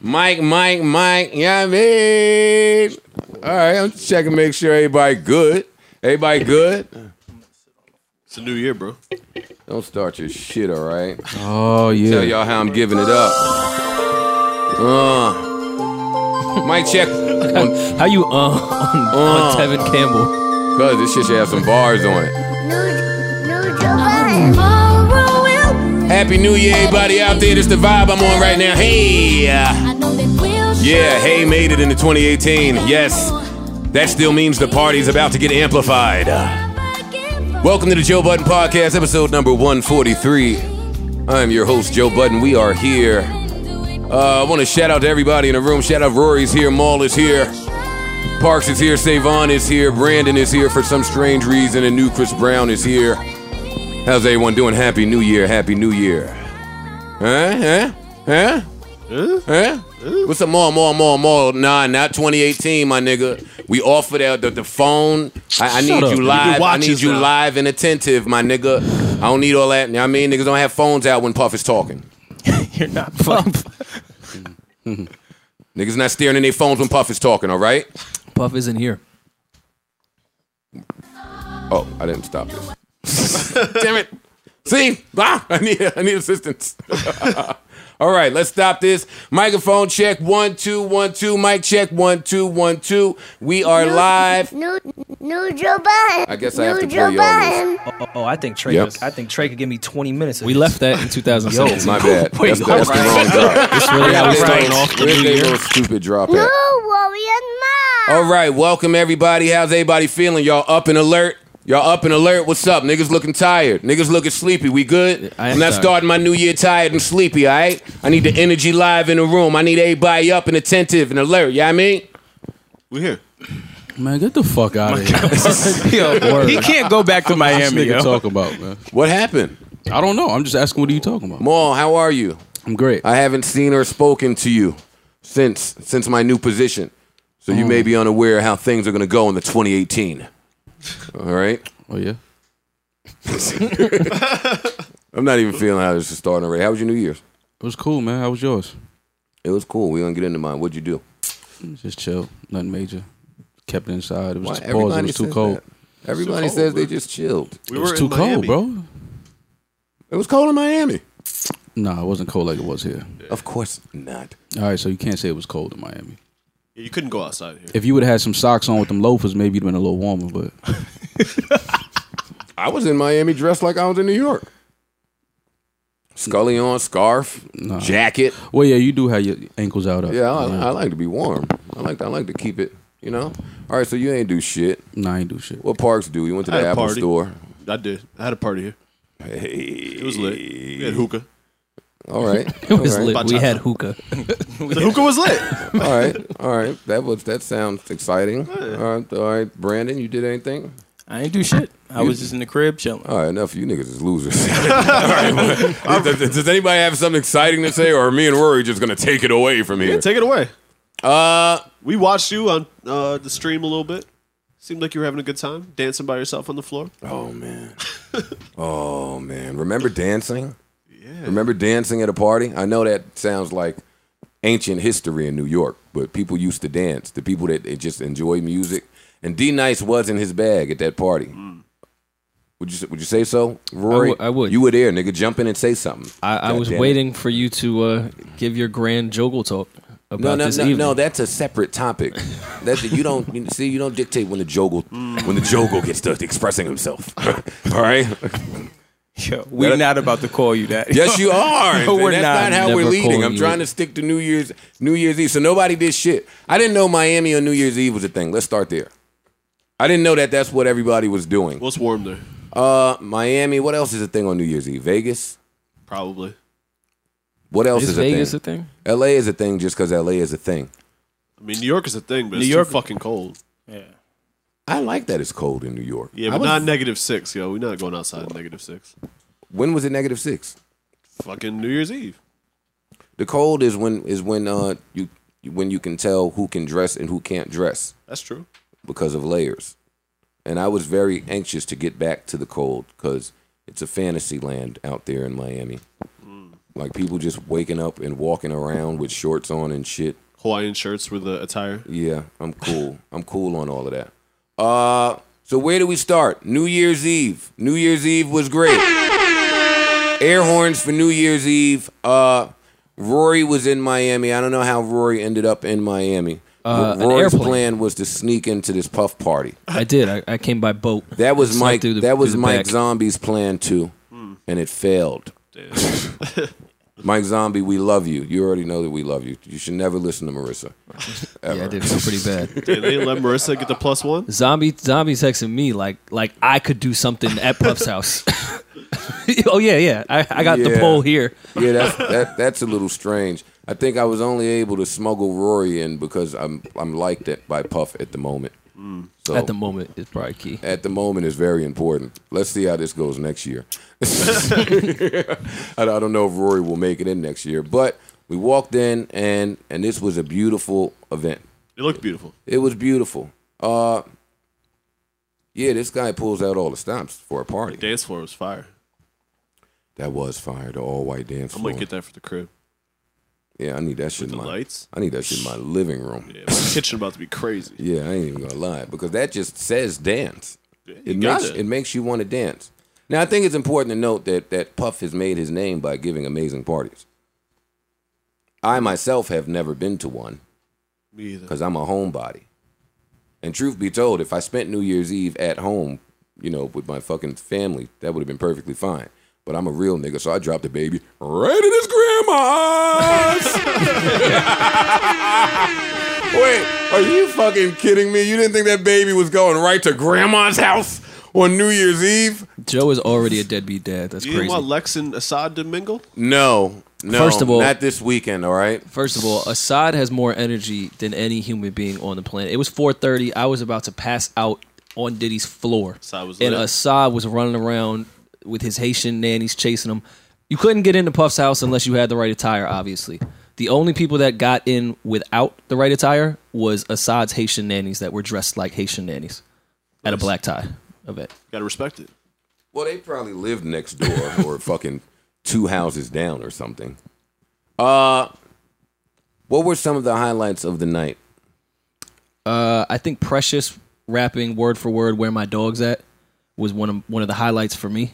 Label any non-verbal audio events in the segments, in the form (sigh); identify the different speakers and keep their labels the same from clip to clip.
Speaker 1: Mike, Mike, Mike, yeah, you know I mean? All right, I'm just checking, make sure everybody good. Everybody good?
Speaker 2: It's a new year, bro.
Speaker 1: Don't start your shit, all right?
Speaker 3: Oh
Speaker 1: Tell
Speaker 3: yeah.
Speaker 1: y'all how I'm giving it up. Uh, mic
Speaker 3: (laughs)
Speaker 1: check, Uh.
Speaker 3: How you uh, on, on Tevin Campbell?
Speaker 1: cause this shit should have some bars on it.
Speaker 4: Tomorrow will
Speaker 1: Happy New Year, everybody out there. This the vibe I'm on right now. Hey, yeah,
Speaker 4: I know that we'll
Speaker 1: hey, made it into 2018. Yes, that still means the party's about to get amplified. Welcome to the Joe Button Podcast, episode number 143. I'm your host, Joe Button. We are here. Uh, I want to shout out to everybody in the room. Shout out Rory's here, Maul is here, Parks is here, Savon is here, Brandon is here for some strange reason, and new Chris Brown is here. How's everyone doing? Happy New Year, Happy New Year. Huh? Huh? Huh? Huh? What's up, more, more, more, more? Nah, not 2018, my nigga. We offer that the, the phone. I, I need
Speaker 3: up.
Speaker 1: you
Speaker 3: You
Speaker 1: live. I
Speaker 2: watches
Speaker 1: need you
Speaker 2: now.
Speaker 1: live and attentive, my nigga. I don't need all that. You know what I mean, niggas don't have phones out when Puff is talking.
Speaker 3: You're not Puff.
Speaker 1: Niggas not staring in their phones when Puff is talking. All right.
Speaker 3: Puff isn't here.
Speaker 1: Oh, I didn't stop this. Damn it. See? Ah, I need I need assistance. (laughs) All right, let's stop this. Microphone check one two one two. Mic check one two one two. We are live.
Speaker 4: New, new Joe Biden.
Speaker 1: I guess I have
Speaker 4: new
Speaker 1: to
Speaker 4: Joe
Speaker 1: play y'all
Speaker 4: Biden.
Speaker 5: Oh, oh, I think Trey.
Speaker 1: Yep.
Speaker 5: was- I think Trey could give me 20 minutes. Of
Speaker 3: We
Speaker 5: this.
Speaker 3: left that in 2017.
Speaker 5: (laughs)
Speaker 1: My bad.
Speaker 3: (laughs) Wait,
Speaker 1: that's the, that's the wrong
Speaker 6: (laughs)
Speaker 1: drop.
Speaker 3: That's really how we
Speaker 1: Where's
Speaker 3: started
Speaker 1: they-
Speaker 3: off the
Speaker 1: where's
Speaker 3: new
Speaker 1: they
Speaker 3: year.
Speaker 1: little stupid drop
Speaker 4: No
Speaker 1: at?
Speaker 4: warrior mom.
Speaker 1: All right, welcome everybody. How's everybody feeling? Y'all up and alert? Y'all up and alert? What's up? Niggas looking tired. Niggas looking sleepy. We good?
Speaker 3: I am
Speaker 1: I'm not
Speaker 3: tired.
Speaker 1: starting my new year tired and sleepy, all right? I need the energy live in the room. I need everybody up and attentive and alert. Yeah, you know what I mean?
Speaker 2: We here.
Speaker 3: Man, get the fuck out of (laughs) here.
Speaker 7: (laughs)
Speaker 3: Word.
Speaker 7: He can't go back to
Speaker 3: This
Speaker 7: Miami.
Speaker 3: nigga
Speaker 7: Yo.
Speaker 3: talking about man.
Speaker 1: What happened?
Speaker 3: I don't know. I'm just asking. What are you talking about?
Speaker 1: Maul, how are you?
Speaker 3: I'm great.
Speaker 1: I haven't seen or spoken to you since since my new position. So you
Speaker 3: Oh.
Speaker 1: may be unaware how things are gonna go in the 2018. All right?
Speaker 3: Oh yeah.
Speaker 1: (laughs) I'm not even feeling how this is starting already. How was your New Year's?
Speaker 3: It was cool, man. How was yours?
Speaker 1: It was cool. We're gonna get into mine. What'd you do?
Speaker 3: Just chill. Nothing major. Kept it inside. It was
Speaker 1: Why
Speaker 3: too pause. It was too
Speaker 1: says
Speaker 3: cold.
Speaker 1: that? Everybody
Speaker 2: cold,
Speaker 1: says
Speaker 2: bro.
Speaker 1: they just chilled.
Speaker 2: We
Speaker 3: It was too cold, bro.
Speaker 1: It was cold in Miami.
Speaker 3: Nah, it wasn't cold like it was here.
Speaker 1: Of course not.
Speaker 3: All right, so you can't say it was cold in Miami.
Speaker 2: Yeah, you couldn't go outside here.
Speaker 3: If you would have had some socks on with them loafers, maybe it'd been a little warmer. But
Speaker 1: I was in Miami dressed like I was in New York. Scully on, scarf, jacket.
Speaker 3: well, yeah, you do have your ankles out up.
Speaker 1: Yeah, I,
Speaker 3: Nah,
Speaker 1: I like to be warm. I like I like to keep it. You know. All right, so you ain't do shit.
Speaker 3: nah, I ain't do shit.
Speaker 1: What parks do you went to the
Speaker 2: I had a
Speaker 1: Apple
Speaker 2: party.
Speaker 1: store?
Speaker 2: I did. I had a party here. It
Speaker 1: Hey, Oh,
Speaker 2: was lit. We had hookah.
Speaker 1: all
Speaker 7: (laughs)
Speaker 1: right.
Speaker 3: It was
Speaker 1: all right.
Speaker 3: lit. We had hookah.
Speaker 2: The hookah was lit.
Speaker 1: (laughs) All right, all right. That was that sounds exciting. All right, all right. Brandon, you did anything?
Speaker 7: I ain't do shit. I was just in the crib chilling.
Speaker 1: All right, enough. You niggas is losers. (laughs) All right, well, does, does anybody have something exciting to say, or are me and Rory just gonna take it away from here?
Speaker 2: Yeah, take it away.
Speaker 1: Uh,
Speaker 2: We watched you on uh, the stream a little bit. Seemed like you were having a good time dancing by yourself on the floor.
Speaker 1: oh man, (laughs) oh man. Remember dancing? Yeah. Remember dancing at a party? I know that sounds like ancient history in New York, but people used to dance. The people that that just enjoy music, and D Nice was in his bag at that party. Would you s- would you say so, Rory?
Speaker 6: would- I would.
Speaker 1: You were there, nigga. Jump in and say something.
Speaker 6: I, I
Speaker 1: God
Speaker 6: was
Speaker 1: damn it.
Speaker 6: waiting for you to uh, give your grand jogle talk about
Speaker 1: No, no,
Speaker 6: this
Speaker 1: no,
Speaker 6: evening.
Speaker 1: no. That's a separate
Speaker 6: (laughs)
Speaker 1: topic. That's you don't you see. You don't dictate when the jogle when the jogle gets to expressing himself. All right.
Speaker 7: Yo, we're not about to call you
Speaker 1: (laughs)
Speaker 7: that.
Speaker 1: Yes, you are.
Speaker 7: No,
Speaker 1: And
Speaker 7: we're
Speaker 1: that's
Speaker 7: not.
Speaker 1: not, how
Speaker 6: Never
Speaker 1: we're leading.
Speaker 6: calling
Speaker 1: I'm
Speaker 6: you
Speaker 1: trying
Speaker 6: it.
Speaker 1: to stick to New Year's New Year's Eve. So nobody did shit. I didn't know Miami on New Year's Eve was a thing. Let's start there. I didn't know that that's what everybody was doing.
Speaker 2: Well, it's warm there,
Speaker 1: Uh, Miami. What else is a thing on New Year's Eve? Vegas.
Speaker 2: probably.
Speaker 1: What else is,
Speaker 6: is
Speaker 1: a
Speaker 6: Vegas
Speaker 1: thing?
Speaker 6: a thing?
Speaker 1: LA is a thing just because LA is a thing.
Speaker 2: I mean, New York is a thing, but
Speaker 7: New
Speaker 2: it's
Speaker 7: York-
Speaker 2: too fucking cold.
Speaker 1: I like that it's cold in New York.
Speaker 2: Yeah,
Speaker 1: I
Speaker 2: but
Speaker 1: was-
Speaker 2: not negative six, yo. We're not going outside at negative six.
Speaker 1: when was it negative six?
Speaker 2: Fucking New Year's Eve.
Speaker 1: The cold is when is when uh you when you can tell who can dress and who can't dress
Speaker 2: That's true.
Speaker 1: because of layers. And I was very anxious to get back to the cold because it's a fantasy land out there in Miami. Like people just waking up and walking around with shorts on and shit.
Speaker 2: Hawaiian shirts were the attire.
Speaker 1: Yeah, I'm cool. I'm cool on all of that. Uh, so where do we start? New Year's Eve. New Year's Eve was great. Air horns for New Year's Eve. Uh, Rory was in Miami. I don't know how Rory ended up in Miami.
Speaker 6: Uh,
Speaker 1: Ro-
Speaker 6: an
Speaker 1: Rory's
Speaker 6: airplane.
Speaker 1: plan was to sneak into this puff party.
Speaker 6: I did. I, I came by boat.
Speaker 1: That was
Speaker 6: Snuck
Speaker 1: Mike.
Speaker 6: through the-
Speaker 1: that was
Speaker 6: through the
Speaker 1: Mike
Speaker 6: back.
Speaker 1: Zombie's plan too, and it failed. (laughs) Mike Zombie, we love you. You already know that we love you. You should never listen to Marissa.
Speaker 6: (laughs) Yeah, I did feel pretty
Speaker 1: (laughs)
Speaker 6: bad.
Speaker 2: Did they let Marissa get the plus one?
Speaker 6: Zombie, zombie texting me like like I could do something at
Speaker 1: (laughs)
Speaker 6: Puff's house. (laughs) oh yeah, yeah. I, I got
Speaker 1: Yeah.
Speaker 6: the pole here.
Speaker 1: Yeah, that's that, that's a little strange. I think I was only able to smuggle Rory in because I'm I'm liked at, by Puff at the moment.
Speaker 2: Mm.
Speaker 1: So
Speaker 6: At the moment, it's probably key.
Speaker 1: at the moment is very important. Let's see how this goes next
Speaker 2: (laughs)
Speaker 1: year. (laughs) I I don't know if Rory will make it in next year, but we walked in and and this was a beautiful event.
Speaker 2: It looked beautiful.
Speaker 1: It was beautiful. Uh yeah, this guy pulls out all the stops for a party.
Speaker 2: Dance floor was fire.
Speaker 1: That was fire, the all white dance
Speaker 2: I'm
Speaker 1: floor.
Speaker 2: gonna get that for the crib.
Speaker 1: yeah, I need that shit in
Speaker 2: The
Speaker 1: my
Speaker 2: lights.
Speaker 1: I need that shit in my living room.
Speaker 2: Yeah, my kitchen about to be crazy.
Speaker 1: (laughs) Yeah, I ain't even gonna lie because that just says dance.
Speaker 2: you
Speaker 1: It makes
Speaker 2: gotta.
Speaker 1: it makes you want to dance. Now I think it's important to note that that Puff has made his name by giving amazing parties. I myself have never been to one
Speaker 2: Me either.
Speaker 1: because I'm a homebody. And truth be told, if I spent New Year's Eve at home, you know, with my fucking family, that would have been perfectly fine. But I'm a real nigga, so I dropped the baby right at his grandma's. Wait, are you fucking kidding me? You didn't think that baby was going right to grandma's house on New Year's Eve?
Speaker 6: Joe is already a deadbeat dad. That's
Speaker 2: You
Speaker 6: crazy.
Speaker 2: didn't want Lex and Assad to mingle?
Speaker 1: No, no.
Speaker 6: First of all-
Speaker 1: not this weekend. All right.
Speaker 6: First of all, Assad has more energy than any human being on the planet. It was 4:30. I was about to pass out on Diddy's floor,
Speaker 2: Assad was
Speaker 6: and
Speaker 2: lit.
Speaker 6: Assad was running around with his Haitian nannies chasing him. You couldn't get into Puff's house unless you had the right attire. Obviously, the only people that got in without the right attire was Assad's Haitian nannies that were dressed like Haitian nannies at a black tie event.
Speaker 2: Gotta respect it.
Speaker 1: Well, they probably lived next door (laughs) or fucking two houses down or something. Uh, what were some of the highlights of the night?
Speaker 6: Uh, I think Precious rapping word for word "Where My Dog's At" was one of one of the highlights for me.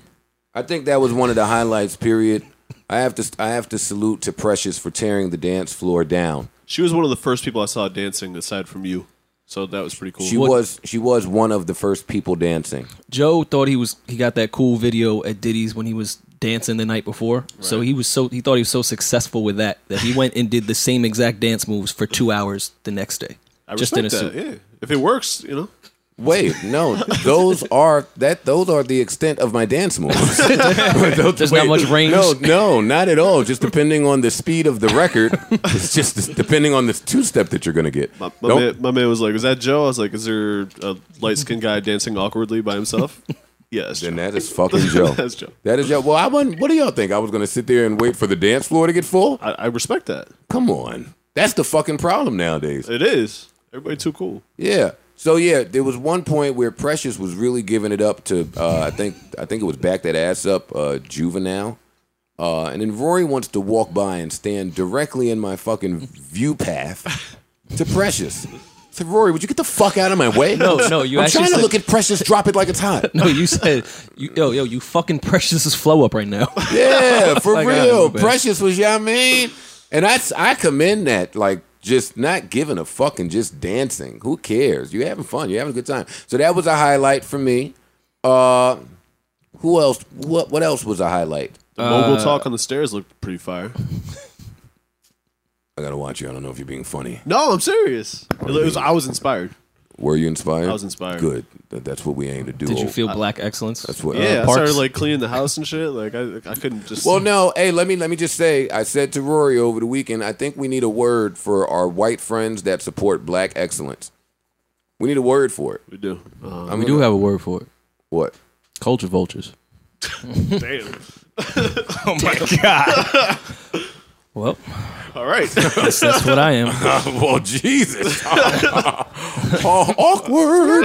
Speaker 1: I think that was one of the highlights. Period. I have to I have to salute to Precious for tearing the dance floor down.
Speaker 2: She was one of the first people I saw dancing aside from you. So that was pretty cool.
Speaker 1: She was she was one of the first people dancing.
Speaker 6: Joe thought he was he got that cool video at Diddy's when he was dancing the night before. So he was so he thought he was so successful with that that he went and did the same exact dance moves for two hours the next day.
Speaker 2: I respect that. Yeah. If it works, you
Speaker 1: (laughs)
Speaker 2: know.
Speaker 1: Wait, no, those are that those are the extent of my dance (laughs) moves.
Speaker 6: (laughs) There's not much range.
Speaker 1: No, no, not at all. Just depending on the speed of the record. it's just depending on this two step that you're gonna get.
Speaker 2: My, my,
Speaker 1: Don't-
Speaker 2: man, my man was like, Is that Joe? I was like, Is there a light skinned guy dancing awkwardly by
Speaker 1: (laughs)
Speaker 2: himself? yes.
Speaker 1: Then that
Speaker 2: (laughs)
Speaker 1: is fucking Joe.
Speaker 2: That's Joe.
Speaker 1: That is Joe. Well, I wouldn't, what do y'all think? I was going to sit there and wait for the dance floor to get full?
Speaker 2: I, I respect that.
Speaker 1: Come on. That's the fucking problem nowadays.
Speaker 2: It is. Everybody too cool.
Speaker 1: Yeah. So yeah, there was one point where Precious was really giving it up to uh, I think I think it was back that ass up uh, juvenile. Uh, and then Rory wants to walk by and stand directly in my fucking view path to Precious. I said, Rory, would you get the fuck out of my way?
Speaker 6: No, no, you
Speaker 1: I'm
Speaker 6: actually
Speaker 1: trying to
Speaker 6: said-
Speaker 1: look at Precious drop it like it's
Speaker 6: (laughs)
Speaker 1: hot.
Speaker 6: No, you said you, yo yo you fucking precious is flow up right now. (laughs)
Speaker 1: Yeah, for
Speaker 6: Like, I don't
Speaker 1: real.
Speaker 6: know, man.
Speaker 1: Precious was, y'all mean? And I, I commend that. Like, just not giving a fuck and just dancing. Who cares? You're having fun. You're having a good time. So that was a highlight for me. Uh, who else? What what else was a highlight?
Speaker 2: The
Speaker 6: Uh,
Speaker 2: mogul talk on the stairs looked pretty fire.
Speaker 1: I gotta watch you. I don't know if you're being funny.
Speaker 2: No, I'm serious. It was, I was inspired.
Speaker 1: Were you inspired?
Speaker 2: I was inspired.
Speaker 1: Good. Th- That's what we aim to do.
Speaker 6: Did you feel black excellence?
Speaker 1: That's what. uh,
Speaker 2: Yeah, I
Speaker 6: parks?
Speaker 2: started like cleaning the house and shit. Like I, I couldn't just. (laughs)
Speaker 1: Well, no. Hey, let me let me just say. I said to Rory over the weekend. I think we need a word for our white friends that support black excellence. We need a word for it.
Speaker 2: we do. Uh,
Speaker 1: I'm
Speaker 6: we
Speaker 1: gonna-
Speaker 6: do have a word for it.
Speaker 1: What?
Speaker 6: Culture
Speaker 1: (laughs)
Speaker 6: vultures. (laughs)
Speaker 2: damn.
Speaker 7: Oh my god!
Speaker 2: (laughs)
Speaker 6: Well,
Speaker 2: All right.
Speaker 6: (laughs) that's, that's what I am.
Speaker 1: (laughs) well, Jesus. (laughs) oh, awkward.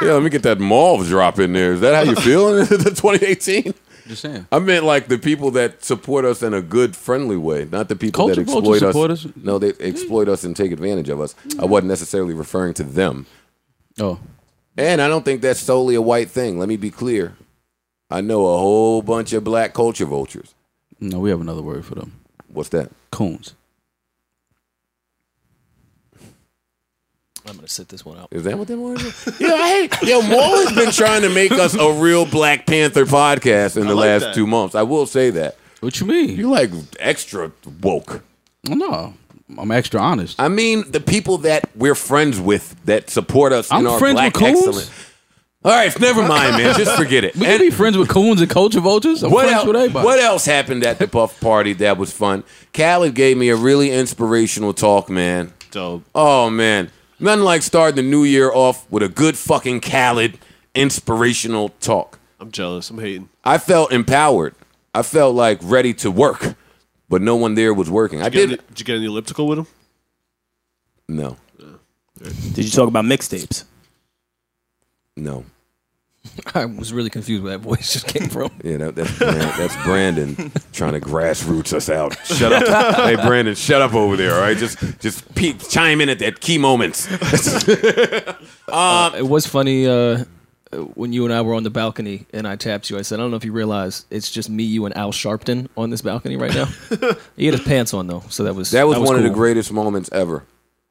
Speaker 1: (laughs) yeah, let me get that mauve drop in there. Is that how you feeling in the 2018?
Speaker 8: Just saying.
Speaker 1: I meant like the people that support us in a good, friendly way, not the people
Speaker 8: Culture
Speaker 1: that
Speaker 8: vultures
Speaker 1: exploit us.
Speaker 8: support us.
Speaker 1: No, they exploit us and take advantage of us. I wasn't necessarily referring to them.
Speaker 8: Oh,
Speaker 1: And I don't think that's solely a white thing. Let me be clear. I know a whole bunch of black culture vultures.
Speaker 8: no, we have another word for them.
Speaker 1: What's that?
Speaker 8: Coons.
Speaker 6: I'm gonna sit this one out.
Speaker 1: Is that what that word is? yeah, I hate. Yo, Maul has been trying to make us a real Black Panther podcast in the
Speaker 2: like
Speaker 1: last
Speaker 2: that.
Speaker 1: two months. I will say that.
Speaker 8: What you mean?
Speaker 1: You're like extra woke.
Speaker 8: No, I'm extra honest.
Speaker 1: I mean, the people that we're friends with that support us in
Speaker 8: I'm
Speaker 1: our
Speaker 8: friends
Speaker 1: black
Speaker 8: with coons?
Speaker 1: excellence. All right, never mind, man. Just forget it.
Speaker 8: (laughs) we can
Speaker 1: And
Speaker 8: be friends with coons and culture vultures. I'm
Speaker 1: what,
Speaker 8: friends
Speaker 1: el-
Speaker 8: with everybody.
Speaker 1: what else happened
Speaker 9: (laughs)
Speaker 1: at the Puff Party that was fun? Khaled gave me a really inspirational talk, man.
Speaker 2: Dope.
Speaker 1: Oh, man. Nothing like starting the new year off with a good fucking Khaled inspirational talk.
Speaker 2: I'm jealous. I'm hating.
Speaker 1: I felt empowered. I felt like ready to work, but no one there was working. I
Speaker 2: Get on
Speaker 1: did.
Speaker 2: the- did you get on the elliptical with him?
Speaker 1: No,
Speaker 9: Did you talk about mixtapes?
Speaker 1: no.
Speaker 6: (laughs) I was really confused where that voice just came from.
Speaker 1: Yeah, that, that's Brand- that's Brandon trying to grassroots us out. (laughs) Shut up, hey Brandon, shut up over there. All right, just just peep, chime in at that key moments. Uh,
Speaker 6: it was funny uh, when you and I were on the balcony and I tapped you. I said, I don't know if you realize it's just me, you, and Al Sharpton on this balcony right
Speaker 1: (laughs)
Speaker 6: now. he had his pants on though, so that was
Speaker 1: That was, one of the
Speaker 6: cool.
Speaker 1: greatest moments ever.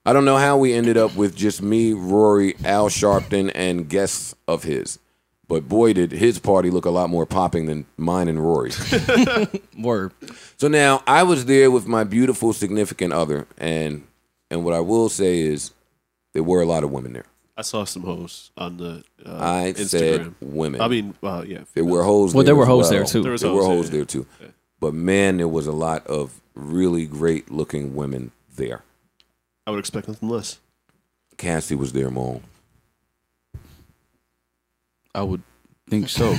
Speaker 1: I don't know how we ended up with just me, Rory, Al Sharpton, and guests of his. But boy, did his party look a lot more popping than mine and
Speaker 2: (laughs)
Speaker 1: Rory's.
Speaker 6: (laughs) word.
Speaker 1: So now I was there with my beautiful significant other, and and what I will say is there were a lot of women there.
Speaker 2: I saw some hoes on the uh,
Speaker 1: I
Speaker 2: Instagram.
Speaker 1: said women.
Speaker 2: I mean, uh, yeah.
Speaker 1: there were hoes.
Speaker 6: Well, there were
Speaker 1: as
Speaker 6: hoes
Speaker 1: well.
Speaker 6: there, too.
Speaker 1: There,
Speaker 6: There
Speaker 2: was
Speaker 1: were
Speaker 2: hoes,
Speaker 1: hoes
Speaker 2: yeah.
Speaker 1: there too. But man, there was a lot of really great looking women there.
Speaker 2: I would expect nothing less.
Speaker 1: Cassie was there, mom.
Speaker 8: I would think so.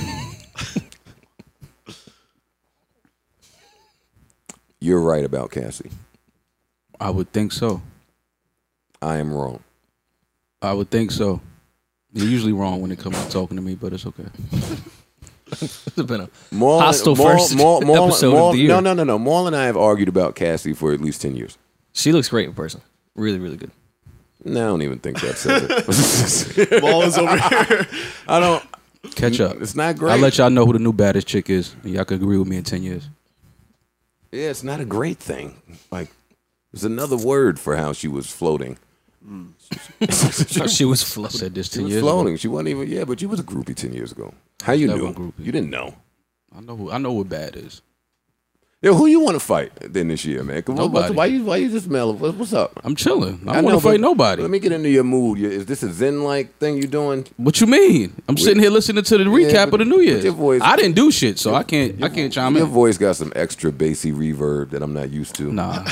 Speaker 1: You're right about Cassie.
Speaker 8: I would think so.
Speaker 1: I am wrong.
Speaker 8: I would think so. You're usually wrong when it comes to talking to me, but it's okay.
Speaker 6: (laughs) It's
Speaker 1: (laughs)
Speaker 6: been a
Speaker 1: (laughs) Maul,
Speaker 6: Hostile first episode of the year.
Speaker 1: No, no, no, no. Maul and I have argued about Cassie for at least ten years.
Speaker 6: she looks great in person. Really, really good.
Speaker 1: No, I don't even think that says
Speaker 2: (laughs)
Speaker 1: it. (laughs)
Speaker 2: Ball is over here.
Speaker 1: I don't.
Speaker 8: Catch up.
Speaker 1: It's not great.
Speaker 8: I'll let y'all know who the new baddest chick is, and y'all can agree with me in ten years.
Speaker 1: Yeah, it's not a great thing. Like, there's another word for how she was floating.
Speaker 6: (laughs) She was
Speaker 8: I
Speaker 6: floating.
Speaker 8: said this
Speaker 1: She
Speaker 8: ten
Speaker 1: was
Speaker 8: years. ago.
Speaker 1: floating. She wasn't even. Yeah, but she was a groupie ten years ago. How you
Speaker 8: That
Speaker 1: knew?
Speaker 8: one groupie.
Speaker 1: You didn't know.
Speaker 8: I know. Who, I know what bad is.
Speaker 1: Yo, who you want to fight then this year, man? 'Cause what- what's-
Speaker 8: Nobody.
Speaker 1: why you why you just mellow? What, what's up?
Speaker 8: I'm chilling. I,
Speaker 1: I
Speaker 8: don't
Speaker 1: know,
Speaker 8: want to fight
Speaker 1: but
Speaker 8: nobody.
Speaker 1: Let me get into your mood. You- Is this a zen like thing you doing?
Speaker 8: what you mean? I'm sitting here listening to the recap
Speaker 1: but-
Speaker 8: of the New
Speaker 1: but
Speaker 8: Year's.
Speaker 1: your voice-
Speaker 8: I didn't do shit, so I can't. I can't chime
Speaker 1: Your
Speaker 8: in.
Speaker 1: voice got some extra bassy reverb that I'm not used to.
Speaker 8: Nah,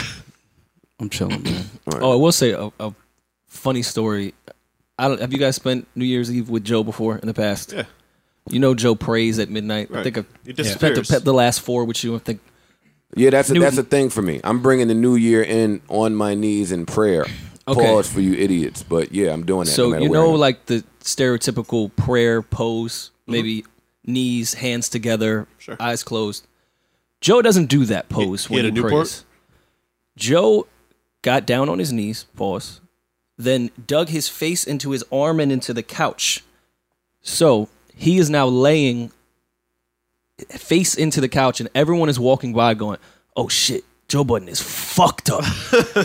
Speaker 8: I'm chilling, man.
Speaker 6: Oh, I will say a, a funny story. I don't. Have you guys spent New Year's Eve with Joe before in the past?
Speaker 2: Yeah.
Speaker 6: You know Joe prays at midnight. I
Speaker 2: Right.
Speaker 6: think I've
Speaker 2: He
Speaker 6: spent the,
Speaker 2: disappears.
Speaker 6: pe- the last four with you. I think
Speaker 1: Yeah, that's a,
Speaker 6: New-
Speaker 1: that's a thing for me. I'm bringing the new year in on my knees in prayer.
Speaker 6: Okay.
Speaker 1: Pause for you idiots, but yeah, I'm doing that. no
Speaker 6: So
Speaker 1: matter
Speaker 6: you
Speaker 1: where I
Speaker 6: know,
Speaker 1: am.
Speaker 6: like the stereotypical prayer pose, maybe knees, hands together,
Speaker 2: Mm-hmm. Sure.
Speaker 6: eyes closed. Joe doesn't do that pose
Speaker 2: he
Speaker 6: when
Speaker 2: had
Speaker 6: he
Speaker 2: a Newport?
Speaker 6: prays. Joe got down on his knees, pause, then dug his face into his arm and into the couch. So he is now laying face into the couch, and everyone is walking by going, "Oh shit." Joe Budden is fucked
Speaker 2: (laughs)
Speaker 6: up.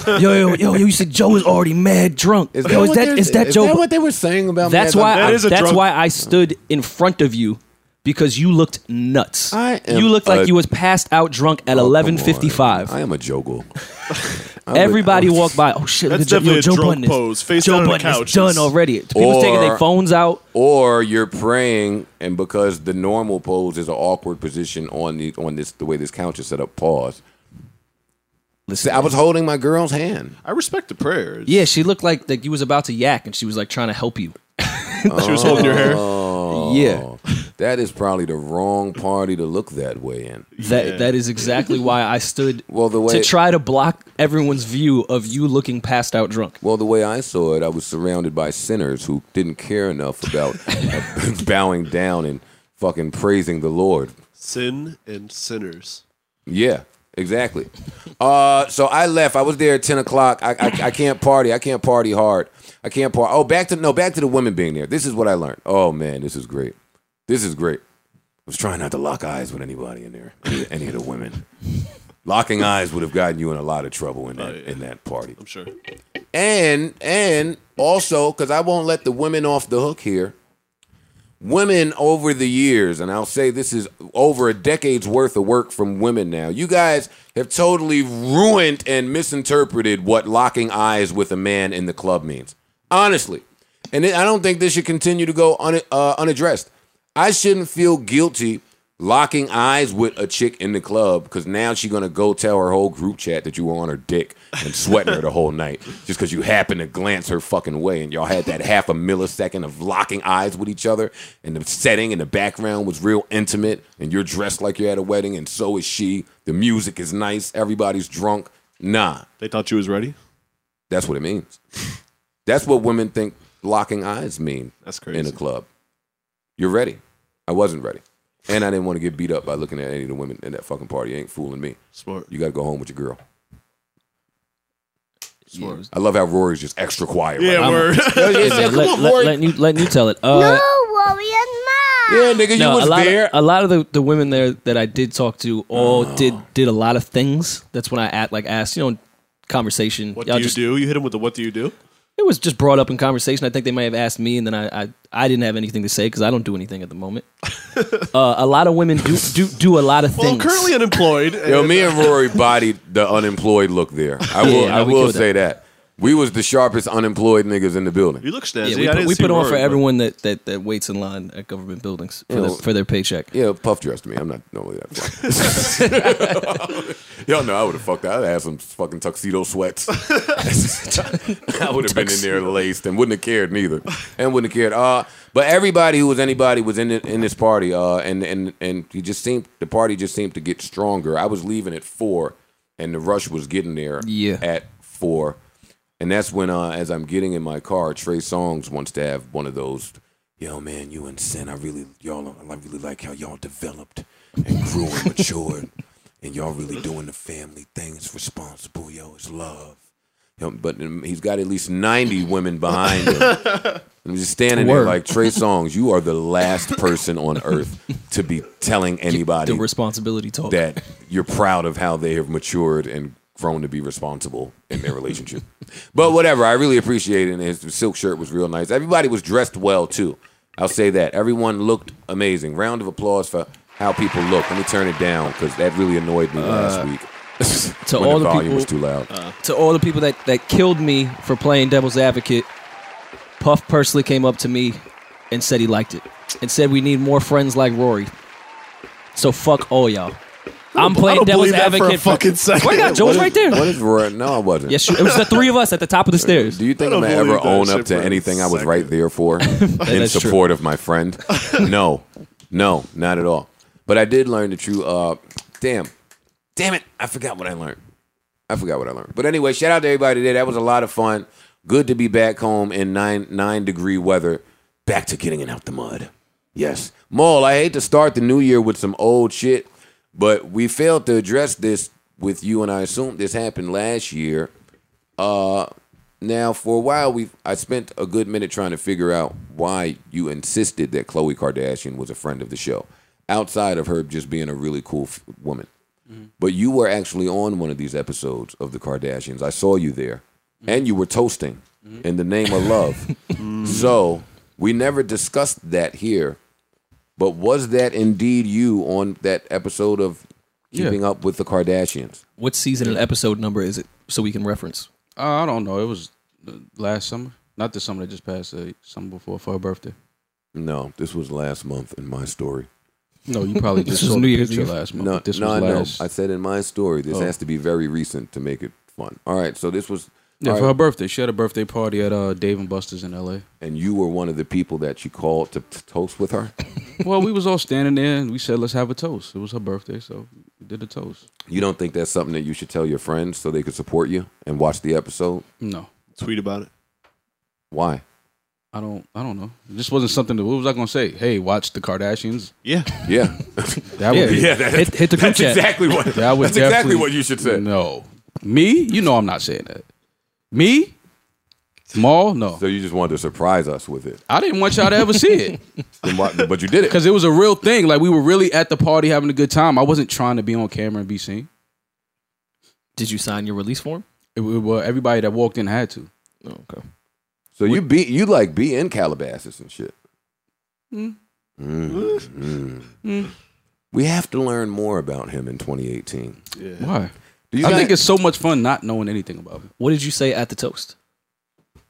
Speaker 6: yo, yo, yo, yo, you said Joe is already mad drunk.
Speaker 1: Is
Speaker 6: yo,
Speaker 1: what
Speaker 6: is that
Speaker 1: they're-
Speaker 6: is that
Speaker 1: is
Speaker 6: Joe?
Speaker 1: that
Speaker 6: Bu-
Speaker 1: what they were saying about
Speaker 6: That's
Speaker 1: me?
Speaker 6: why.
Speaker 2: That
Speaker 6: I,
Speaker 2: is a
Speaker 6: that's
Speaker 2: drunk-
Speaker 6: why I stood in front of you because you looked nuts.
Speaker 1: I am
Speaker 6: you looked
Speaker 1: a-
Speaker 6: like you was passed out drunk at
Speaker 1: Oh, come
Speaker 6: eleven
Speaker 1: on. I
Speaker 6: fifty-five.
Speaker 1: am a (laughs) joggle.
Speaker 6: Everybody walked by. Oh shit! look at
Speaker 2: That's
Speaker 6: Joe-
Speaker 2: definitely
Speaker 6: yo,
Speaker 2: a
Speaker 6: Joe
Speaker 2: drunk
Speaker 6: Budden is-
Speaker 2: pose, face down
Speaker 6: Joe
Speaker 2: on the
Speaker 6: Budden is
Speaker 2: couch.
Speaker 6: done already. People taking
Speaker 1: Or-
Speaker 6: their phones out.
Speaker 1: Or you're praying, and because the normal pose is an awkward position on the on this the way this couch is set up. Pause. See, I was holding my girl's hand.
Speaker 2: I respect the prayers.
Speaker 6: Yeah, she looked like like you was about to yak, and she was like trying to help you. (laughs)
Speaker 2: (laughs) She was holding your hair.
Speaker 1: Oh.
Speaker 6: yeah,
Speaker 1: That is probably the wrong party to look that way in.
Speaker 6: that that is exactly why I stood
Speaker 1: Well, the way
Speaker 6: to try to block everyone's view of you looking passed out drunk.
Speaker 1: Well, the way I saw it, I was surrounded by sinners who
Speaker 6: (laughs)
Speaker 1: (laughs) didn't care enough about bowing down and fucking praising the Lord.
Speaker 2: Sin and sinners.
Speaker 1: Yeah, exactly. Uh, so I left. I was there at ten o'clock. I, I I can't party. I can't party hard. I can't party. Oh, back to no, back to the women being there. This is what I learned. Oh man, this is great. This is great. I was trying not to lock eyes with anybody in there, any- any of the women. Locking eyes would have gotten you in a lot of trouble in that in that party.
Speaker 2: I'm sure.
Speaker 1: And and also because I won't let the women off the hook here. Women over the years, and I'll say this is over a decade's worth of work from women now. You guys have totally ruined and misinterpreted what locking eyes with a man in the club means. Honestly. And it, I don't think this should continue to go un, uh, unaddressed. I shouldn't feel guilty locking eyes with a chick in the club because now she's gonna go tell her whole group chat that you were on her dick and sweating her the whole night just because you happened to glance her fucking way and y'all had that half a millisecond of locking eyes with each other and the setting and the background was real intimate and you're dressed like you're at a wedding and so is she. The music is nice. Everybody's drunk. Nah,
Speaker 2: They thought you was ready.
Speaker 1: that's what it means. That's what women think locking eyes mean
Speaker 2: That's
Speaker 1: in a
Speaker 2: crazy.
Speaker 1: club. You're ready. I wasn't ready. And I didn't want to get beat up by looking at any of the women in that fucking party. You ain't fooling me.
Speaker 2: Smart.
Speaker 1: You got to go home with your girl.
Speaker 2: Smart.
Speaker 1: I love how Rory's just extra quiet. right now.
Speaker 2: word.
Speaker 1: Yeah, yeah, yeah, come
Speaker 6: let,
Speaker 1: on,
Speaker 6: let-
Speaker 1: Rory.
Speaker 6: letting you letting you tell it. Uh,
Speaker 4: No worry and mom.
Speaker 1: yeah, nigga, you
Speaker 6: no,
Speaker 1: was
Speaker 6: a lot
Speaker 1: there. Oh.
Speaker 6: Of, a lot of the, the women there that I did talk to all did did a lot of things. That's when I act like asked, you know, conversation.
Speaker 2: What
Speaker 6: Y'all
Speaker 2: do you
Speaker 6: just-
Speaker 2: do? You hit him with the what do you do?
Speaker 6: It was just brought up in conversation. I think they may have asked me, and then I I, I didn't have anything to say because I don't do anything at the
Speaker 1: (laughs)
Speaker 6: moment. uh, a lot of women do do do a lot of
Speaker 2: Well,
Speaker 6: things.
Speaker 2: I'm currently (laughs) unemployed.
Speaker 1: (laughs) Yo,
Speaker 2: and-
Speaker 1: me and Rory bodied the unemployed look there. I will,
Speaker 6: Yeah, no,
Speaker 1: I
Speaker 6: we
Speaker 1: will
Speaker 6: killed
Speaker 1: say that. We was the sharpest unemployed niggas in the building.
Speaker 2: You look snazzy.
Speaker 6: yeah,
Speaker 2: I
Speaker 6: we put,
Speaker 2: didn't
Speaker 6: we
Speaker 2: see
Speaker 6: put on
Speaker 2: Rory,
Speaker 6: for
Speaker 2: but-
Speaker 6: everyone that, that, that waits in line at government buildings for,
Speaker 1: Yeah,
Speaker 6: their,
Speaker 1: well-
Speaker 6: for their paycheck.
Speaker 1: Yeah, puff dressed me. I'm not normally that. Fly. (laughs)
Speaker 6: (laughs)
Speaker 2: (laughs)
Speaker 1: Y'all know I would have fucked. I'd have had some fucking tuxedo sweats. I would have been in there laced and wouldn't have cared neither, and wouldn't have cared. Uh, but everybody who was anybody was in it in this party. Uh, and and and he just seemed the party just seemed to get stronger. I was leaving at four, and the rush was getting there.
Speaker 6: Yeah.
Speaker 1: at four, and that's when uh, as I'm getting in my car, Trey Songz wants to have one of those. Yo, man, you and (laughs) Sin, I really y'all, I really like how y'all developed and grew and matured, and y'all really doing the family thing. It's responsible, yo. It's love. Yo, but um, he's got at least ninety women behind him. And I'm just standing there
Speaker 6: Word.
Speaker 1: like Trey Songz. You are the last person on earth to be telling anybody
Speaker 6: The responsibility talk.
Speaker 1: that you're proud of how they have matured and grown to be responsible in their relationship. but whatever, I really appreciate it. And his silk shirt was real nice. Everybody was dressed well too. I'll say that. Everyone looked amazing. Round of applause for how people look. Let me turn it down because that really annoyed me last week.
Speaker 6: Uh,
Speaker 1: (laughs)
Speaker 6: (laughs) to
Speaker 1: when
Speaker 6: all
Speaker 1: the
Speaker 6: the
Speaker 1: volume
Speaker 6: people- Uh,
Speaker 1: was too loud.
Speaker 6: to all the people that, that killed me for playing devil's advocate, Puff personally came up to me and said he liked it and said we need more friends like Rory. So fuck all y'all. I'm playing
Speaker 2: I don't
Speaker 6: devil's
Speaker 2: believe that for a
Speaker 6: advocate.
Speaker 2: fucking second.
Speaker 6: Wait, God, Joe's
Speaker 1: What
Speaker 6: right
Speaker 1: is- What
Speaker 6: there.
Speaker 1: is Roy? No, I wasn't.
Speaker 6: Yes, you- it was the three of us at the top of the stairs.
Speaker 1: (laughs) Do you think
Speaker 2: I
Speaker 1: I'm
Speaker 2: don't
Speaker 1: gonna ever
Speaker 2: believe that
Speaker 1: own
Speaker 2: shit
Speaker 1: up to
Speaker 2: for a
Speaker 1: anything I was
Speaker 2: second.
Speaker 1: right
Speaker 2: (laughs)
Speaker 1: there for in
Speaker 6: is true.
Speaker 1: support of my friend? No, no, not at all. But I did learn the true. Uh, damn, damn it! I forgot what I learned. I forgot what I learned. But anyway, shout out to everybody today. That was a lot of fun. Good to be back home in nine nine degree weather. Back to getting it out the mud. Yes, Maul. I hate to start the new year with some old shit, but we failed to address this with you, and I assume this happened last year. Uh, now for a while we I spent a good minute trying to figure out why you insisted that Khloe Kardashian was a friend of the show, outside of her just being a really cool f- woman. But you were actually on one of these episodes of the Kardashians. I saw you there, and you were toasting in the name of love. so we never discussed that here. But was that indeed you on that episode of Keeping Up with the Kardashians?
Speaker 6: What season and episode number is it so we can reference?
Speaker 8: Uh, I don't know. It was uh, last summer, not this summer that just passed. Uh, summer before for her birthday.
Speaker 1: (laughs) No, this was last month in my story.
Speaker 8: No, you
Speaker 6: (laughs)
Speaker 8: probably
Speaker 6: This
Speaker 8: just
Speaker 6: was
Speaker 8: saw
Speaker 6: New
Speaker 8: the
Speaker 6: Year's
Speaker 8: picture
Speaker 6: Eve.
Speaker 8: last month.
Speaker 1: No,
Speaker 8: but this
Speaker 1: no,
Speaker 8: was
Speaker 1: no.
Speaker 8: last.
Speaker 1: I said in my story, this
Speaker 8: Oh.
Speaker 1: has to be very recent to make it fun. All right, so this was,
Speaker 8: yeah,
Speaker 1: all
Speaker 8: for
Speaker 1: right,
Speaker 8: her birthday, she had a birthday party at uh, Dave and Buster's in L.A.
Speaker 1: and you were one of the people that she called to t- toast with her.
Speaker 8: well, we was all standing there, and we said, "Let's have a toast." It was her birthday, so we did a toast.
Speaker 1: You don't think that's something that you should tell your friends so they could support you and watch the episode?
Speaker 8: No,
Speaker 2: Tweet about it.
Speaker 1: Why?
Speaker 8: I don't. I don't know. This wasn't something that. What was I gonna say? Hey, watch the Kardashians.
Speaker 2: Yeah.
Speaker 1: (laughs) Yeah.
Speaker 8: That would be.
Speaker 1: yeah, that,
Speaker 6: Hit- hit the group
Speaker 1: that's
Speaker 6: chat.
Speaker 1: exactly what.
Speaker 8: That would
Speaker 1: that's exactly
Speaker 8: definitely-
Speaker 1: what you should say.
Speaker 8: No, me. You know I'm not saying that. Me. Maul. No.
Speaker 1: So you just wanted to surprise us with it,
Speaker 8: I didn't want y'all to ever see it
Speaker 1: Then why- but you did it.
Speaker 8: because it was a real thing. Like we were really at the party having a good time. I wasn't trying to be on camera and be seen.
Speaker 6: Did you sign your release form?
Speaker 8: It, wa- well, everybody that walked in had to.
Speaker 6: Oh, okay.
Speaker 1: So you be you like be in Calabasas and shit.
Speaker 2: Hmm?
Speaker 1: Mm, mm. We have to learn more about him in 2018.
Speaker 8: Why?
Speaker 1: Do you
Speaker 8: I
Speaker 1: guys-
Speaker 8: think it's so much fun not knowing anything about me.
Speaker 6: What did you say at the toast?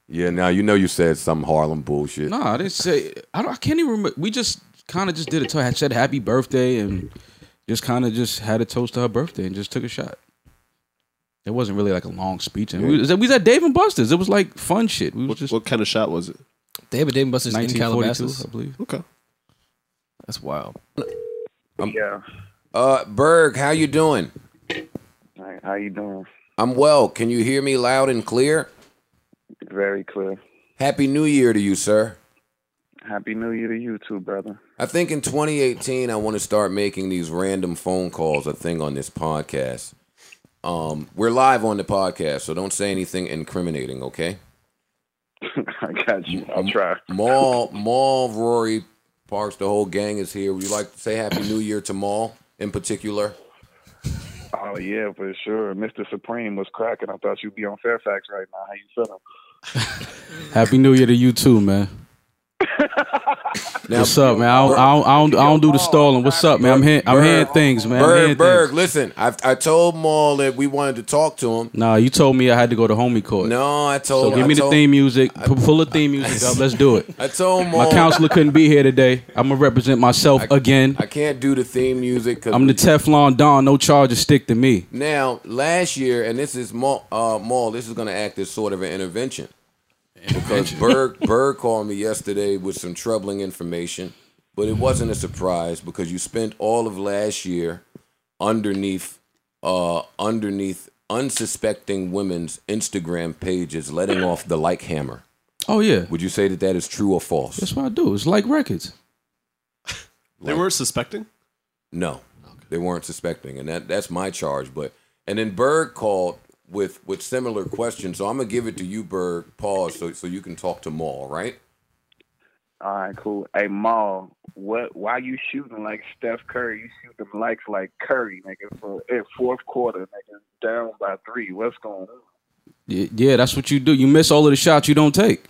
Speaker 1: yeah. Now you know you said some Harlem bullshit.
Speaker 8: No, I didn't say. I don't. I can't even remember. We just kind of just did a toast. I said happy birthday and just kind of just had a toast to her birthday and just took a shot. It wasn't really like a long speech. And we, was at- we was at Dave and Buster's. It was like fun shit. We was
Speaker 2: What,
Speaker 8: just
Speaker 2: what kind of shot was it?
Speaker 6: They have a Dave and Buster's in
Speaker 8: 1942,
Speaker 6: Calabasas.
Speaker 8: I believe.
Speaker 2: Okay.
Speaker 6: That's wild.
Speaker 10: Yeah.
Speaker 1: Uh, Berg, how you doing?
Speaker 10: Hi, How you doing?
Speaker 1: I'm well. Can you hear me loud and clear?
Speaker 10: Very clear.
Speaker 1: Happy New Year to you, sir.
Speaker 10: Happy New Year to you too, brother.
Speaker 1: I think in 2018, I want to start making these random phone calls a thing on this podcast. Um, we're live on the podcast, so don't say anything incriminating, okay?
Speaker 10: (laughs) I got you. I'll try.
Speaker 1: (laughs) Maul, Maul, Rory, Parks, the whole gang is here. Would you like to say Happy New Year to Maul in particular?
Speaker 10: Oh yeah, for sure. Mr. Supreme was cracking. I thought you'd be on Fairfax right now. How you feeling?
Speaker 8: Happy New Year to you
Speaker 1: (laughs)
Speaker 8: too, man.
Speaker 1: Now,
Speaker 8: What's up, man? I don't, I don't, I don't, I don't do the stalling. What's up, man? I'm hearing, I'm hearing things, man. I'm hearing
Speaker 1: Berg,
Speaker 8: things.
Speaker 1: Berg, listen, I, I told Maul that we wanted to talk to him.
Speaker 8: Nah, you told me I had to go to homie court.
Speaker 1: No, I told
Speaker 8: So give
Speaker 1: I
Speaker 8: me the
Speaker 1: told-
Speaker 8: theme music. Pu- Pull the theme music up. Let's do it.
Speaker 1: (laughs) I told Maul.
Speaker 8: My counselor couldn't be here today. I'm gonna represent myself again.
Speaker 1: I can't do the theme music because
Speaker 8: I'm the Teflon Don. No charges stick to me.
Speaker 1: Now, last year, and this is Maul, uh, Maul this is going to act as sort of an intervention because Berg, Berg called me yesterday with some troubling information, but it wasn't a surprise because you spent all of last year underneath, uh, underneath unsuspecting women's Instagram pages, letting off the like hammer.
Speaker 8: Oh yeah,
Speaker 1: Would you say that that is true or false?
Speaker 8: that's what I do. It's like records.
Speaker 2: They were suspecting.
Speaker 1: No, they weren't suspecting, and that that's my charge. But and then Berg called with with similar questions, so I'm gonna give it to you, Berg. Pause, so so you can talk to Maul, right?
Speaker 10: All right, cool. Hey, Maul, what? Why you shooting like Steph Curry? You shoot them likes like Curry, nigga. For in fourth quarter, nigga, down by three. What's going on?
Speaker 8: Y- Yeah, that's what you do. You miss all of the shots you don't take.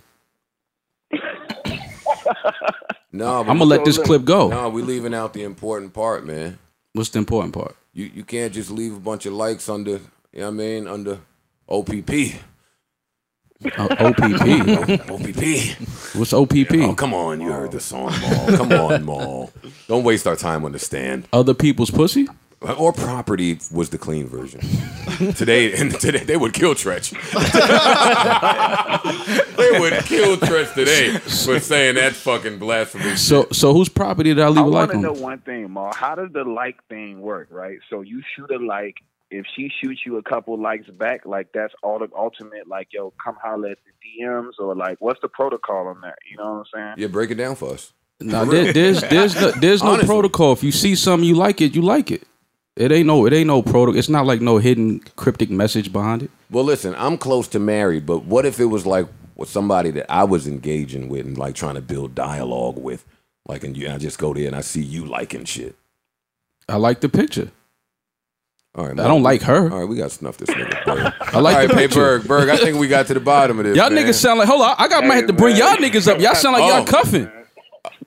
Speaker 1: No,
Speaker 8: I'm gonna let this clip go.
Speaker 1: no, we leaving out the important part, man.
Speaker 8: What's the important part?
Speaker 1: You you can't just leave a bunch of likes under, you know what I mean, under OPP.
Speaker 8: Uh, OPP.
Speaker 1: (laughs) OPP.
Speaker 8: What's
Speaker 1: Oh,
Speaker 8: OPP?
Speaker 1: come on, you heard the song, Maul. Come
Speaker 8: (laughs)
Speaker 1: on, Maul. Don't waste our time on the stand.
Speaker 8: Other people's pussy.
Speaker 1: Or property was the clean version. today, and today they (laughs) would kill Tretch. (laughs) they would kill Tretch today for saying that fucking blasphemy.
Speaker 8: So, so whose property did I leave
Speaker 10: I
Speaker 8: a
Speaker 10: want
Speaker 8: like
Speaker 10: to know
Speaker 8: on?
Speaker 10: one thing, Ma. How does the like thing work, right? So you shoot a like. If she shoots you a couple likes back, like that's all the ultimate. Like, yo, come holler at the DMs, or like, what's the protocol on that? You know what I'm saying?
Speaker 1: Yeah, break it down for us.
Speaker 8: No, there, there's there's no, there's
Speaker 1: (laughs)
Speaker 8: no
Speaker 1: Honestly.
Speaker 8: protocol. If you see something you like it, you like it. It ain't no it ain't no protocol. It's not like no hidden cryptic message behind it.
Speaker 1: Well, listen, I'm close to married, but what if it was like with somebody that I was engaging with and like trying to build dialogue with, like, and you, I just go there and I see you liking shit.
Speaker 8: I like the picture.
Speaker 1: All right,
Speaker 8: I don't like her.
Speaker 1: All right, we got to snuff this nigga. Berg.
Speaker 8: (laughs) I like
Speaker 1: All right,
Speaker 8: the
Speaker 1: hey,
Speaker 8: picture.
Speaker 1: Berg, Berg. I think we got to the bottom of this.
Speaker 8: Y'all
Speaker 1: man.
Speaker 8: niggas sound like hold on. I got might have to bring y'all niggas up. Y'all sound like
Speaker 1: Oh.
Speaker 8: y'all cuffing.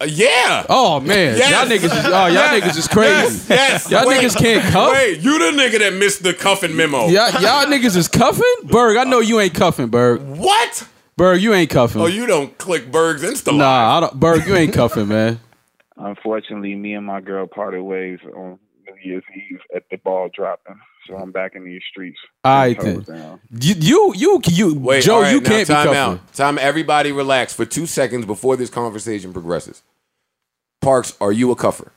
Speaker 1: Uh, yeah.
Speaker 8: Oh man,
Speaker 1: Yes.
Speaker 8: y'all niggas is oh y'all niggas is crazy.
Speaker 1: Yes.
Speaker 8: Y'all
Speaker 1: Wait.
Speaker 8: niggas can't cuff.
Speaker 1: Wait, you the nigga that missed the cuffing memo.
Speaker 8: Y'all, y'all niggas is cuffing. Berg, I know you ain't cuffing. Berg,
Speaker 1: What?
Speaker 8: Berg, you ain't cuffing.
Speaker 1: Oh, you don't click Berg's Insta. Nah.
Speaker 8: nah, I don't, Berg, you
Speaker 1: (laughs)
Speaker 8: ain't cuffing, man.
Speaker 10: (laughs) Unfortunately, me and my girl parted ways on New Year's Eve at the ball dropping, so I'm back in these streets.
Speaker 8: All right
Speaker 10: Toes
Speaker 8: then.
Speaker 10: down.
Speaker 8: You you you, you
Speaker 1: Wait,
Speaker 8: Joe,
Speaker 1: all right,
Speaker 8: you
Speaker 1: now,
Speaker 8: can't be
Speaker 1: time
Speaker 8: cuffing.
Speaker 1: out. Time, everybody relax for two seconds before this conversation progresses. Parks, are you a cuffer?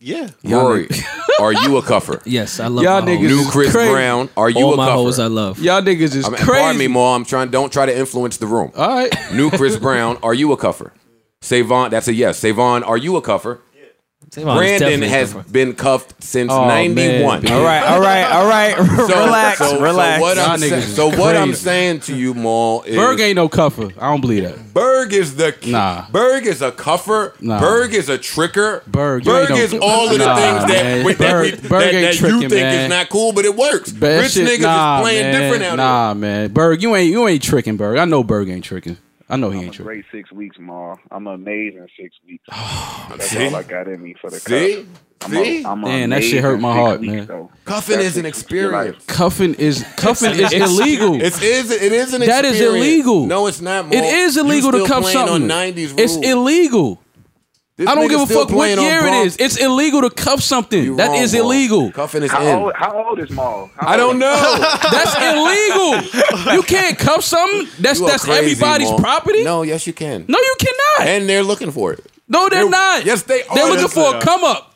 Speaker 2: Yeah.
Speaker 1: Rory, (laughs) are you a cuffer?
Speaker 6: Yes, I love
Speaker 1: y'all
Speaker 6: my
Speaker 1: niggas.
Speaker 6: hoes.
Speaker 1: New Chris
Speaker 6: Crazy.
Speaker 1: Brown, are you
Speaker 6: All
Speaker 1: a
Speaker 6: my
Speaker 1: cuffer?
Speaker 6: hoes I love.
Speaker 8: Y'all niggas is
Speaker 1: I mean, Pardon me, mom. I'm trying. Don't try to influence the room.
Speaker 8: All right.
Speaker 1: (laughs) New Chris Brown, are you a cuffer? Savon, that's a yes. Savon, are you a cuffer?
Speaker 6: Savon is
Speaker 1: Brandon
Speaker 6: definitely a
Speaker 1: has been cuffed since
Speaker 6: Oh, man,
Speaker 1: '91.
Speaker 6: bitch. All right,
Speaker 9: all right,
Speaker 1: (laughs)
Speaker 9: all right. Relax, relax.
Speaker 1: So what,
Speaker 8: Y'all
Speaker 1: I'm,
Speaker 8: niggas
Speaker 1: sa-
Speaker 8: is
Speaker 1: so what I'm
Speaker 8: crazy.
Speaker 1: saying to you, Maul, is
Speaker 8: Berg ain't no cuffer. I don't believe that.
Speaker 1: Berg is the
Speaker 8: Nah.
Speaker 1: Berg is a cuffer.
Speaker 8: Nah.
Speaker 1: Berg is a tricker.
Speaker 8: Berg, you
Speaker 1: Berg
Speaker 8: ain't no-
Speaker 1: is all of the
Speaker 8: Nah,
Speaker 1: things that,
Speaker 8: man.
Speaker 1: we, that, we,
Speaker 8: Berg- Berg
Speaker 1: that,
Speaker 8: ain't
Speaker 1: that you
Speaker 8: tricking,
Speaker 1: think is
Speaker 8: man.
Speaker 1: not cool, but it works.
Speaker 8: Bad
Speaker 1: Rich
Speaker 8: shit-
Speaker 1: niggas
Speaker 8: nah,
Speaker 1: is playing
Speaker 8: man.
Speaker 1: different out here.
Speaker 8: Nah, man, Berg, you ain't you ain't tricking Berg. I know Berg ain't tricking. I know he ain't tricking.
Speaker 10: Great six weeks, Ma. I'm amazing six weeks. That's
Speaker 1: (sighs) see?
Speaker 10: all I got in me for the
Speaker 1: See?
Speaker 10: cuff. I'm
Speaker 1: See?
Speaker 10: A, I'm
Speaker 8: Damn, that shit hurt my
Speaker 10: amazing
Speaker 8: heart,
Speaker 10: six
Speaker 8: man.
Speaker 10: weeks, though.
Speaker 1: Cuffing
Speaker 10: That's
Speaker 1: is an
Speaker 10: what you feel like.
Speaker 1: experience.
Speaker 8: Cuffing is cuffing is illegal.
Speaker 1: It's is it is an
Speaker 8: That is
Speaker 1: experience.
Speaker 8: illegal.
Speaker 1: No, it's not. Maul.
Speaker 8: It is
Speaker 1: You
Speaker 8: illegal to
Speaker 1: still
Speaker 8: cuff
Speaker 1: playing
Speaker 8: something.
Speaker 1: on '90s
Speaker 8: It's
Speaker 1: rules.
Speaker 8: illegal.
Speaker 1: This
Speaker 8: I don't
Speaker 1: nigga
Speaker 8: give a
Speaker 1: still
Speaker 8: fuck
Speaker 1: playing
Speaker 8: what
Speaker 1: on
Speaker 8: year it
Speaker 1: Bronx.
Speaker 8: is. It's illegal to cuff something.
Speaker 1: You
Speaker 8: That
Speaker 1: wrong,
Speaker 8: is
Speaker 1: Maul.
Speaker 8: illegal.
Speaker 1: Cuffing is
Speaker 10: How
Speaker 1: in.
Speaker 10: old, how old is Ma? How old
Speaker 1: I don't
Speaker 10: is- (laughs)
Speaker 1: know.
Speaker 8: That's illegal. You can't cuff something. That's
Speaker 1: You are
Speaker 8: that's
Speaker 1: crazy,
Speaker 8: everybody's
Speaker 1: Maul.
Speaker 8: property. No.
Speaker 1: No, yes you can.
Speaker 8: you cannot.
Speaker 1: And they're looking for it.
Speaker 8: no, they're,
Speaker 1: they're-
Speaker 8: not.
Speaker 1: yes, they are. Oh,
Speaker 8: They're looking
Speaker 1: Yes,
Speaker 8: for
Speaker 2: they
Speaker 8: a
Speaker 2: are.
Speaker 8: come up.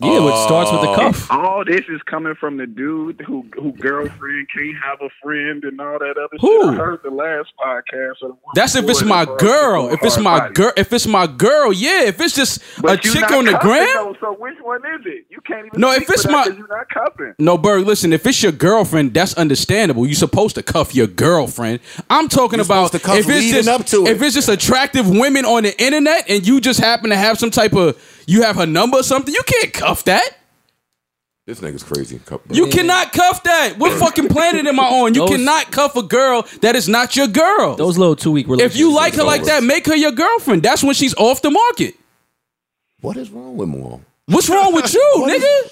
Speaker 6: Yeah, what starts with
Speaker 10: Oh.
Speaker 8: Oh.
Speaker 6: the cuff.
Speaker 10: All this is coming from the dude who who girlfriend can't have a friend and all that other
Speaker 8: Who?
Speaker 10: shit. I heard the last podcast. of the one
Speaker 8: That's if
Speaker 10: before
Speaker 8: it's
Speaker 10: it
Speaker 8: my
Speaker 10: about
Speaker 8: girl.
Speaker 10: the
Speaker 8: If it's my
Speaker 10: hard body.
Speaker 8: girl. If it's my girl. Yeah. If it's just a
Speaker 10: But you
Speaker 8: chick
Speaker 10: not
Speaker 8: on the
Speaker 10: cuffing,
Speaker 8: gram.
Speaker 10: though, so which one is it? You can't even.
Speaker 8: No, if
Speaker 10: speak for
Speaker 8: it's
Speaker 10: that
Speaker 8: my-
Speaker 10: 'cause you not cuffing.
Speaker 8: No, Berg, listen, if it's your girlfriend, that's understandable. You're supposed to cuff your girlfriend. I'm talking
Speaker 1: You're
Speaker 8: about
Speaker 1: supposed to cuff
Speaker 8: if it's
Speaker 1: leading
Speaker 8: just
Speaker 1: up to it.
Speaker 8: if it's just attractive women on the internet and you just happen to have some type of you have her number or something, you can't cuff that.
Speaker 1: This nigga's crazy. Cuff-
Speaker 8: You cannot cuff that. What fucking planet am I on? You
Speaker 6: Those-
Speaker 8: cannot cuff a girl that is not your girl.
Speaker 6: Those little two week relationships.
Speaker 8: if you like her
Speaker 1: those
Speaker 8: like
Speaker 1: over.
Speaker 8: that, make her your girlfriend. That's when she's off the market.
Speaker 1: What is wrong with Maul?
Speaker 8: What's wrong with you, nigga?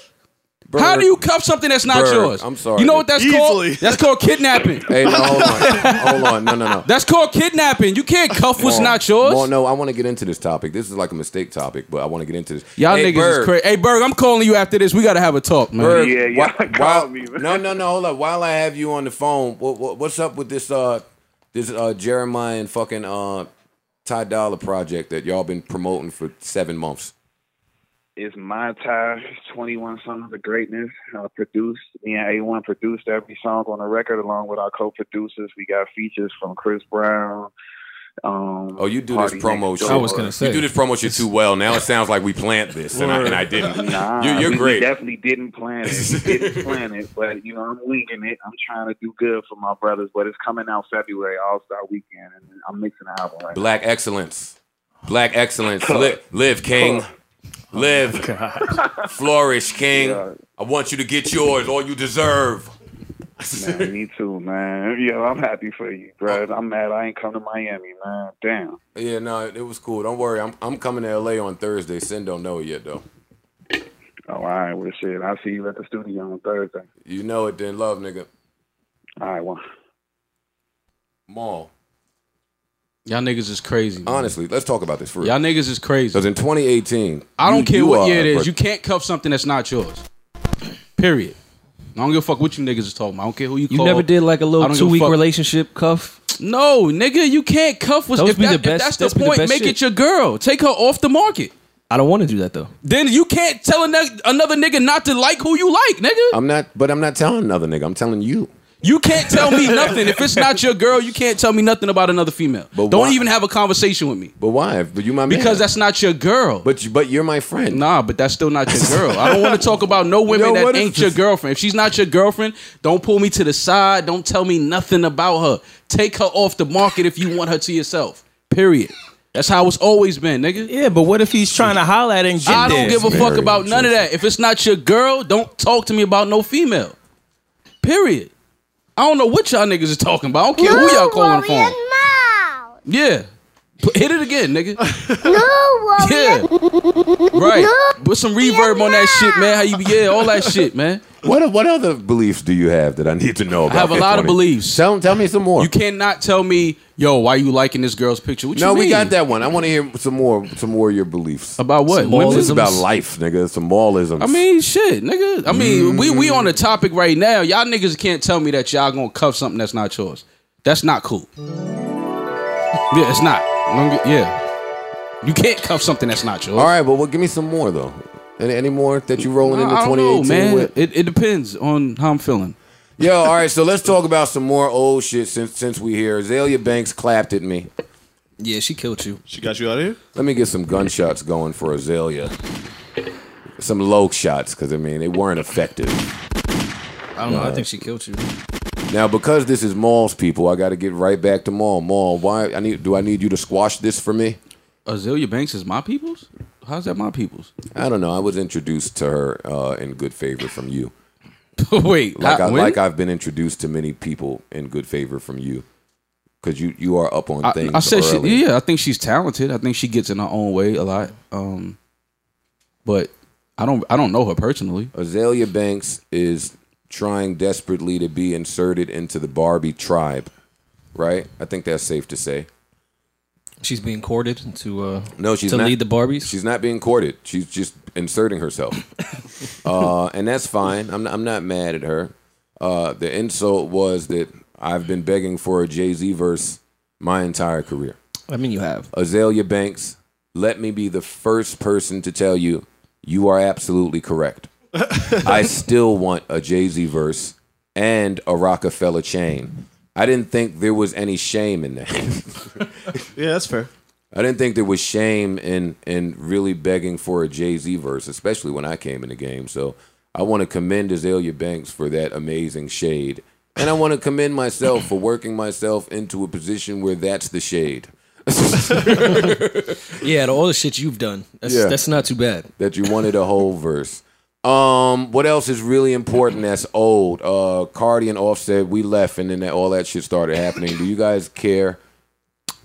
Speaker 8: How
Speaker 1: Bird.
Speaker 8: do you cuff something that's not
Speaker 1: Bird,
Speaker 8: yours?
Speaker 1: I'm sorry.
Speaker 8: You know what that's
Speaker 2: Easily.
Speaker 8: called? That's called kidnapping.
Speaker 1: (laughs) Hey, no, hold on. hold on. No, no, no.
Speaker 8: That's called kidnapping. You can't cuff what's
Speaker 1: Maul.
Speaker 8: not yours.
Speaker 1: Maul, no, I want to get into this topic. This is like a mistake topic, but I want to get into this.
Speaker 8: Y'all
Speaker 1: Hey,
Speaker 8: niggas
Speaker 1: Bird,
Speaker 8: is crazy. Hey Berg, I'm calling you after this. We gotta have a talk, man.
Speaker 1: Bird,
Speaker 10: Yeah,
Speaker 1: why-
Speaker 10: y'all
Speaker 1: why-
Speaker 10: called me, man.
Speaker 1: No, no, no. Hold up. While I have you on the phone, what, what, what's up with this uh this uh Jeremiah and fucking uh Ty Dollar project that y'all been promoting for seven months?
Speaker 10: It's my time. 21 Songs of Greatness. Uh, produced, me and A1 produced every song on the record along with our co producers. We got features from Chris Brown. Um,
Speaker 1: Oh, you do
Speaker 10: Party
Speaker 1: this promo
Speaker 10: Next
Speaker 1: shit.
Speaker 10: Door.
Speaker 6: I was gonna say.
Speaker 1: you do this promo shit too well. Now it sounds like we planned this, and I, and I didn't.
Speaker 10: Nah,
Speaker 1: You- you're
Speaker 10: we
Speaker 1: great.
Speaker 10: definitely didn't plan it. We
Speaker 1: (laughs)
Speaker 10: didn't plan it, but you know, I'm winging it. I'm trying to do good for my brothers, but it's coming out February All Star Weekend, and I'm mixing an album right now.
Speaker 1: Black excellence. Black
Speaker 10: (laughs)
Speaker 1: excellence. Li- live, King.
Speaker 8: Oh
Speaker 1: Live. (laughs) Flourish, King.
Speaker 10: Yeah.
Speaker 1: I want you to get yours, all you deserve.
Speaker 10: Man, me too, man. Yo, I'm happy for you, bro.
Speaker 1: Oh.
Speaker 10: I'm mad I ain't come to Miami, man. Damn.
Speaker 1: Yeah, no, it was cool. Don't worry. I'm, I'm coming to LA on Thursday. Sin don't know it yet, though.
Speaker 10: Oh, all right, well, shit. I'll see you at the studio on Thursday.
Speaker 1: You know it, then love, nigga.
Speaker 10: All right, well.
Speaker 1: Maul.
Speaker 8: Y'all niggas is crazy. man.
Speaker 1: Honestly, let's talk about this for
Speaker 8: Y'all
Speaker 1: real.
Speaker 8: niggas is crazy.
Speaker 1: Because in 2018,
Speaker 8: I don't
Speaker 1: you-
Speaker 8: care
Speaker 1: you
Speaker 8: what
Speaker 1: are
Speaker 8: year it
Speaker 1: a
Speaker 8: is.
Speaker 1: per-
Speaker 8: You can't cuff something that's not yours. Period. I don't give a fuck what you niggas is talking about. I don't care who you
Speaker 6: You
Speaker 8: call.
Speaker 6: never did like a
Speaker 8: I
Speaker 6: little
Speaker 8: don't
Speaker 6: two
Speaker 8: give a
Speaker 6: week
Speaker 8: fuck.
Speaker 6: relationship cuff.
Speaker 8: No, nigga, you can't cuff what's
Speaker 6: Those
Speaker 8: if,
Speaker 6: be
Speaker 8: that-
Speaker 6: the
Speaker 8: if
Speaker 6: best-
Speaker 8: that's the
Speaker 6: those be the
Speaker 8: point,
Speaker 6: best
Speaker 8: make
Speaker 6: shit.
Speaker 8: it your girl. Take her off the market.
Speaker 6: I don't want to do that though.
Speaker 8: Then you can't tell a neg- another nigga not to like who you like, nigga.
Speaker 1: I'm not, but I'm not telling another nigga. I'm telling you.
Speaker 8: You can't
Speaker 1: (laughs)
Speaker 8: tell me nothing. If it's not your girl, you can't tell me nothing about another female.
Speaker 1: But
Speaker 8: Don't
Speaker 1: why-
Speaker 8: even have a conversation with me.
Speaker 1: But why? But you my man.
Speaker 8: Because that's not your girl.
Speaker 1: But, you, but you're my friend.
Speaker 8: Nah, but that's still not your girl. I
Speaker 1: (laughs)
Speaker 8: don't want to talk about no women
Speaker 1: Yo,
Speaker 8: that
Speaker 1: what is
Speaker 8: ain't your
Speaker 1: this?
Speaker 8: girlfriend. If she's not your girlfriend, don't pull me to the side. Don't tell me nothing about her. Take her off the market if you want her to yourself. Period. That's how it's always been, nigga.
Speaker 9: Yeah, but what if he's trying to holler at it and get
Speaker 8: I don't
Speaker 9: there?
Speaker 8: give a fuck
Speaker 1: Very
Speaker 8: about none of that. If it's not your girl, don't talk to me about no female. Period. I don't know what y'all niggas is talking about. I don't care who y'all calling
Speaker 4: Worry
Speaker 8: for. Yeah. P- Hit it again, nigga.
Speaker 4: No worry
Speaker 8: Yeah.
Speaker 7: (laughs)
Speaker 8: Right. Put some reverb on that shit, man. How you yeah, all that
Speaker 1: (laughs)
Speaker 8: shit, man.
Speaker 1: What what other beliefs do you have that I need to know about?
Speaker 8: have a lot of
Speaker 1: Anthony?
Speaker 8: beliefs.
Speaker 1: Tell, tell me some more.
Speaker 8: You cannot tell me, yo, why you liking this girl's picture? What you
Speaker 1: no, we
Speaker 8: mean?
Speaker 1: got that one. I want to hear some more some more of your beliefs.
Speaker 8: About what?
Speaker 6: Some
Speaker 1: This
Speaker 8: Women?
Speaker 1: is about life, nigga. Some maulism.
Speaker 8: I mean, shit, nigga. I mean, we
Speaker 1: Mm.
Speaker 8: we on the topic right now. Y'all niggas can't tell me that y'all gonna cuff something that's not yours. That's not cool. Yeah, it's not. Don't get- Yeah, you can't cuff something that's not yours.
Speaker 1: all right, but well, give me some more though. Any, any more that you rolling
Speaker 8: I
Speaker 1: into
Speaker 8: don't know,
Speaker 1: 2018
Speaker 8: man.
Speaker 1: with?
Speaker 8: It, it depends on how I'm feeling.
Speaker 1: Yo, all right, so let's talk about some more old shit since since we here. Azalea Banks clapped at me.
Speaker 6: Yeah, she killed you.
Speaker 2: She got you out
Speaker 6: (laughs)
Speaker 2: of here?
Speaker 1: Let me get some gunshots going for Azalea. Some low shots, because I mean they weren't effective.
Speaker 6: I don't know. I think she killed you.
Speaker 1: Now because this is Maul's people, I gotta get right back to Maul. Maul, why I need do I need you to squash this for me?
Speaker 8: Azalea Banks is my people's. How's that my people's? (laughs)
Speaker 1: I don't know. I was introduced to her uh, in good favor from you.
Speaker 8: (laughs) Wait,
Speaker 1: like
Speaker 8: I-
Speaker 1: I,
Speaker 8: when?
Speaker 1: like I've been introduced to many people in good favor from you, because you you are up on
Speaker 8: I,
Speaker 1: things.
Speaker 8: I said she,
Speaker 1: early.
Speaker 8: yeah. I think she's talented. I think she gets in her own way a lot. Um, but I don't I don't know her personally.
Speaker 1: Azalea Banks is trying desperately to be inserted into the Barbie tribe, right? I think that's safe to say.
Speaker 6: She's being courted to uh
Speaker 1: No, she's
Speaker 6: to
Speaker 1: not,
Speaker 6: lead the Barbies.
Speaker 1: She's not being courted. She's just
Speaker 6: (laughs)
Speaker 1: inserting herself, uh, and that's fine. I'm not, I'm not mad at her. Uh, the insult was that I've been begging for a Jay Z verse my entire career.
Speaker 6: I mean, you have.
Speaker 1: Azalea Banks, let me be the first person to tell you you are
Speaker 6: (laughs)
Speaker 1: absolutely correct. I still want a Jay Z verse and a Rockefeller chain. I didn't think there was any shame in that. (laughs)
Speaker 2: Yeah, that's fair.
Speaker 1: I didn't think there was shame in in really begging for a Jay Z verse, especially when I came in the game. So I want to commend Azalea Banks for that amazing shade, and I want to commend myself for working myself into a position where that's the shade.
Speaker 6: Yeah, all the shit you've done. That's,
Speaker 1: Yeah.
Speaker 6: that's not too bad.
Speaker 1: that you wanted a whole verse. Um, what else is really important that's old? Uh Cardi and Offset, we left and then that, all that shit started happening. Do you guys care?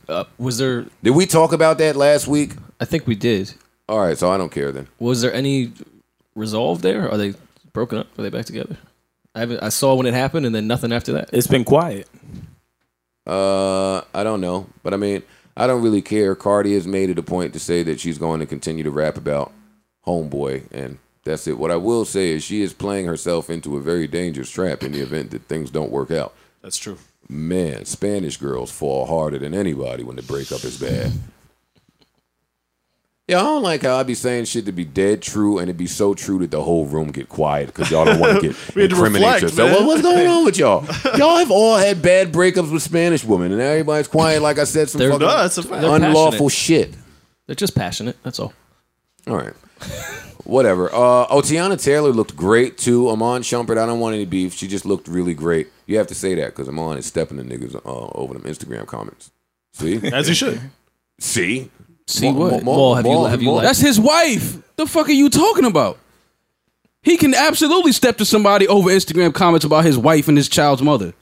Speaker 6: Uh, was there
Speaker 1: Did we talk about that last week?
Speaker 6: I think we did.
Speaker 1: All right, so I don't care then.
Speaker 6: Was there any resolve there? Are they broken up? Are they back together? I haven't. I saw when it happened, and then nothing after that.
Speaker 9: It's been quiet.
Speaker 1: Uh I don't know, but I mean, I don't really care. Cardi has made it a point to say that she's going to continue to rap about homeboy and that's it. What I will say is she is playing herself into a very dangerous trap in the event that things don't work out.
Speaker 2: That's true.
Speaker 1: Man, Spanish girls fall harder than anybody when the breakup is bad. Yeah, I don't like how I be saying shit to be dead true, and it be so true that the whole room get quiet because y'all don't want to
Speaker 2: (laughs)
Speaker 1: get
Speaker 2: We had to
Speaker 1: incriminate
Speaker 2: reflect,
Speaker 1: yourself.
Speaker 2: man.
Speaker 1: What, what's going on with y'all? Y'all have all had bad breakups with Spanish women, and everybody's quiet. Like I said, some
Speaker 6: They're-
Speaker 1: fucking
Speaker 2: No, that's a fact.
Speaker 6: They're
Speaker 1: unlawful
Speaker 6: passionate.
Speaker 1: shit.
Speaker 6: They're just passionate. That's all.
Speaker 1: All right. Whatever. Uh, oh, Tiana Taylor looked great too. Amon Shumpert, I don't want any beef. She just looked really great. You have to say that because Amon is stepping the niggas uh, over them Instagram comments. See?
Speaker 2: As you should.
Speaker 1: See?
Speaker 8: See
Speaker 1: Maul- Maul-
Speaker 8: what?
Speaker 6: Maul, have you-
Speaker 1: Maul-
Speaker 6: have you
Speaker 1: Maul-
Speaker 6: liked-
Speaker 8: That's his wife. The fuck are you talking about? He can absolutely step to somebody over Instagram comments about his wife and his child's mother.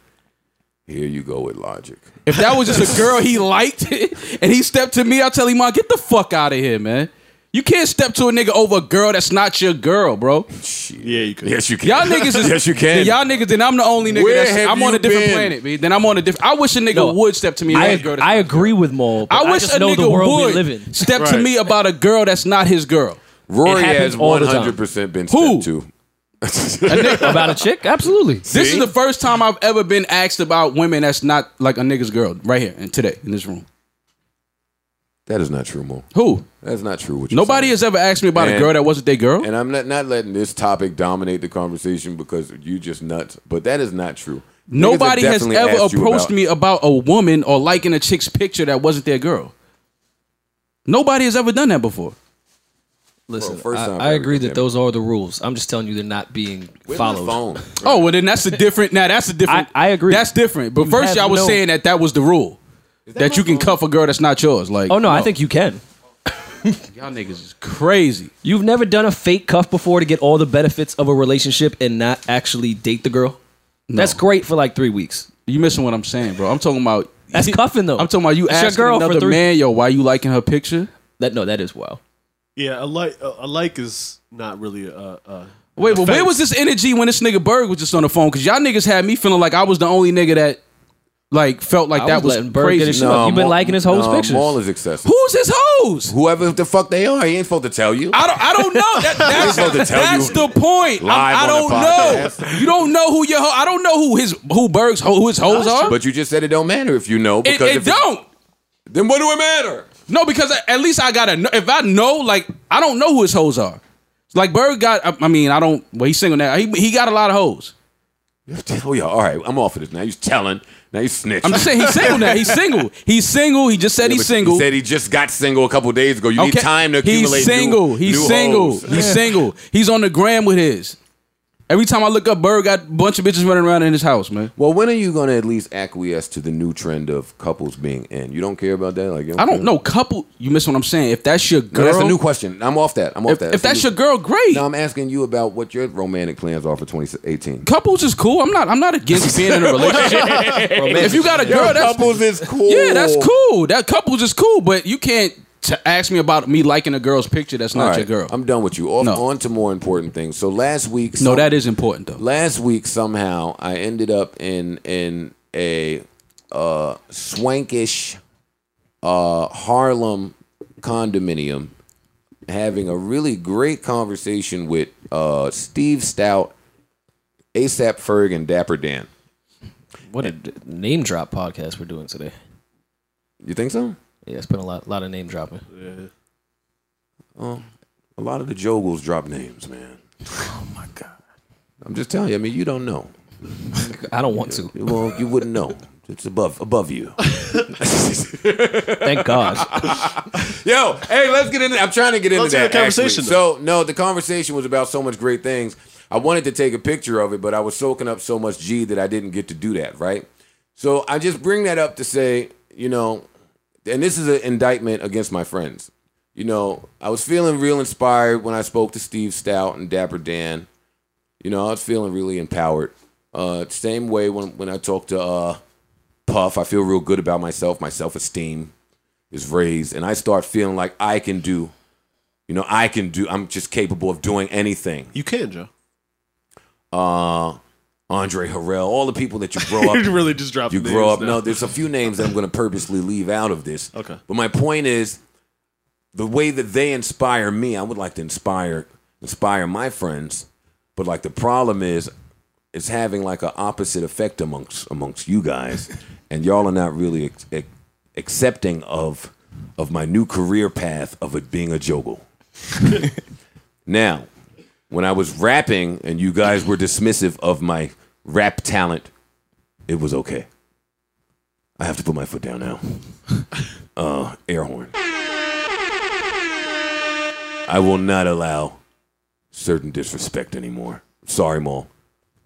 Speaker 1: Here you go with logic.
Speaker 8: If that was just a girl he liked (laughs) and he stepped to me, I'll tell him, "Ma, get the fuck out of here, man. You can't step to a nigga over a girl that's not your girl, bro.
Speaker 2: Yeah, you could.
Speaker 1: Yes, you can.
Speaker 8: Y'all niggas
Speaker 1: (laughs)
Speaker 8: is
Speaker 1: yes, you can.
Speaker 8: Then y'all niggas, then I'm the only nigga
Speaker 1: Where
Speaker 8: that's
Speaker 1: have
Speaker 8: I'm on
Speaker 1: you
Speaker 8: a different
Speaker 1: been?
Speaker 8: planet, man. Then I'm on a different I wish a nigga
Speaker 6: No,
Speaker 8: would step to me about
Speaker 6: I,
Speaker 8: a girl that's
Speaker 6: I agree with Maul. But
Speaker 8: I wish
Speaker 6: just
Speaker 8: a
Speaker 6: know
Speaker 8: nigga
Speaker 6: the world
Speaker 8: would
Speaker 6: we live in.
Speaker 8: step to
Speaker 2: Right.
Speaker 8: me about a girl that's not his girl.
Speaker 1: Rory
Speaker 6: It happens
Speaker 1: has
Speaker 6: all the
Speaker 1: 100% been
Speaker 8: Who?
Speaker 1: stepped to.
Speaker 6: (laughs) About a chick, absolutely.
Speaker 8: This is the first time I've ever been asked about women that's not like a nigga's girl right here and today in this room.
Speaker 1: (laughs) That is not true, Mo.
Speaker 8: Who?
Speaker 1: That's not true. What you're
Speaker 8: Nobody has ever asked me about
Speaker 1: And-
Speaker 8: a girl that wasn't their girl.
Speaker 1: And I'm not, not letting this topic dominate the conversation because you just nuts. But that is not true. Niggas
Speaker 8: Nobody
Speaker 1: have
Speaker 8: has
Speaker 1: definitely
Speaker 8: ever
Speaker 1: asked you
Speaker 8: approached
Speaker 1: about-
Speaker 8: me about a woman or liking a chick's picture that wasn't their girl. Nobody has ever done that before.
Speaker 6: Listen,
Speaker 1: first
Speaker 6: I-
Speaker 1: time
Speaker 6: I,
Speaker 1: for
Speaker 6: agree
Speaker 1: everything.
Speaker 6: that those are the rules. I'm just telling you they're not being
Speaker 1: Where's my
Speaker 6: followed.
Speaker 1: phone?
Speaker 8: Oh, well, then that's a different. Now that's a different.
Speaker 6: I- I agree.
Speaker 8: That's different. But
Speaker 6: You
Speaker 8: first,
Speaker 6: have
Speaker 8: y'all was
Speaker 6: no-
Speaker 8: saying that that was the rule that, you can cuff a girl that's not yours. Like,
Speaker 6: Oh no, I think you can.
Speaker 8: y'all niggas is crazy.
Speaker 6: You've never done a fake cuff before to get all the benefits of a relationship and not actually date the girl. That's great for like three weeks.
Speaker 8: You missing what I'm saying, bro? I'm talking about. (laughs)
Speaker 6: That's cuffing though.
Speaker 8: I'm talking about you
Speaker 6: That's your
Speaker 8: asking
Speaker 6: girl for
Speaker 8: another
Speaker 6: three-
Speaker 8: man, yo, why you liking her picture?
Speaker 6: That no, that is wild.
Speaker 2: Yeah, a like a, a like is not really a. a
Speaker 8: Wait, but where
Speaker 2: offense.
Speaker 8: was this energy when this nigga Berg was just on the phone? Because y'all niggas had me feeling like I was the only nigga that like felt like
Speaker 6: I
Speaker 8: that
Speaker 6: was
Speaker 8: was
Speaker 6: letting Berg get his
Speaker 8: crazy.
Speaker 6: shit off. You've been
Speaker 1: Maul-
Speaker 6: liking his hoes'
Speaker 1: no,
Speaker 6: pictures.
Speaker 1: Maul is excessive.
Speaker 8: Who's his hoes?
Speaker 1: Whoever the fuck they are, he ain't supposed to tell you.
Speaker 8: I don't. I don't know. That, that's
Speaker 1: supposed to tell
Speaker 8: that's
Speaker 1: you
Speaker 8: the point. I'm-
Speaker 1: live
Speaker 8: I,
Speaker 1: on
Speaker 8: don't
Speaker 1: the
Speaker 8: know.
Speaker 1: podcast.
Speaker 8: You don't know who your. Ho- I don't know who his who Berg's ho- who his hoes are.
Speaker 1: But you just said it don't matter if you know
Speaker 8: it,
Speaker 1: because
Speaker 8: it
Speaker 1: if it-
Speaker 8: don't.
Speaker 1: then what do it matter?
Speaker 8: No, because I- at least I gotta. Know, if I know, like I don't know who his hoes are, Like Bird got. I- I mean, I don't. Well, he's single now. He, he got a lot of hoes.
Speaker 1: Oh yeah. All right. I'm off of this now. He's telling. Now he's snitching.
Speaker 8: I'm just saying he's single now. He's single. He's single. He just said
Speaker 1: Yeah,
Speaker 8: he's
Speaker 1: but he
Speaker 8: single.
Speaker 1: said he just got single a couple days ago. You need
Speaker 8: Okay.
Speaker 1: time to accumulate.
Speaker 8: He's single.
Speaker 1: New,
Speaker 8: he's
Speaker 1: new
Speaker 8: single.
Speaker 1: hoes.
Speaker 8: He's single. He's on the gram with his. Every time I look up, Bird got a bunch of bitches running around in his house, man.
Speaker 1: Well, when are you gonna at least acquiesce to the new trend of couples being in? You don't care about that, like you
Speaker 8: I don't
Speaker 1: care?
Speaker 8: know. Couple, you miss what I'm saying. If that's your girl,
Speaker 1: No, that's a new question. I'm off that. I'm off
Speaker 8: If-
Speaker 1: that.
Speaker 8: if that's
Speaker 1: a
Speaker 8: your girl, great.
Speaker 1: No, I'm asking you about what your romantic plans are for 2018.
Speaker 8: Couples is cool. I'm not. I'm not against being in a relationship.
Speaker 1: (laughs)
Speaker 8: if you got a
Speaker 1: Yo,
Speaker 8: girl, that's,
Speaker 1: couples is cool.
Speaker 8: Yeah, that's cool. That couples is cool. But you can't t- ask me about me liking a girl's picture. That's not
Speaker 1: All right,
Speaker 8: your girl.
Speaker 1: I'm done with you. Off,
Speaker 8: No.
Speaker 1: On to more important things. So last week,
Speaker 8: no,
Speaker 1: some-
Speaker 8: that is important though.
Speaker 1: last week somehow I ended up in in a uh, swankish uh, Harlem condominium, having a really great conversation with uh, Steve Stout, ASAP Ferg, and Dapper Dan.
Speaker 6: What a d- name drop podcast we're doing today.
Speaker 1: You think so?
Speaker 6: Yeah, it's been a lot, lot of name dropping.
Speaker 1: A lot of the jogles drop Oh, names, man. Oh my god! I'm just telling you. I mean, you don't know.
Speaker 6: I don't want to.
Speaker 1: You won't- you wouldn't know. It's above above
Speaker 8: (laughs)
Speaker 1: you.
Speaker 6: Thank God.
Speaker 1: Yo, (laughs) hey, let's get into. I'm trying to get into
Speaker 2: Let's
Speaker 1: that
Speaker 2: get a conversation,
Speaker 1: actually. So no, the conversation was about so much great things. I wanted to take a picture of it, but I was soaking up so much G that I didn't get to do that. Right. So I just bring that up to say, you know, and this is an indictment against my friends. You know, I was feeling real inspired when I spoke to Steve Stout and Dapper Dan. You know, I was feeling really empowered. Uh, same way when when I talked to uh, Puff, I feel real good about myself, my self esteem is raised and I start feeling like I can do, you know, I can do, I'm just capable of doing anything.
Speaker 2: You can, Joe.
Speaker 1: Uh, Andre Harrell, all the people that you
Speaker 2: (laughs)
Speaker 1: grow up,
Speaker 2: you really just dropped.
Speaker 1: you
Speaker 2: the
Speaker 1: grow
Speaker 2: names
Speaker 1: up.
Speaker 2: now.
Speaker 1: No, there's a few names that I'm going to purposely leave out of this.
Speaker 2: Okay.
Speaker 1: But my point is the way that they inspire me, I would like to inspire, inspire my friends. But like the problem is, it's having like an opposite effect amongst amongst you guys, and y'all are not really ex- ac- accepting of of my new career path of it being a
Speaker 8: (laughs)
Speaker 1: joggle. now, when I was rapping and you guys were dismissive of my rap talent, it was okay. I have to put my foot down
Speaker 8: (laughs)
Speaker 1: now. Uh, air horn. I will not allow certain disrespect anymore. Sorry, Maul.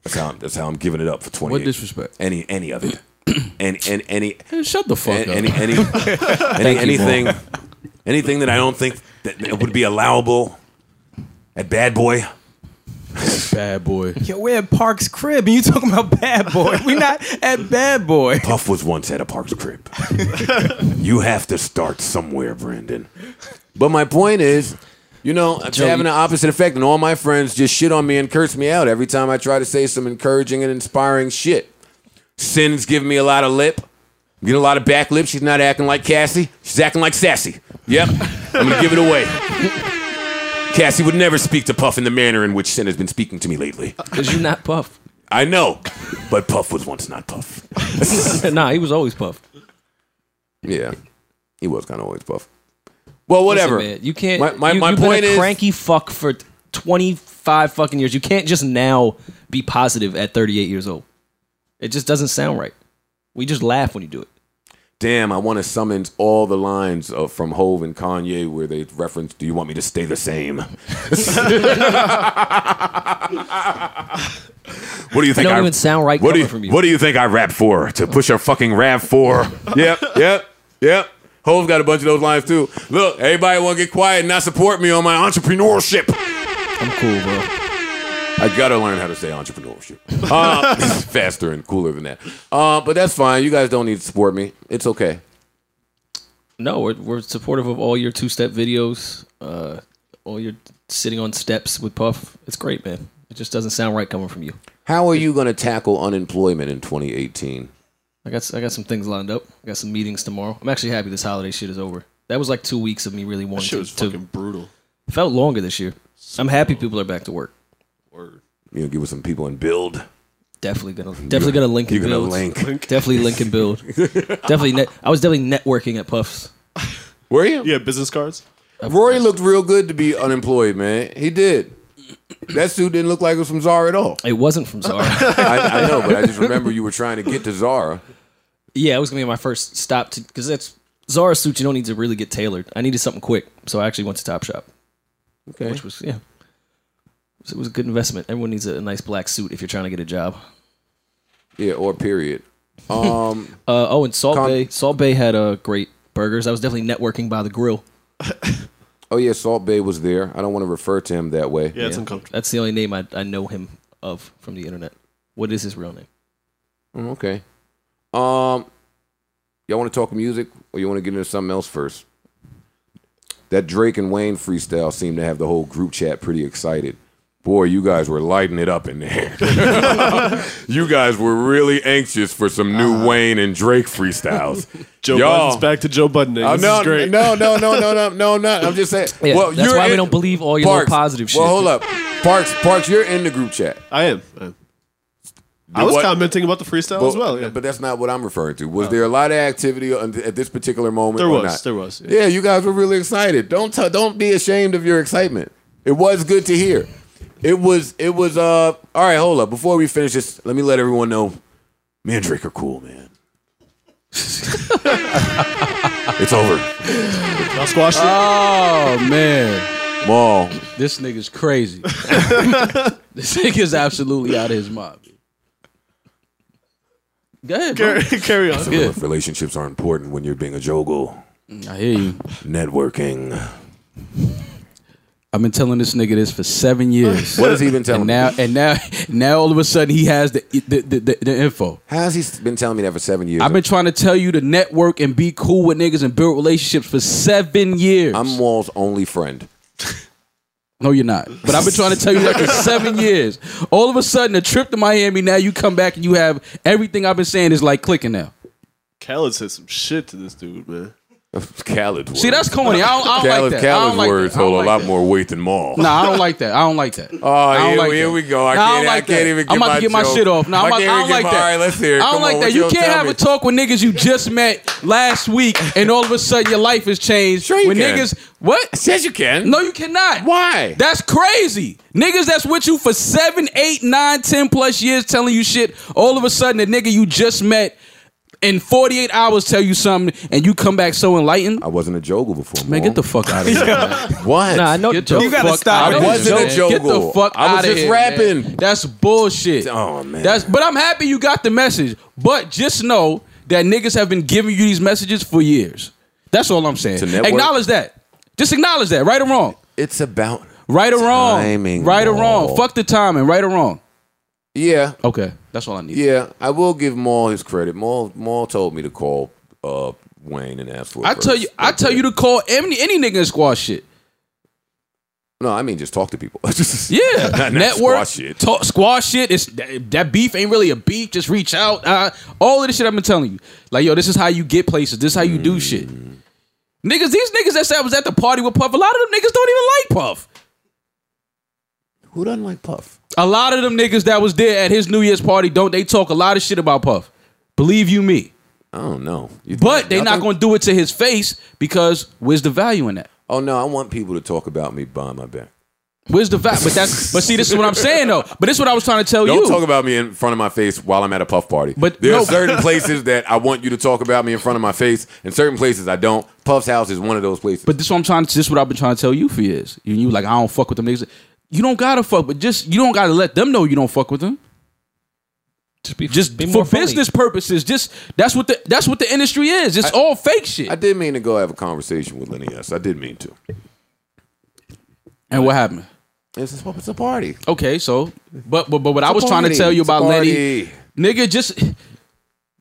Speaker 1: That's how that's how I'm giving it up for 20.
Speaker 8: What disrespect?
Speaker 1: Any any of
Speaker 8: (clears throat)
Speaker 1: it. any and any
Speaker 8: Man, shut the fuck
Speaker 1: and
Speaker 8: up.
Speaker 1: any
Speaker 8: (laughs)
Speaker 1: any, any anything anything that I don't think that, that would be allowable at Bad Boy.
Speaker 8: Bad boy.
Speaker 9: Yo, we're at Park's crib, and you talking about Bad Boy? We not at Bad Boy.
Speaker 1: (laughs) Puff was once at a Parks crib. you have to start somewhere, Brandon. But my point is, you know, it's having an opposite effect, and all my friends just shit on me and curse me out every time I try to say some encouraging and inspiring shit. Sin's giving me a lot of lip. I'm getting a lot of back lip. She's not acting like Cassie. She's acting like Sassy. Yep. I'm gonna give it away. Cassie would never speak to Puff in the manner in which Sin has been speaking to me lately.
Speaker 6: Cause you not Puff.
Speaker 1: I know, but Puff was once not Puff.
Speaker 6: (laughs) nah, he was always Puff.
Speaker 1: Yeah, he was kind of always buff. Well, whatever.
Speaker 6: Listen, man, you can't.
Speaker 1: My- my-
Speaker 6: you,
Speaker 1: my
Speaker 6: you've been
Speaker 1: point
Speaker 6: a
Speaker 1: is-
Speaker 6: cranky fuck for twenty five fucking years. You can't just now be positive at thirty eight years old. It just doesn't sound right. We just laugh when you do it.
Speaker 1: Damn, I want to summons all the lines of, from Hove and Kanye where they reference, "Do you want me to stay the same?" what do you think?
Speaker 6: don't
Speaker 1: I
Speaker 6: even sound right
Speaker 1: What do
Speaker 6: coming
Speaker 1: you
Speaker 6: from you.
Speaker 1: What do you think I rap for? To push a fucking rap for? yep, yep, yep. Hove's got a bunch of those lines too. Look, everybody want to get quiet and not support me on my entrepreneurship.
Speaker 6: I'm cool, bro.
Speaker 1: I gotta learn how to say entrepreneurship uh, (laughs) faster and cooler than that. Uh, but that's fine. You guys don't need to support me. It's okay.
Speaker 6: No, we're, we're supportive of all your two step videos. Uh, all your sitting on steps with Puff. It's great, man. It just doesn't sound right coming from you.
Speaker 1: How are you gonna tackle unemployment in 2018?
Speaker 6: I got s- I got some things lined up. I got some meetings tomorrow. I'm actually happy this holiday shit is over. That was like two weeks of me really
Speaker 2: That
Speaker 6: wanting
Speaker 2: shit was
Speaker 6: to, to
Speaker 2: fucking brutal.
Speaker 6: felt longer this year. I'm happy people are back to work.
Speaker 2: Word.
Speaker 1: You know, get with some people and build.
Speaker 6: Definitely gonna definitely gonna link
Speaker 1: You're
Speaker 6: and
Speaker 1: gonna
Speaker 6: build.
Speaker 1: link.
Speaker 6: Definitely link and build. definitely net, I was definitely networking at Puffs.
Speaker 1: Were you?
Speaker 2: Yeah, business cards.
Speaker 1: Rory looked real good to be unemployed, man. He did. That suit didn't look like it was from Zara at all.
Speaker 6: It wasn't from Zara.
Speaker 1: (laughs) I, I know, but I just remember you were trying to get to Zara.
Speaker 6: (laughs) Yeah, it was gonna be my first stop to because that's Zara suit. You don't need to really get tailored. I needed something quick, so I actually went to Top Shop.
Speaker 1: Okay.
Speaker 6: which was yeah, So it was a good investment. Everyone needs a, a nice black suit if you're trying to get a job.
Speaker 1: Yeah, or period. Um,
Speaker 6: (laughs) Uh, oh, and Salt Bay, Salt Bay had uh, great burgers. I was definitely networking by the grill.
Speaker 1: oh yeah, Salt Bay was there. I don't want to refer to him that way.
Speaker 2: Yeah, it's uncomfortable.
Speaker 6: That's the only name I, I know him of from the internet. What is his real name?
Speaker 1: Mm, Okay. Um, y'all want to talk music, or you want to get into something else first? That Drake and Wayne freestyle seemed to have the whole group chat pretty excited. Boy, you guys were lighting it up in there. you guys were really anxious for some new Wayne and Drake (laughs) freestyles.
Speaker 2: Joe
Speaker 1: Y'all-
Speaker 2: Budden's back to Joe Budden. This
Speaker 1: Oh, no,
Speaker 2: is great.
Speaker 1: no, no, no, no, no, no, no. I'm just saying.
Speaker 6: Yeah,
Speaker 1: well,
Speaker 6: that's
Speaker 1: you're
Speaker 6: why we
Speaker 1: in-
Speaker 6: don't believe all your little positive shit.
Speaker 1: Well, hold up, Parks. Parks, you're in the group chat.
Speaker 2: I am. I, am. I was
Speaker 1: what-
Speaker 2: commenting about the freestyle
Speaker 1: But,
Speaker 2: as well. Yeah. Oh.
Speaker 1: but that's not what I'm referring to. Was there a lot of activity on- at this particular moment?
Speaker 2: There
Speaker 1: or
Speaker 2: was,
Speaker 1: not?
Speaker 2: there was,
Speaker 1: Yeah. you guys were really excited. Don't t- don't be ashamed of your excitement. It was good to hear. It was it was uh all right. Hold up. Before we finish this, let me let everyone know. Me and Drake are cool, man. (laughs) it's over.
Speaker 2: Y'all squashed it.
Speaker 8: Oh man,
Speaker 1: Mall.
Speaker 8: this
Speaker 1: (laughs)
Speaker 8: nigga's crazy. this nigga's absolutely out of his mind. Go ahead, bro.
Speaker 2: Carry, carry on.
Speaker 8: Yeah.
Speaker 1: Relationships are important when you're being a jogo.
Speaker 8: I hear you.
Speaker 1: Networking.
Speaker 8: I've been telling this nigga this for seven years.
Speaker 1: What has he been telling
Speaker 8: And
Speaker 1: me?
Speaker 8: now, and now, now, all of a sudden, he has the the, the, the, the info.
Speaker 1: How's he been telling me that for seven years?
Speaker 8: I've been trying to tell you to network and be cool with niggas and build relationships for seven years.
Speaker 1: I'm Wall's only friend.
Speaker 8: no, you're not. But I've been trying to tell you
Speaker 1: (laughs)
Speaker 8: that for seven years. All of a sudden, a trip to Miami. Now you come back and you have everything I've been saying is like clicking now.
Speaker 2: Khaled said some shit to this dude, man.
Speaker 1: Khaled.
Speaker 8: See, that's corny. I don't, I don't like
Speaker 1: Khaled,
Speaker 8: that.
Speaker 1: Khaled's
Speaker 8: I don't like
Speaker 1: words
Speaker 8: that. I don't
Speaker 1: hold
Speaker 8: like
Speaker 1: a lot
Speaker 8: that.
Speaker 1: more weight than Maul.
Speaker 8: Nah, I don't like that. I don't like that.
Speaker 1: (laughs) Oh,
Speaker 8: I don't
Speaker 1: here,
Speaker 8: like
Speaker 1: here
Speaker 8: that.
Speaker 1: we go. I
Speaker 8: Nah,
Speaker 1: can't,
Speaker 8: I don't
Speaker 1: I can't
Speaker 8: like that.
Speaker 1: even get
Speaker 8: I'm about
Speaker 1: my
Speaker 8: to get my
Speaker 1: joke.
Speaker 8: shit off. No,
Speaker 1: I
Speaker 8: I'm about,
Speaker 1: can't
Speaker 8: I
Speaker 1: even
Speaker 8: don't
Speaker 1: get
Speaker 8: like
Speaker 1: my-
Speaker 8: that.
Speaker 1: All right, let's hear it.
Speaker 8: I don't
Speaker 1: Come
Speaker 8: like
Speaker 1: on,
Speaker 8: that.
Speaker 1: what
Speaker 8: You
Speaker 1: gonna
Speaker 8: can't
Speaker 1: tell
Speaker 8: have
Speaker 1: me?
Speaker 8: a talk with niggas you just met last week, and all of a sudden your life has changed.
Speaker 1: Sure you
Speaker 8: when
Speaker 1: can.
Speaker 8: niggas, what?
Speaker 1: Says you can.
Speaker 8: No, you cannot.
Speaker 1: Why?
Speaker 8: That's crazy. Niggas that's with you for seven, eight, nine, ten plus years telling you shit. All of a sudden, the nigga you just met in 48 hours tell you something, and you come back so enlightened.
Speaker 1: I wasn't a jogo before.
Speaker 8: Man,
Speaker 1: Maul.
Speaker 8: get the fuck
Speaker 1: (laughs)
Speaker 8: out of here. man.
Speaker 1: what?
Speaker 6: Nah, I know
Speaker 8: Get the
Speaker 6: Joe.
Speaker 9: You gotta
Speaker 8: fuck
Speaker 9: stop
Speaker 8: outta
Speaker 1: it.
Speaker 8: here,
Speaker 1: Wasn't a
Speaker 8: Joe. Get the
Speaker 1: joke.
Speaker 8: fuck
Speaker 1: I was
Speaker 8: outta
Speaker 1: just
Speaker 8: here,
Speaker 1: rapping.
Speaker 8: man. That's bullshit.
Speaker 1: Oh, man.
Speaker 8: That's but I'm happy you got the message. But just know that niggas have been giving you these messages for years. That's all I'm saying.
Speaker 1: To network.
Speaker 8: Acknowledge that. Just acknowledge that. Right or wrong.
Speaker 1: It's about.
Speaker 8: Right or wrong.
Speaker 1: Timing,
Speaker 8: right or
Speaker 1: Maul.
Speaker 8: wrong. Fuck the timing. Right or wrong.
Speaker 1: Yeah,
Speaker 8: Okay. That's all I need.
Speaker 1: yeah. I will give Maul his credit. Maul, Maul told me to call uh, Wayne and ask for. I
Speaker 8: I tell you, I tell you to call any any nigga and squash shit.
Speaker 1: No, I mean just talk to people. (laughs)
Speaker 8: Yeah,
Speaker 1: Not- not
Speaker 8: network
Speaker 1: squash shit.
Speaker 8: Talk, squash shit. It's that, that beef ain't really a beef. Just reach out. Uh, all of this shit I've been telling you, like yo, this is how you get places. This is how you do shit. Niggas, these niggas that said I was at the party with Puff. A lot of them niggas don't even like Puff.
Speaker 1: Who doesn't like Puff?
Speaker 8: A lot of them niggas that was there at his New Year's party don't. They talk a lot of shit about Puff. Believe you me.
Speaker 1: I don't know. You think
Speaker 8: But they not
Speaker 1: nothing?
Speaker 8: gonna do it to his face because where's the value in that?
Speaker 1: Oh no, I want people to talk about me behind my back.
Speaker 8: Where's the value? But that's but see, this is what I'm saying though. But this is what I was trying to tell
Speaker 1: Don't
Speaker 8: you.
Speaker 1: talk about me in front of my face while I'm at a puff party.
Speaker 8: But
Speaker 1: there are
Speaker 8: no. (laughs)
Speaker 1: certain places that I want you to talk about me in front of my face, and certain places I don't. Puff's house is one of those places.
Speaker 8: But this is what I'm trying. To, this is what I've been trying to tell you for years. You, you like I don't fuck with them niggas. You don't gotta fuck, but just you don't gotta let them know you don't fuck with them.
Speaker 6: Just, be,
Speaker 8: Just
Speaker 6: be
Speaker 8: for
Speaker 6: more funny.
Speaker 8: business purposes. Just that's what the that's what the industry is. It's all fake shit.
Speaker 1: I did mean to go have a conversation with Lenny S. I did mean to.
Speaker 8: and what happened?
Speaker 1: It's a, it's a party.
Speaker 8: Okay, so but but but what I
Speaker 1: It's a
Speaker 8: was trying to
Speaker 1: party.
Speaker 8: tell you
Speaker 1: It's a
Speaker 8: about Lenny,
Speaker 1: party.
Speaker 8: nigga, just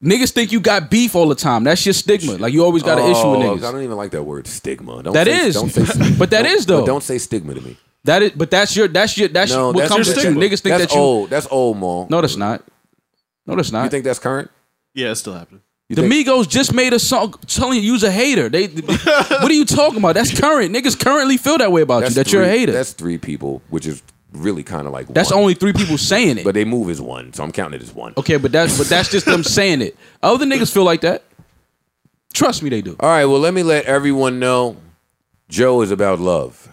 Speaker 8: niggas think you got beef all the time. That's your stigma. Like you always got an issue
Speaker 1: Oh,
Speaker 8: with
Speaker 1: I
Speaker 8: niggas.
Speaker 1: don't even like that word stigma. Don't
Speaker 8: That
Speaker 1: say,
Speaker 8: is. (laughs)
Speaker 1: don't say,
Speaker 8: But that
Speaker 1: that is
Speaker 8: is, though.
Speaker 1: don't say stigma to me.
Speaker 8: That is, but that's your that's your that's
Speaker 1: No,
Speaker 8: what
Speaker 1: that's
Speaker 8: comes
Speaker 1: your
Speaker 8: with you.
Speaker 1: stigma.
Speaker 8: Niggas think
Speaker 1: that's
Speaker 8: that you.
Speaker 1: old. That's old, Maul.
Speaker 8: No, that's not. No, that's not.
Speaker 1: you think that's current?
Speaker 2: Yeah, it's still happening.
Speaker 1: You
Speaker 8: The
Speaker 1: think-
Speaker 8: Migos just made a song telling you you's a hater. They,
Speaker 1: (laughs)
Speaker 8: what are you talking about? That's current. Niggas currently feel that way about you. That
Speaker 1: three,
Speaker 8: you're a hater. That's,
Speaker 1: That's three people, which is really kind of like one.
Speaker 8: only three people saying it.
Speaker 1: But they move as one, so I'm counting it as one.
Speaker 8: okay, but that's but that's just them saying it. Other niggas feel like that. Trust me, they do.
Speaker 2: (laughs)
Speaker 1: All right, well, let me let everyone know Joe is about love.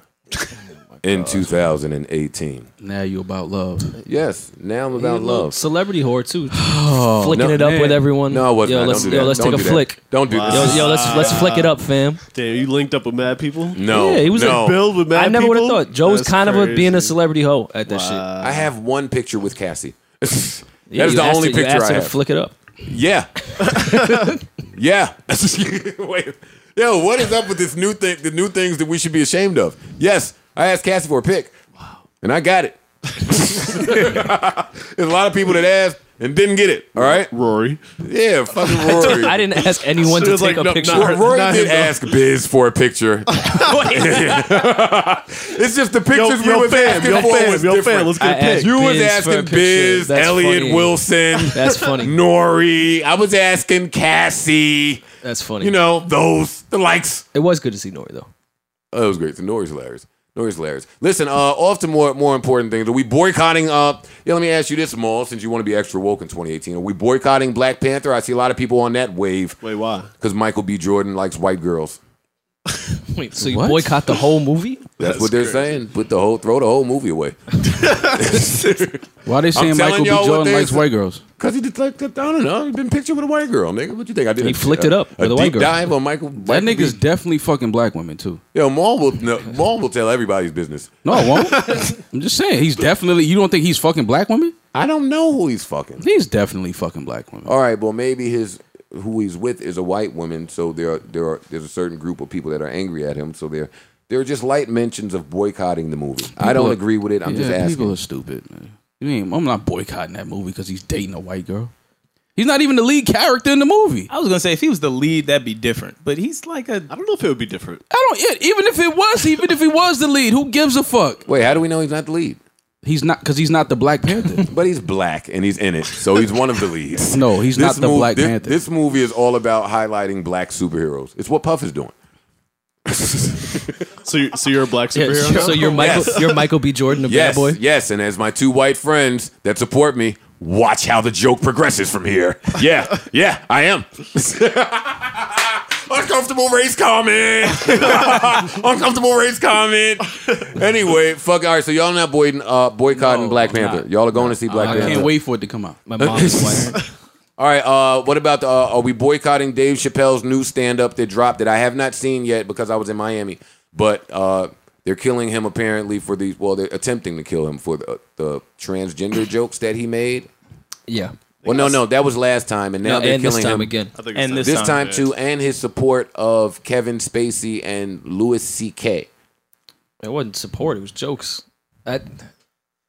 Speaker 1: in 2018.
Speaker 8: Now you about love.
Speaker 1: Yes, now I'm about
Speaker 6: You little
Speaker 1: love.
Speaker 6: Celebrity whore
Speaker 1: (sighs)
Speaker 6: too, flicking
Speaker 1: Oh, no,
Speaker 6: it up
Speaker 1: man.
Speaker 6: with everyone.
Speaker 1: No, I wasn't.
Speaker 6: Yo,
Speaker 1: Don't
Speaker 6: let's
Speaker 1: do
Speaker 6: yo,
Speaker 1: that.
Speaker 6: let's
Speaker 1: Don't
Speaker 6: take
Speaker 1: do
Speaker 6: a
Speaker 1: that.
Speaker 6: flick.
Speaker 1: Don't do
Speaker 6: Yo,
Speaker 1: this.
Speaker 6: yo, let's let's flick it up, fam.
Speaker 2: Damn, you linked up with mad people?
Speaker 1: No.
Speaker 6: yeah, he was
Speaker 1: no.
Speaker 6: a
Speaker 2: Build with mad
Speaker 6: I never would have
Speaker 2: people?
Speaker 6: thought Joe was
Speaker 2: That's
Speaker 6: kind of a,
Speaker 2: crazy.
Speaker 6: being a celebrity hoe at that shit.
Speaker 1: I have one picture with Cassie. (laughs) That's
Speaker 6: Yeah, you
Speaker 1: the
Speaker 6: asked
Speaker 1: only
Speaker 6: her- you
Speaker 1: picture
Speaker 6: asked
Speaker 1: I
Speaker 6: her to
Speaker 1: have.
Speaker 6: flick it up.
Speaker 1: yeah. (laughs) yeah. (laughs) Wait. Yo, what is up with this new thing? The new things that we should be ashamed of. Yes, I asked Cassie for a pic. Wow. And I got it. (laughs) There's a lot of people that asked and didn't get it. All right.
Speaker 2: Rory.
Speaker 1: Yeah, fucking Rory.
Speaker 6: (laughs) I didn't ask anyone
Speaker 2: She
Speaker 6: to
Speaker 2: was
Speaker 6: take a
Speaker 2: like, "No,
Speaker 6: picture.
Speaker 2: not
Speaker 1: Rory,
Speaker 2: her-
Speaker 1: Rory
Speaker 2: not
Speaker 1: did
Speaker 2: him, though.
Speaker 1: ask Biz for
Speaker 6: (laughs)
Speaker 1: a picture. (laughs) it's just the
Speaker 2: Yo,
Speaker 1: pictures we
Speaker 2: yo,
Speaker 1: was
Speaker 2: fam,
Speaker 1: asking
Speaker 2: yo,
Speaker 1: for
Speaker 2: fam,
Speaker 1: was
Speaker 2: yo,
Speaker 1: different.
Speaker 2: fam, let's
Speaker 6: I
Speaker 2: get a
Speaker 6: asked
Speaker 2: pic.
Speaker 1: You was
Speaker 6: Biz for
Speaker 1: asking
Speaker 6: pictures.
Speaker 1: Biz,
Speaker 6: That's
Speaker 1: Elliot
Speaker 6: funny.
Speaker 1: Wilson,
Speaker 6: (laughs) That's funny.
Speaker 1: Nori. I was asking Cassie.
Speaker 6: That's funny.
Speaker 1: You know those the likes.
Speaker 6: it was good to see Nori though.
Speaker 1: Oh, it was great. The Nori's hilarious. Nori's hilarious. Listen, uh, off to more more important things. Are we boycotting? Uh, yeah. Let me ask you this, Maul, since you want to be extra woke in 2018. Are we boycotting Black Panther? I see a lot of people on that wave
Speaker 2: Wait, why?
Speaker 1: because Michael B. Jordan likes white girls.
Speaker 6: Wait, so you
Speaker 8: What?
Speaker 6: boycott the whole movie?
Speaker 1: That's, what they're saying. Put the whole throw the whole
Speaker 2: (laughs)
Speaker 1: movie away
Speaker 8: Why they saying
Speaker 1: telling
Speaker 8: Michael B.
Speaker 1: y'all what
Speaker 8: Jordan
Speaker 1: they
Speaker 8: likes
Speaker 1: said.
Speaker 8: white girls?
Speaker 1: because he just like I don't know. He been pictured with a white girl, nigga. What you think I did?
Speaker 6: He
Speaker 1: a-
Speaker 6: flicked
Speaker 1: a-
Speaker 6: it up
Speaker 1: a
Speaker 6: with a white
Speaker 1: deep
Speaker 6: girl.
Speaker 1: dive on Michael.
Speaker 8: That
Speaker 1: Michael B.
Speaker 8: nigga's definitely fucking black women too.
Speaker 1: Yo, Maul will no, Maul will tell everybody's business.
Speaker 8: No,
Speaker 1: (laughs)
Speaker 8: I won't. I'm just saying he's definitely. You don't think he's fucking black women?
Speaker 1: I don't know who he's fucking.
Speaker 8: He's definitely fucking black women.
Speaker 1: All right, well maybe his who he's with is a white woman, so there are, there are there's a certain group of people that are angry at him. So there there are just light mentions of boycotting the movie. I don't
Speaker 8: are-
Speaker 1: agree with it. I'm just
Speaker 8: Yeah,
Speaker 1: asking.
Speaker 8: people are stupid. Man. You ain't- I'm not boycotting that movie because he's dating a white girl. He's not even the lead character in the movie.
Speaker 9: I was gonna say if he was the lead, that'd be different. But he's like a
Speaker 2: I don't know if it would be different.
Speaker 8: I don't. yeah, Even if it was, even if he was the lead, who gives a fuck?
Speaker 1: Wait, how do we know he's not the lead?
Speaker 8: He's not because he's not the Black Panther.
Speaker 1: (laughs) But he's black and he's in it, so he's one of
Speaker 6: (laughs)
Speaker 1: the leads.
Speaker 8: No, he's not the
Speaker 1: mov-
Speaker 8: Black
Speaker 1: this-
Speaker 8: Panther.
Speaker 1: This movie is all about highlighting black superheroes. It's what Puff is doing.
Speaker 2: So you're, so you're a
Speaker 6: (laughs)
Speaker 2: black
Speaker 6: Yeah,
Speaker 2: superhero?
Speaker 6: so you're Michael, you're Michael B. Jordan, the
Speaker 1: Yes,
Speaker 6: bad boy.
Speaker 1: yes. And as my two white friends that support me, watch how the joke progresses from here. Yeah, yeah, I am. (laughs) Uncomfortable race comment. (laughs) Uncomfortable race comment. Anyway, fuck. All right, so y'all not boy, uh, boycotting Black Panther. Y'all are going to see Black
Speaker 8: I
Speaker 1: Panther.
Speaker 8: can't wait for it to come out. (laughs)
Speaker 6: My mom is white.
Speaker 1: (laughs) All right. Uh, what about the? Uh, are we boycotting Dave Chappelle's new stand-up that dropped that I have not seen yet because I was in Miami? But uh, they're killing him apparently for the. Well, they're attempting to kill him for the, the transgender jokes that he made.
Speaker 6: Yeah.
Speaker 1: Well, no, no, that was last time, and
Speaker 6: No,
Speaker 1: now they're
Speaker 6: and
Speaker 1: killing
Speaker 6: this time
Speaker 1: him
Speaker 6: again.
Speaker 2: I think it's
Speaker 9: and
Speaker 2: that.
Speaker 9: this,
Speaker 1: This time
Speaker 9: yeah.
Speaker 1: too, and his support of Kevin Spacey and Louis C.K.
Speaker 6: It wasn't support. It was jokes. I,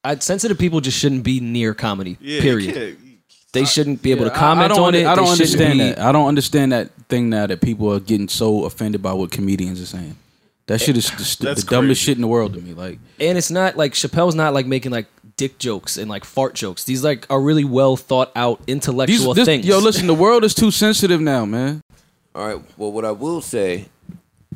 Speaker 6: I sensitive people just shouldn't be near comedy.
Speaker 2: Yeah, you
Speaker 6: period.
Speaker 2: can't-
Speaker 6: They shouldn't be able to
Speaker 8: I-
Speaker 6: comment
Speaker 8: I don't,
Speaker 6: on
Speaker 8: under-
Speaker 6: it.
Speaker 8: I don't
Speaker 6: They shouldn't
Speaker 8: understand
Speaker 6: be-
Speaker 8: that. I don't understand that thing now that people are getting so offended by what comedians are saying. That shit is the, the
Speaker 2: That's
Speaker 8: dumbest
Speaker 2: crazy.
Speaker 8: shit in the world to me. Like,
Speaker 6: And it's not like Chappelle's not like making like dick jokes and like fart jokes. These like are really well thought out
Speaker 8: these,
Speaker 6: intellectual
Speaker 8: this,
Speaker 6: things.
Speaker 8: yo, listen, the world is too sensitive now, man.
Speaker 1: All right. Well, what I will say,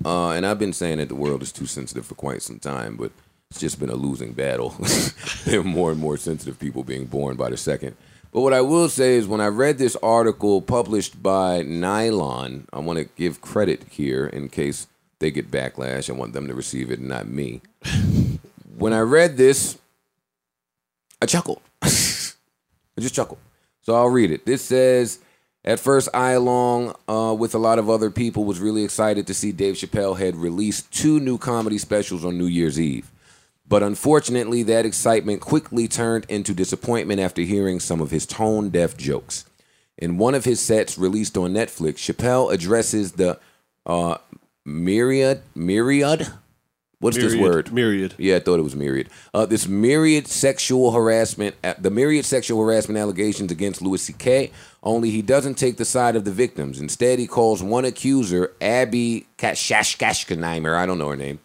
Speaker 1: uh, and I've been saying that the world is too sensitive for quite some time, but it's just been a losing battle. (laughs) there are more and more sensitive people being born by the second. But what I will say is, when I read this article published by Nylon, I want to give credit here in case they get backlash. I want them to receive it, and not me. (laughs) when I read this, I chuckled. (laughs) I just chuckled. So I'll read it. This says, at first, I, along uh, with a lot of other people, was really excited to see Dave Chappelle had released two new comedy specials on New Year's Eve. But unfortunately, that excitement quickly turned into disappointment after hearing some of his tone deaf jokes. In one of his sets released on Netflix, Chappelle addresses the uh, myriad, myriad? What's this
Speaker 2: Myriad-
Speaker 1: word?
Speaker 2: Myriad.
Speaker 1: Yeah, I thought it was myriad. Uh, this myriad sexual harassment, uh, the myriad sexual harassment allegations against Louis C.K. Only he doesn't take the side of the victims. Instead, he calls one accuser, Abby Kashkashkanheimer, I don't know her name,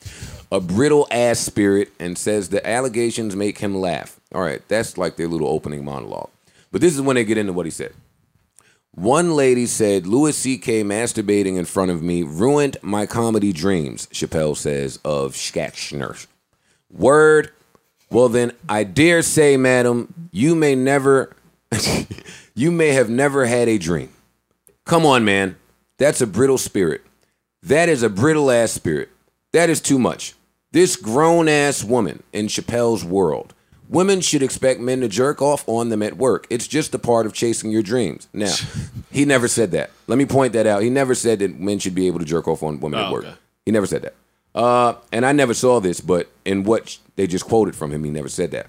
Speaker 1: a brittle ass spirit, and says the allegations make him laugh. All right, that's like their little opening monologue. But this is when they get into what he said. One lady said, Louis C.K. masturbating in front of me ruined my comedy dreams, Chappelle says of Schachner. Word. Well, then, I dare say, madam, you may never, (laughs) you may have never had a dream. Come on, man. That's a brittle spirit. That is a brittle ass spirit. That is too much. This grown ass woman in Chappelle's world. Women should expect men to jerk off on them at work. It's just a part of chasing your dreams.
Speaker 2: (laughs)
Speaker 1: Now, he never said that. Let me point that out. He never said that men should be able to jerk off on women at
Speaker 2: Oh,
Speaker 1: work.
Speaker 2: okay.
Speaker 1: He never said that. Uh, and I never saw this, but in what they just quoted from him, he never said that.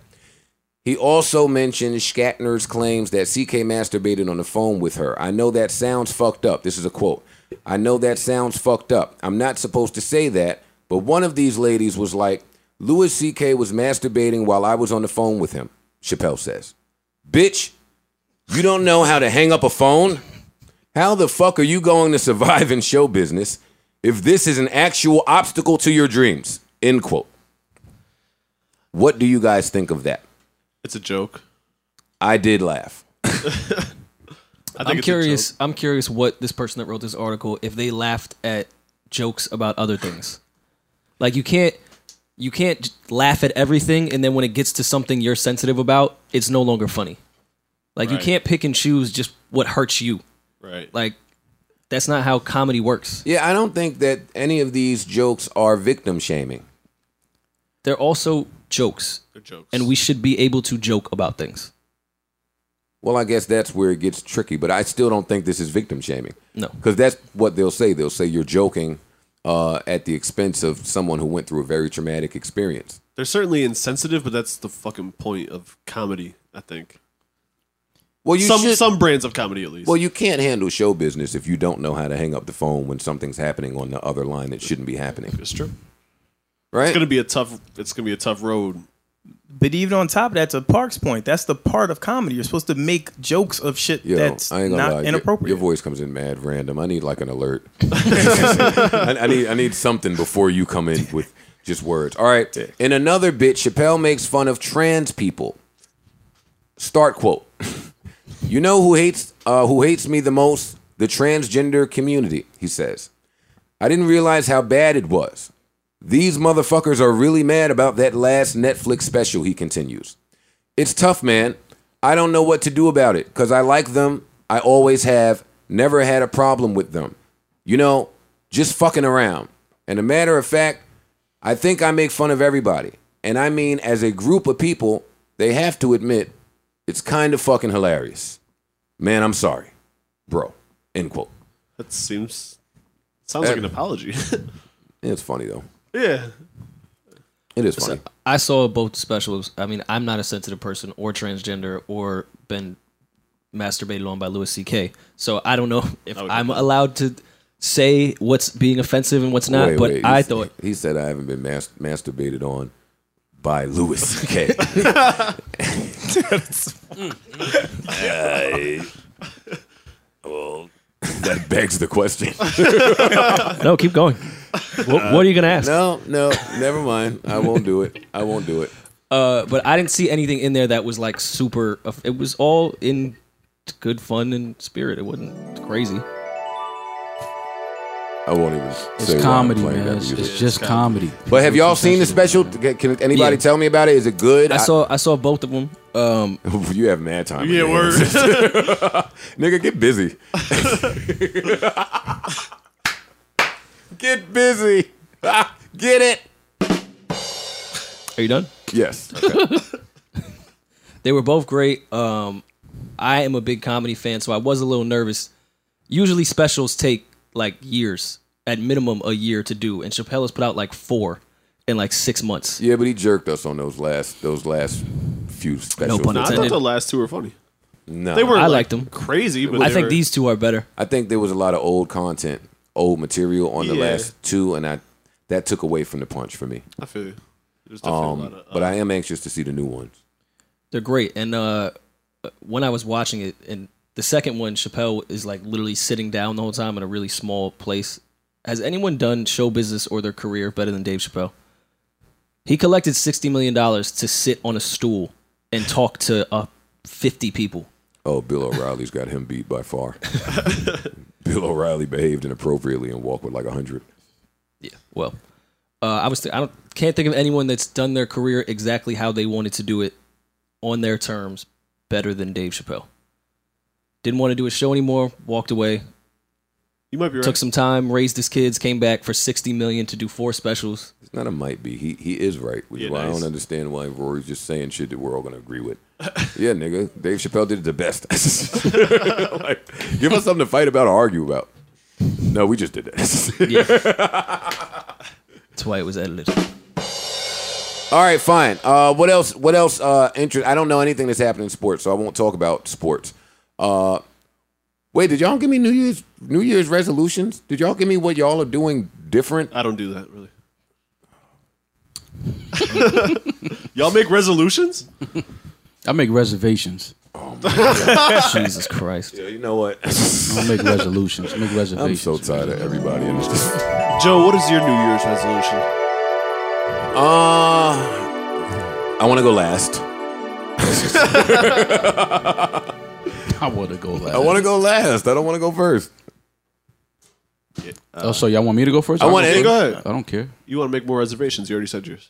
Speaker 1: He also mentioned Shatner's claims that CK masturbated on the phone with her. I know that sounds fucked up. This is a quote. I know that sounds fucked up. I'm not supposed to say that, but one of these ladies was like, Louis CK was masturbating while I was on the phone with him, Chappelle says. Bitch, you don't know how to hang up a phone? How the fuck are you going to survive in show business if this is an actual obstacle to your dreams? End quote. What do you guys think of that?
Speaker 2: It's a joke.
Speaker 1: I did laugh.
Speaker 2: I think
Speaker 6: I'm
Speaker 2: it's a
Speaker 6: curious.
Speaker 2: joke.
Speaker 6: I'm curious what this person that wrote this article if they laughed at jokes about other things. Like you can't you can't j- laugh at everything, and then when it gets to something you're sensitive about, it's no longer funny. Like you
Speaker 2: Right.
Speaker 6: can't pick and choose just what hurts you.
Speaker 2: Right.
Speaker 6: Like that's not how comedy works.
Speaker 1: Yeah, I don't think that any of these jokes are victim shaming.
Speaker 6: They're also jokes,
Speaker 2: They're jokes.
Speaker 6: and we should be able to joke about things.
Speaker 1: Well, I guess that's where it gets tricky, but I still don't think this is victim shaming.
Speaker 6: No.
Speaker 1: Because that's what they'll say. They'll say you're joking uh, at the expense of someone who went through a very traumatic experience.
Speaker 2: They're certainly insensitive, but that's the fucking point of comedy, I think.
Speaker 1: Well, you
Speaker 2: Some
Speaker 1: should-
Speaker 2: some brands of comedy at least.
Speaker 1: Well, you can't handle show business if you don't know how to hang up the phone when something's happening on the other line that shouldn't be happening,
Speaker 2: it's true.
Speaker 1: right?
Speaker 2: It's gonna be a tough it's gonna be a tough road.
Speaker 9: But even on top of that, to Park's point, that's the part of comedy. You're supposed to make jokes of shit
Speaker 1: Yo,
Speaker 9: that's
Speaker 1: I ain't gonna
Speaker 9: not
Speaker 1: lie. Your-
Speaker 9: inappropriate.
Speaker 1: Your, voice comes in mad random. I need like an alert. (laughs) I, I need I need something before you come in with just words. All right. In another bit, Chappelle makes fun of trans people. Start quote. (laughs) you know who hates uh, who hates me the most? The transgender community. He says. I didn't realize how bad it was. These motherfuckers are really mad about that last Netflix special. He continues. It's tough, man. I don't know what to do about it because I like them. I always have. Never had a problem with them. You know, just fucking around. And a matter of fact, I think I make fun of everybody. And I mean, as a group of people, they have to admit it's kind of fucking hilarious. Man, I'm sorry, bro. End quote.
Speaker 2: That seems sounds like an apology. (laughs)
Speaker 1: It's funny though.
Speaker 2: yeah.
Speaker 1: It is funny.
Speaker 6: I saw both specials. I mean, I'm not a sensitive person or transgender or been masturbated on by Louis C.K. So I don't know if
Speaker 1: Oh,
Speaker 6: I'm allowed to say what's being offensive and what's not.
Speaker 1: Wait,
Speaker 6: but
Speaker 1: wait,
Speaker 6: I
Speaker 1: he-
Speaker 6: thought
Speaker 1: he said I haven't been mas- masturbated on by
Speaker 6: (laughs)
Speaker 1: Louis (laughs) C.K. I- well, that begs the question.
Speaker 6: no. Keep going. what, what are you gonna ask?
Speaker 1: no, no, never mind. I won't do it. I won't do it.
Speaker 6: (laughs) Uh, but I didn't see anything in there that was like super. off- It was all in good fun and spirit. It wasn't crazy.
Speaker 1: I won't even.
Speaker 8: It's
Speaker 1: say why I'm
Speaker 8: comedy,
Speaker 1: playing
Speaker 8: man.
Speaker 1: that
Speaker 8: It's,
Speaker 1: music.
Speaker 8: it's just comedy.
Speaker 1: but have y'all seen the special? Can can anybody
Speaker 6: Yeah.
Speaker 1: tell me about it? Is it good?
Speaker 6: I saw I saw both of them. Um,
Speaker 1: (laughs) you have mad time. on
Speaker 2: Yeah,
Speaker 1: your
Speaker 2: word. (laughs)
Speaker 1: hands. (laughs) Nigga, get busy. get busy. (laughs) Ah, get it.
Speaker 6: are you done?
Speaker 1: Yes.
Speaker 6: They were both great. Um, I am a big comedy fan, so I was a little nervous. Usually, specials take like years, at minimum a year to do, and Chappelle has put out like four in like six months.
Speaker 1: Yeah, but he jerked us on those last those last few specials.
Speaker 6: pun
Speaker 2: No, I thought
Speaker 6: Intended.
Speaker 2: the last two were funny.
Speaker 1: No.
Speaker 2: They were
Speaker 6: I liked
Speaker 2: like,
Speaker 6: 'em.
Speaker 2: Crazy, but
Speaker 6: I
Speaker 2: they
Speaker 6: think
Speaker 2: were-
Speaker 6: these two are better.
Speaker 1: I think there was a lot of old content, old material on the
Speaker 2: Yeah.
Speaker 1: last two, and I that took away from the punch for me.
Speaker 2: I feel you. There's definitely a lot
Speaker 1: Um,
Speaker 2: of, uh,
Speaker 1: but I am anxious to see the new ones.
Speaker 6: They're great. And uh, when I was watching it, and the second one, Chappelle is like literally sitting down the whole time in a really small place. Has anyone done show business or their career better than Dave Chappelle? He collected sixty million dollars to sit on a stool and talk to uh, fifty people.
Speaker 1: Oh, Bill O'Reilly's got him beat
Speaker 2: (laughs)
Speaker 1: by far. Bill O'Reilly behaved inappropriately and walked with like hundred.
Speaker 6: Yeah. Well, uh, I was. Th- I don't. Can't think of anyone that's done their career exactly how they wanted to do it, on their terms, better than Dave Chappelle. Didn't want to do a show anymore. Walked away.
Speaker 2: You might be right.
Speaker 6: Took some time, raised his kids, came back for sixty million to do four specials.
Speaker 1: It's not a might be. He he is right, which
Speaker 6: Yeah,
Speaker 1: is why I
Speaker 6: nice.
Speaker 1: don't understand why Rory's just saying shit that we're all gonna agree with. (laughs) yeah, nigga, Dave Chappelle did it
Speaker 2: (laughs)
Speaker 1: the best. (laughs) Like, give us something to fight about or argue about. No, we just did that. (laughs)
Speaker 6: That's why it was edited.
Speaker 1: All right, fine. Uh, what else? What else? Uh, interest? I don't know anything that's happening in sports, so I won't talk about sports. Uh, wait, did y'all give me New Year's New Year's resolutions? Did y'all give me what y'all are doing different?
Speaker 2: I don't do that really. Y'all make resolutions? (laughs)
Speaker 8: I make reservations.
Speaker 6: (laughs)
Speaker 1: Oh,
Speaker 8: (laughs)
Speaker 6: Jesus Christ.
Speaker 1: Yeah, you know what?
Speaker 2: (laughs)
Speaker 8: I don't make resolutions. I make reservations.
Speaker 1: I'm so tired of everybody in this. (laughs)
Speaker 2: Joe, what is your New Year's resolution?
Speaker 1: Uh, I want to go last.
Speaker 8: I want to go last.
Speaker 1: I want to go last. I don't want to go first.
Speaker 8: oh, so y'all want me to go first?
Speaker 1: I want
Speaker 8: I'll
Speaker 1: Eddie-
Speaker 2: go
Speaker 8: first.
Speaker 2: ahead.
Speaker 8: I don't care.
Speaker 2: You want to make more reservations? You already said yours.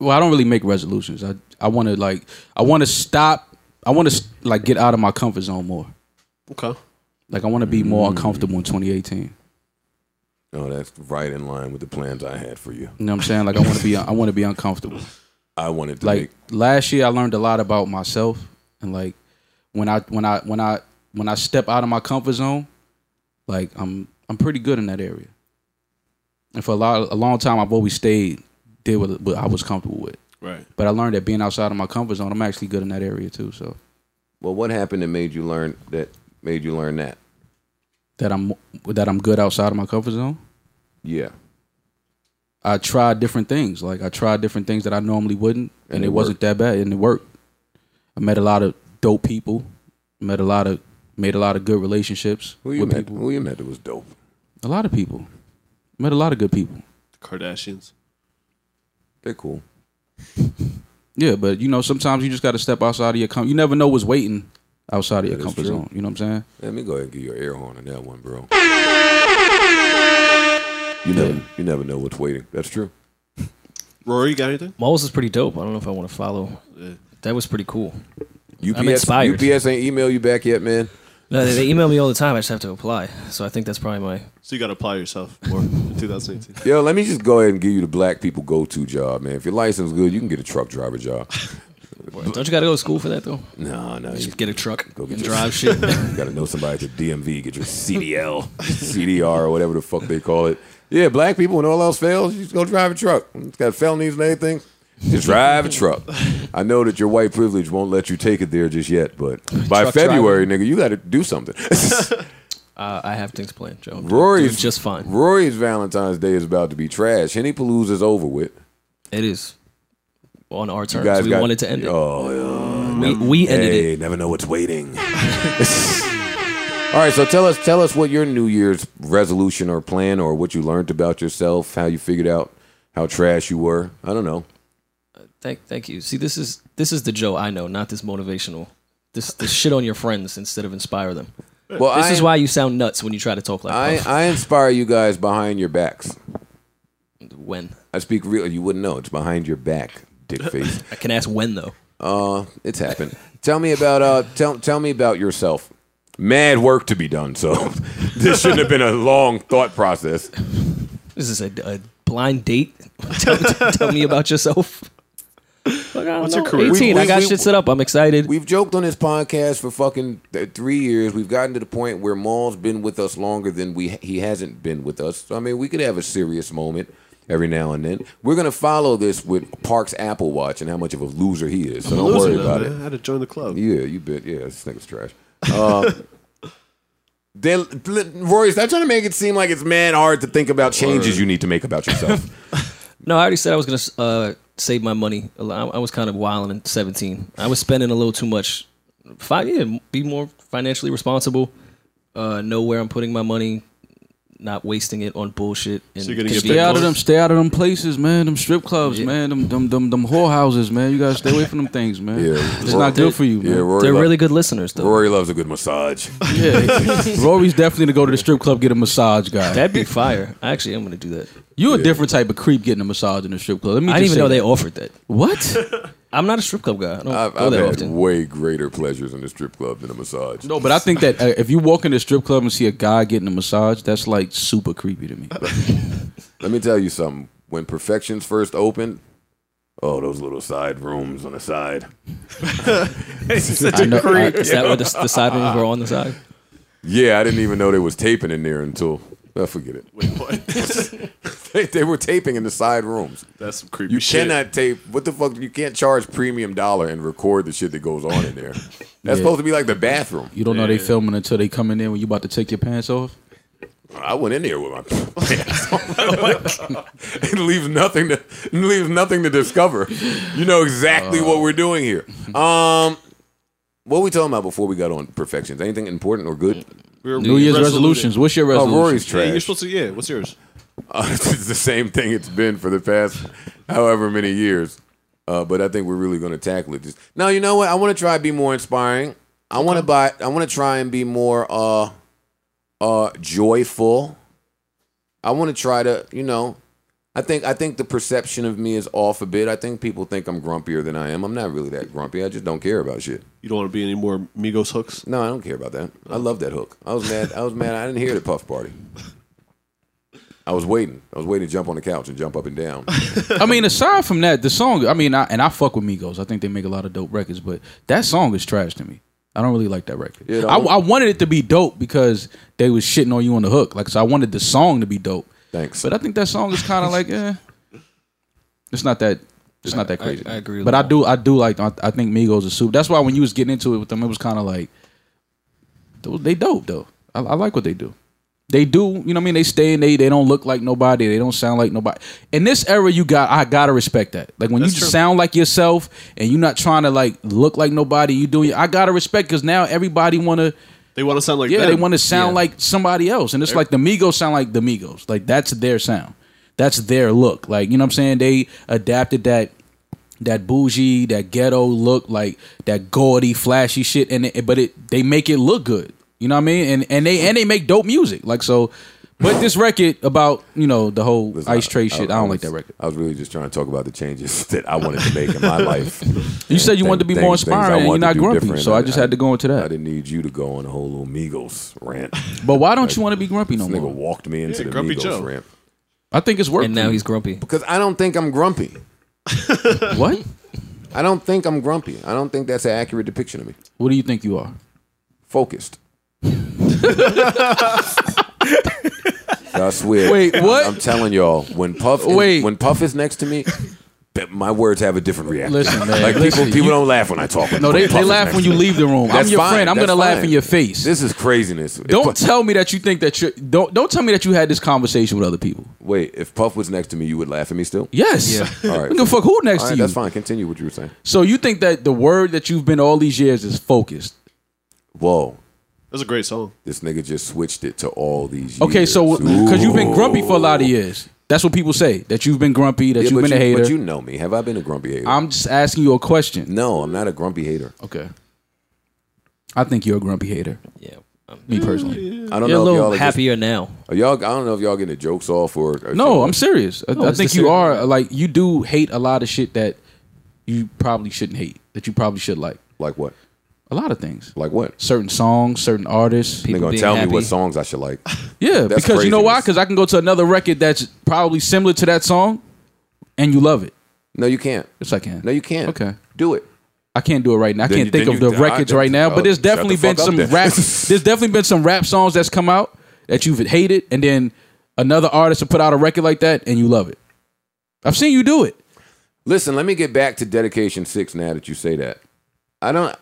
Speaker 8: Well, I don't really make resolutions. I I want to like I want to stop. I want to like get out of my comfort zone more.
Speaker 2: Okay.
Speaker 8: Like I want to be more uncomfortable in 2018.
Speaker 1: Mm. No, that's right in line with the plans I had for you.
Speaker 8: You know what I'm saying? Like I want to be I want to be uncomfortable.
Speaker 1: (laughs) I wanted to
Speaker 8: like last year I learned a lot about myself and like when I when I when I when I step out of my comfort zone, like I'm I'm pretty good in that area. And for a lot a long time I've always stayed did what, what I was comfortable with.
Speaker 2: Right.
Speaker 8: But I learned that being outside of my comfort zone, I'm actually good in that area too. So
Speaker 1: Well, what happened that made you learn that made you learn that?
Speaker 8: that I'm that I'm good outside of my comfort zone.
Speaker 1: Yeah.
Speaker 8: I tried different things. Like I tried different things that I normally wouldn't, and,
Speaker 1: And
Speaker 8: it,
Speaker 1: it
Speaker 8: wasn't that bad, and it worked. I met a lot of dope people. Met a lot of made a lot of good relationships
Speaker 1: Who you
Speaker 8: with
Speaker 1: met?
Speaker 8: people.
Speaker 1: Who you met that was dope?
Speaker 8: A lot of people. Met a lot of good people.
Speaker 2: The Kardashians.
Speaker 1: They're cool.
Speaker 8: (laughs) Yeah, but you know, sometimes you just got to step outside of your comfort. You never know what's waiting outside of your
Speaker 1: is
Speaker 8: comfort
Speaker 1: true.
Speaker 8: zone. You know what I'm saying?
Speaker 1: Let me go ahead and give you an air horn on that one, bro. You never, you never know what's waiting. That's true.
Speaker 2: Rory, you got anything?
Speaker 6: Moles is pretty dope. I don't know if I want to follow. That was pretty cool.
Speaker 1: UPS,
Speaker 6: inspired.
Speaker 1: UPS ain't email you back yet, man.
Speaker 6: No, they, they email me all the time. I just have to apply. So I think that's probably my.
Speaker 2: So you got to apply yourself (laughs) more in 2018.
Speaker 1: Yo, let me just go ahead and give you the black people go to job, man. If your license good, you can get a truck
Speaker 6: (laughs)
Speaker 1: driver job.
Speaker 6: Don't you got to go to school for that though?
Speaker 1: (laughs) No, no, you
Speaker 6: Just get a truck
Speaker 1: Go get
Speaker 6: and
Speaker 1: your- (laughs)
Speaker 6: drive shit.
Speaker 1: You gotta know somebody at the DMV, get your CDL,
Speaker 6: (laughs)
Speaker 1: CDR, or whatever the fuck they call it. Yeah, black people, when all else fails, you just go drive a truck. It's got felonies and everything. Just drive a truck. I know that your white privilege won't let you take it there just
Speaker 6: (laughs)
Speaker 1: yet, but by
Speaker 6: Truck
Speaker 1: February, nigga, you gotta
Speaker 6: (laughs)
Speaker 1: do something. (laughs)
Speaker 6: Uh, I have things planned, Joe. I'm doing- doing
Speaker 1: Rory's
Speaker 6: just fine.
Speaker 1: Rory's Valentine's Day is about to be trash. Henny Palooza's over with.
Speaker 6: It is on our
Speaker 1: You
Speaker 6: terms.
Speaker 1: guys
Speaker 6: we
Speaker 1: got,
Speaker 6: wanted to end it.
Speaker 1: Oh, yeah.
Speaker 6: We- we ended
Speaker 1: hey, Never know what's waiting. All right, so tell us, tell us what your New Year's resolution or plan, or what you learned about yourself, how you figured out how trash you were. I don't know.
Speaker 6: Thank, thank you. See, this is this is the Joe I know, not this motivational. This this shit on your friends instead of inspire them.
Speaker 1: Well,
Speaker 6: this
Speaker 1: I,
Speaker 6: is why you sound nuts when you try to talk like
Speaker 1: I,
Speaker 6: that.
Speaker 1: I inspire you guys behind your backs.
Speaker 6: When
Speaker 1: I speak real. You wouldn't know. It's behind your back, dick
Speaker 6: (laughs)
Speaker 1: face.
Speaker 6: I can ask when though.
Speaker 1: Uh, it's happened. tell me about uh, tell tell me about yourself. Mad work to be done. So (laughs) this shouldn't have been a long thought process.
Speaker 6: This is a, a blind date. (laughs) tell, tell me about yourself.
Speaker 2: What's your career?
Speaker 6: Eighteen.
Speaker 1: We-
Speaker 6: I got
Speaker 1: we-
Speaker 6: shit set up. I'm excited.
Speaker 1: We've joked on this podcast for fucking th- three years. We've gotten to the point where Maul's been with us longer than we he hasn't been with us. So, I mean, we could have a serious moment every now and then. We're gonna follow this with Park's Apple Watch and how much of a loser he is. So don't worry about it.
Speaker 2: I had to join the club.
Speaker 1: Yeah, you bet. Yeah, this nigga's trash. Um, (laughs) they, Rory, stop trying to make it seem like it's man hard to think about changes you need to make
Speaker 2: (laughs)
Speaker 1: about yourself.
Speaker 6: No, I already said I was gonna uh, save my money. a lot. I was kind of wilding in seventeen. I was spending a little too much. Fi- yeah, be more financially responsible. Uh, know where I'm putting my money. Not wasting it on bullshit. And
Speaker 2: So you're gonna get
Speaker 6: convenience.
Speaker 8: Stay out of them. Stay out of them places, man. Them strip clubs, man. Them them them them whorehouses, man. You gotta stay away from them things, man.
Speaker 1: Yeah.
Speaker 8: it's not good for you,
Speaker 1: yeah,
Speaker 8: man.
Speaker 1: Rory,
Speaker 6: They're
Speaker 1: lo- (laughs)
Speaker 6: really good listeners though.
Speaker 1: Rory loves a
Speaker 6: (laughs)
Speaker 1: good massage.
Speaker 8: (laughs) Rory's definitely to go to the strip club get a massage, guy.
Speaker 6: That'd be fire. Actually, I'm gonna do that.
Speaker 8: You a different type of creep getting a massage in the strip club. Let me
Speaker 6: I didn't
Speaker 8: just
Speaker 6: even know
Speaker 8: say
Speaker 6: they
Speaker 8: that.
Speaker 6: (laughs) offered that.
Speaker 8: What?
Speaker 6: I'm not a strip club guy. I don't
Speaker 1: I've,
Speaker 6: go
Speaker 1: I've
Speaker 6: that
Speaker 1: had
Speaker 6: often.
Speaker 1: way greater pleasures in the strip club than a massage.
Speaker 8: No, but I think that uh, if you walk in the strip club and see a guy getting a massage, that's like super creepy
Speaker 6: (laughs)
Speaker 8: to me.
Speaker 1: Let me tell you something. When Perfections first opened, oh, those little side rooms on
Speaker 6: (laughs)
Speaker 1: the side.
Speaker 6: I know- I- is that where the, the
Speaker 2: (laughs)
Speaker 6: side rooms were on the side?
Speaker 1: Yeah, I didn't even know they was taping in there until I forget it. Wait,
Speaker 2: what?
Speaker 1: they, (laughs) they were taping in the side rooms.
Speaker 2: That's some creepy
Speaker 1: You
Speaker 2: shit.
Speaker 1: cannot tape. What the fuck? You can't charge premium dollar and record the shit that goes on in there. That's
Speaker 8: Yeah.
Speaker 1: supposed to be like the bathroom.
Speaker 8: You don't know they filming until they come in there when you about to take your pants off.
Speaker 1: I went in there with my (laughs) pants
Speaker 8: (laughs)
Speaker 1: on.
Speaker 8: Oh
Speaker 1: (laughs) it leaves nothing to it leaves nothing to discover. You know
Speaker 8: Uh.
Speaker 1: exactly what (laughs) we're doing here. Um, what we talking about before we got on perfections? Anything important or good?
Speaker 2: We were
Speaker 8: New Year's resolutions. What's your resolution?
Speaker 1: Oh, Rory's
Speaker 2: Yeah, you're
Speaker 1: trash.
Speaker 2: supposed to. Yeah, what's yours?
Speaker 1: Uh, it's the same thing it's been for the past however many years. Uh, but I think we're really going to tackle it. Just now, you know what? I want to try to be more inspiring. I want to buy. I want to try and be more uh, uh, joyful. I want to try to, you know, I think I think the perception of me is off a bit. I think people think I'm grumpier than I am. I'm not really that grumpy. I just don't care about shit.
Speaker 2: You don't want to be any more Migos hooks.
Speaker 1: No, I don't care about that. I love that hook. I was mad. I was mad. I didn't hear the puff party. I was waiting. I was waiting to jump on the couch and jump up and down.
Speaker 8: I mean, aside from that, the song. I mean, I, and I fuck with Migos. I think they make a lot of dope records, but that song is trash to me. I don't really like that record.
Speaker 1: Yeah, the
Speaker 8: I,
Speaker 1: only-
Speaker 8: I wanted it to be dope because they was shitting on you on the hook. Like, so I wanted the song to be dope.
Speaker 1: Thanks.
Speaker 8: But I think that song
Speaker 1: (laughs)
Speaker 8: is kind of like, eh, it's not that, it's not that crazy.
Speaker 6: I agree with
Speaker 8: But I
Speaker 6: that.
Speaker 8: do, I do like. I, I think Migos is super. That's why when you was getting into it with them, it was kind of like, tho- they dope though. I, I like what they do. They do, you know what I mean? They stay and they they don't look like nobody. They don't sound like nobody. In this era, you got I gotta respect that. Like when
Speaker 2: That's
Speaker 8: you
Speaker 2: true.
Speaker 8: just sound like yourself and you're not trying to like look like nobody. You doing I gotta respect because now everybody wanna
Speaker 2: They want to sound like
Speaker 8: yeah,
Speaker 2: them.
Speaker 8: they want to sound like somebody else, and it's like the Migos sound like the Migos. Like that's their sound, that's their look. Like you know what I'm saying? They adapted that that bougie, that ghetto look, like that gaudy, flashy shit, and it, but it they make it look good. You know what I mean? And and they and they make dope music. Like so, but this record about you know the whole
Speaker 1: Listen,
Speaker 8: ice tray shit. I, don't like
Speaker 1: was-
Speaker 8: that record.
Speaker 1: I was really just trying to talk about the changes (laughs) that I wanted to make in
Speaker 8: (laughs)
Speaker 1: my life.
Speaker 8: You said you wanted to be more
Speaker 1: Things- things I
Speaker 8: inspiring, and you're
Speaker 1: wanted to
Speaker 8: not
Speaker 1: do
Speaker 8: grumpy,
Speaker 1: different.
Speaker 8: so I just had to go into
Speaker 1: I
Speaker 8: that.
Speaker 1: didn't need you to go on a whole little Migos rant. This
Speaker 8: But why don't you want to be grumpy no
Speaker 1: nigga
Speaker 8: more?
Speaker 1: walked me into
Speaker 2: Yeah,
Speaker 1: the
Speaker 2: Grumpy
Speaker 1: Migos
Speaker 2: Joe.
Speaker 1: rant
Speaker 8: I think it's working.
Speaker 6: And now he's grumpy.
Speaker 1: because I don't think I'm grumpy.
Speaker 8: (laughs) what?
Speaker 1: I don't think I'm grumpy. I don't think that's an accurate depiction of me.
Speaker 8: What do you think you are?
Speaker 1: Focused. I swear.
Speaker 8: Wait, what?
Speaker 1: I'm telling y'all, when Puff
Speaker 8: Wait.
Speaker 1: when Puff is next to me, that my words have a different reaction.
Speaker 8: Listen, man.
Speaker 1: like
Speaker 8: Listen,
Speaker 1: people, people
Speaker 8: you-
Speaker 1: don't laugh when I talk.
Speaker 8: No, they, they laugh when you leave the room. I'm
Speaker 1: That's
Speaker 8: your
Speaker 1: fine.
Speaker 8: friend. I'm
Speaker 1: That's
Speaker 8: gonna laugh
Speaker 1: fine.
Speaker 8: in your face.
Speaker 1: This is craziness. If (laughs)
Speaker 8: don't
Speaker 1: Puff-
Speaker 8: tell me that you think that you don't don't tell me that you had this conversation with other people.
Speaker 1: wait. If Puff was next to me, you would laugh at me still.
Speaker 8: Yes.
Speaker 1: (laughs) All right.
Speaker 8: We can fuck who next
Speaker 1: All
Speaker 8: to
Speaker 1: right,
Speaker 8: you.
Speaker 1: that's fine. Continue what you were saying.
Speaker 8: So you think that the word that you've been all these years is focused.
Speaker 1: Whoa,
Speaker 2: That's a great song.
Speaker 1: this nigga just switched it to all these.
Speaker 8: Okay,
Speaker 1: years.
Speaker 8: so because you've been
Speaker 1: Ooh.
Speaker 8: grumpy for a lot of years. That's what people say. That you've been grumpy, that
Speaker 1: Yeah,
Speaker 8: you've
Speaker 1: but
Speaker 8: been a
Speaker 1: you-
Speaker 8: hater.
Speaker 1: But you know me. Have I been a grumpy hater?
Speaker 8: I'm just asking you a question.
Speaker 1: no, I'm not a grumpy hater.
Speaker 8: Okay. I think you're a grumpy hater.
Speaker 6: Yeah. Um,
Speaker 8: Me personally.
Speaker 1: I don't
Speaker 6: you're a
Speaker 1: know if
Speaker 6: little
Speaker 1: y'all are just-
Speaker 6: happier now.
Speaker 1: Are y'all, I don't know if y'all getting the jokes off or. or
Speaker 8: No, I'm
Speaker 1: something.
Speaker 8: serious. I,
Speaker 6: No,
Speaker 8: I
Speaker 6: it's
Speaker 8: think
Speaker 6: the
Speaker 8: you
Speaker 6: serious-
Speaker 8: are like you do hate a lot of shit that you probably shouldn't hate. That you probably should like.
Speaker 1: like what?
Speaker 8: A lot of things.
Speaker 1: Like what?
Speaker 8: Certain songs, certain artists.
Speaker 1: They're
Speaker 6: People
Speaker 1: gonna
Speaker 6: being
Speaker 1: tell me
Speaker 6: happy.
Speaker 1: what songs I should like.
Speaker 8: Yeah,
Speaker 1: That's
Speaker 8: because you know why?
Speaker 1: craziness.
Speaker 8: Because I can go to another record that's probably similar to that song, and you love it.
Speaker 1: No, you can't.
Speaker 8: Yes, I can.
Speaker 1: No, you can't.
Speaker 8: Okay.
Speaker 1: do it.
Speaker 8: I can't do it right now. I
Speaker 1: Then
Speaker 8: can't
Speaker 1: you-
Speaker 8: think
Speaker 1: then
Speaker 8: of
Speaker 1: you-
Speaker 8: the
Speaker 1: all right,
Speaker 8: records
Speaker 1: then-
Speaker 8: right now.
Speaker 1: oh,
Speaker 8: But there's
Speaker 1: shut the
Speaker 8: definitely been
Speaker 1: fuck up
Speaker 8: some
Speaker 1: then. (laughs)
Speaker 8: rap. there's definitely been some rap songs that's come out that you've hated, and then another artist to put out a record like that, and you love it. I've seen you do it.
Speaker 1: Listen, let me get back to Dedication Six now that you say that. I don't.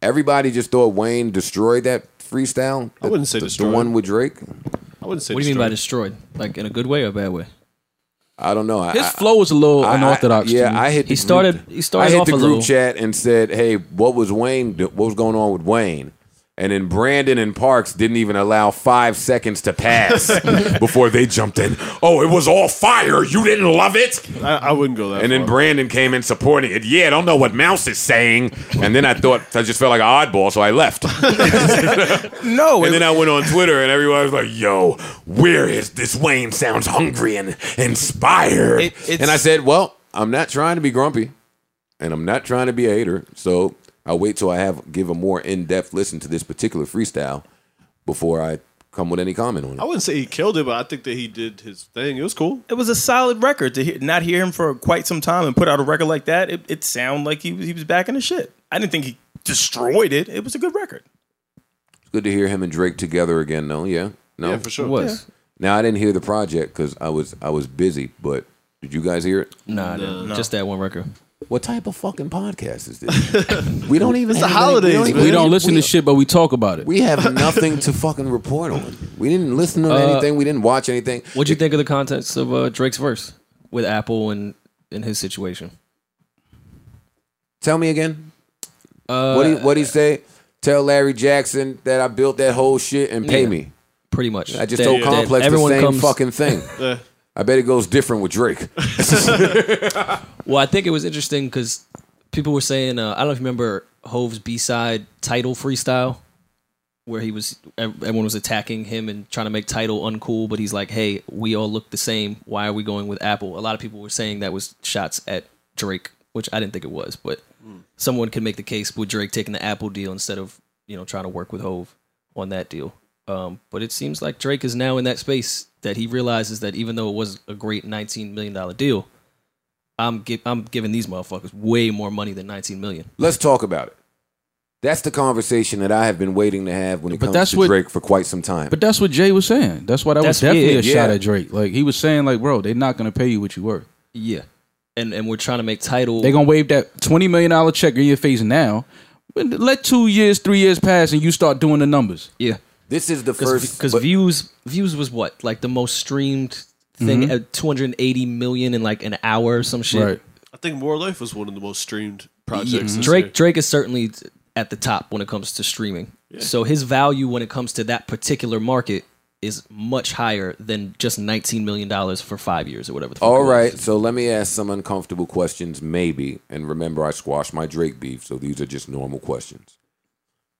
Speaker 1: Everybody just thought Wayne destroyed that freestyle.
Speaker 2: I wouldn't say
Speaker 1: the, the
Speaker 2: destroyed.
Speaker 1: one with Drake.
Speaker 2: I wouldn't say.
Speaker 6: What do you mean by
Speaker 2: destroyed.
Speaker 6: destroyed? Like in a good way or a bad way?
Speaker 1: I don't know. I-
Speaker 8: His
Speaker 1: I-
Speaker 8: flow was a little
Speaker 1: I- I-
Speaker 8: unorthodox.
Speaker 1: yeah,
Speaker 8: to me.
Speaker 1: I hit.
Speaker 6: He
Speaker 1: the
Speaker 6: started-
Speaker 1: Group,
Speaker 6: he started
Speaker 1: I hit
Speaker 6: off
Speaker 1: the
Speaker 6: a
Speaker 1: group
Speaker 6: little-
Speaker 1: chat and said, "Hey, what was Wayne? do- What was going on with Wayne?" And then Brandon and Parks didn't even allow five seconds
Speaker 2: (laughs)
Speaker 1: to pass before they jumped in. Oh, it was all fire. You didn't love it.
Speaker 2: I, I wouldn't go that.
Speaker 1: And then
Speaker 2: far.
Speaker 1: Brandon came in supporting it. Yeah, I don't know what Mouse is saying. And then I thought I just felt like an oddball, so I left.
Speaker 9: No,
Speaker 1: And
Speaker 9: it-
Speaker 1: then I went on Twitter, and everyone was like, "Yo, where is this Wayne? Sounds hungry and inspired."
Speaker 9: It- it's-
Speaker 1: and I said, "Well, I'm not trying to be grumpy. and I'm not trying to be a hater, so I'll wait till I have give a more in depth listen to this particular freestyle before I come with any comment on it.
Speaker 2: I wouldn't say he killed it, but I think that he did his thing. It was cool.
Speaker 9: It was a solid record to hear, not hear him for quite some time and put out a record like that. It, it sounded like he was, he was back in the shit. I didn't think he destroyed it. It was a good record.
Speaker 1: It's good to hear him and Drake together again, though. Yeah, no,
Speaker 2: Yeah, for sure. It was.
Speaker 1: Now I didn't hear the project because I was I was busy. But did you guys hear it?
Speaker 6: Nah, I didn't. No. Just that one record.
Speaker 1: What type of fucking podcast is this? (laughs) we don't even.
Speaker 2: It's the
Speaker 1: have any-
Speaker 2: holidays,
Speaker 1: even-
Speaker 2: man.
Speaker 8: We don't listen
Speaker 1: we-
Speaker 8: to shit, but we talk about it.
Speaker 1: We have nothing to fucking report on. We didn't listen to
Speaker 6: Uh,
Speaker 1: anything. We didn't watch anything.
Speaker 6: What'd you think of the context of uh, Drake's verse with Apple and in his situation?
Speaker 1: Tell me again.
Speaker 6: Uh,
Speaker 1: what do you, what do you say? Tell Larry Jackson that I built that whole shit and pay
Speaker 6: Yeah.
Speaker 1: me.
Speaker 6: Pretty much.
Speaker 1: I just
Speaker 6: That-
Speaker 1: told
Speaker 6: that
Speaker 1: Complex the
Speaker 6: everyone
Speaker 1: same
Speaker 6: comes-
Speaker 1: fucking
Speaker 6: (laughs)
Speaker 1: thing.
Speaker 2: Yeah.
Speaker 1: I bet it goes different with Drake.
Speaker 6: Well, I think it was interesting because people were saying, uh, I don't know if you remember Hove's B side title freestyle, where he was ev- everyone was attacking him and trying to make title uncool, but he's like, "Hey, we all look the same. Why are we going with Apple?" A lot of people were saying that was shots at Drake, which I didn't think it was, but someone could make the case with Drake taking the Apple deal instead of you know trying to work with Hove on that deal. Um, but it seems like Drake is now in that space that he realizes that even though it was a great nineteen million dollar deal, I'm gi- I'm giving these motherfuckers way more money than 19 million.
Speaker 1: Let's talk about it. That's the conversation that I have been waiting to have when it
Speaker 8: But
Speaker 1: comes
Speaker 8: that's
Speaker 1: to
Speaker 8: what-
Speaker 1: Drake for quite some time.
Speaker 8: But that's what Jay was saying. That's why that
Speaker 6: That's-
Speaker 8: was definitely
Speaker 6: yeah,
Speaker 8: a shot
Speaker 1: yeah.
Speaker 8: at Drake. Like he was saying, like, bro, they're not gonna pay you what you worth.
Speaker 6: Yeah, and and we're trying to make title.
Speaker 8: They're gonna wave that twenty million dollar check in your face now. But let two years, three years pass, and you start doing the numbers.
Speaker 6: yeah,
Speaker 1: this is the first
Speaker 6: because
Speaker 1: but-
Speaker 6: views views was what like the most streamed thing at 280 million in like an hour or some shit.
Speaker 8: Mm-hmm. Right.
Speaker 2: I think More Life was one of the most streamed projects.
Speaker 6: Yeah,
Speaker 8: Mm-hmm.
Speaker 2: this
Speaker 6: Drake
Speaker 2: year.
Speaker 6: Drake is certainly at the top when it comes to streaming. So his value when it comes to that particular market is much higher than just 19 million dollars for five years or whatever. The fuck it
Speaker 1: All
Speaker 6: was.
Speaker 1: right, so let me ask some uncomfortable questions, maybe. And remember, I squashed my Drake beef, so these are just normal questions.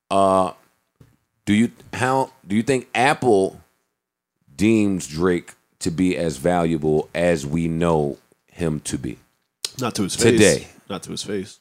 Speaker 1: Uh, do you how do you think Apple deems Drake to be as valuable as we know him to be?
Speaker 2: Not to his face.
Speaker 1: Today.
Speaker 2: Not to his face.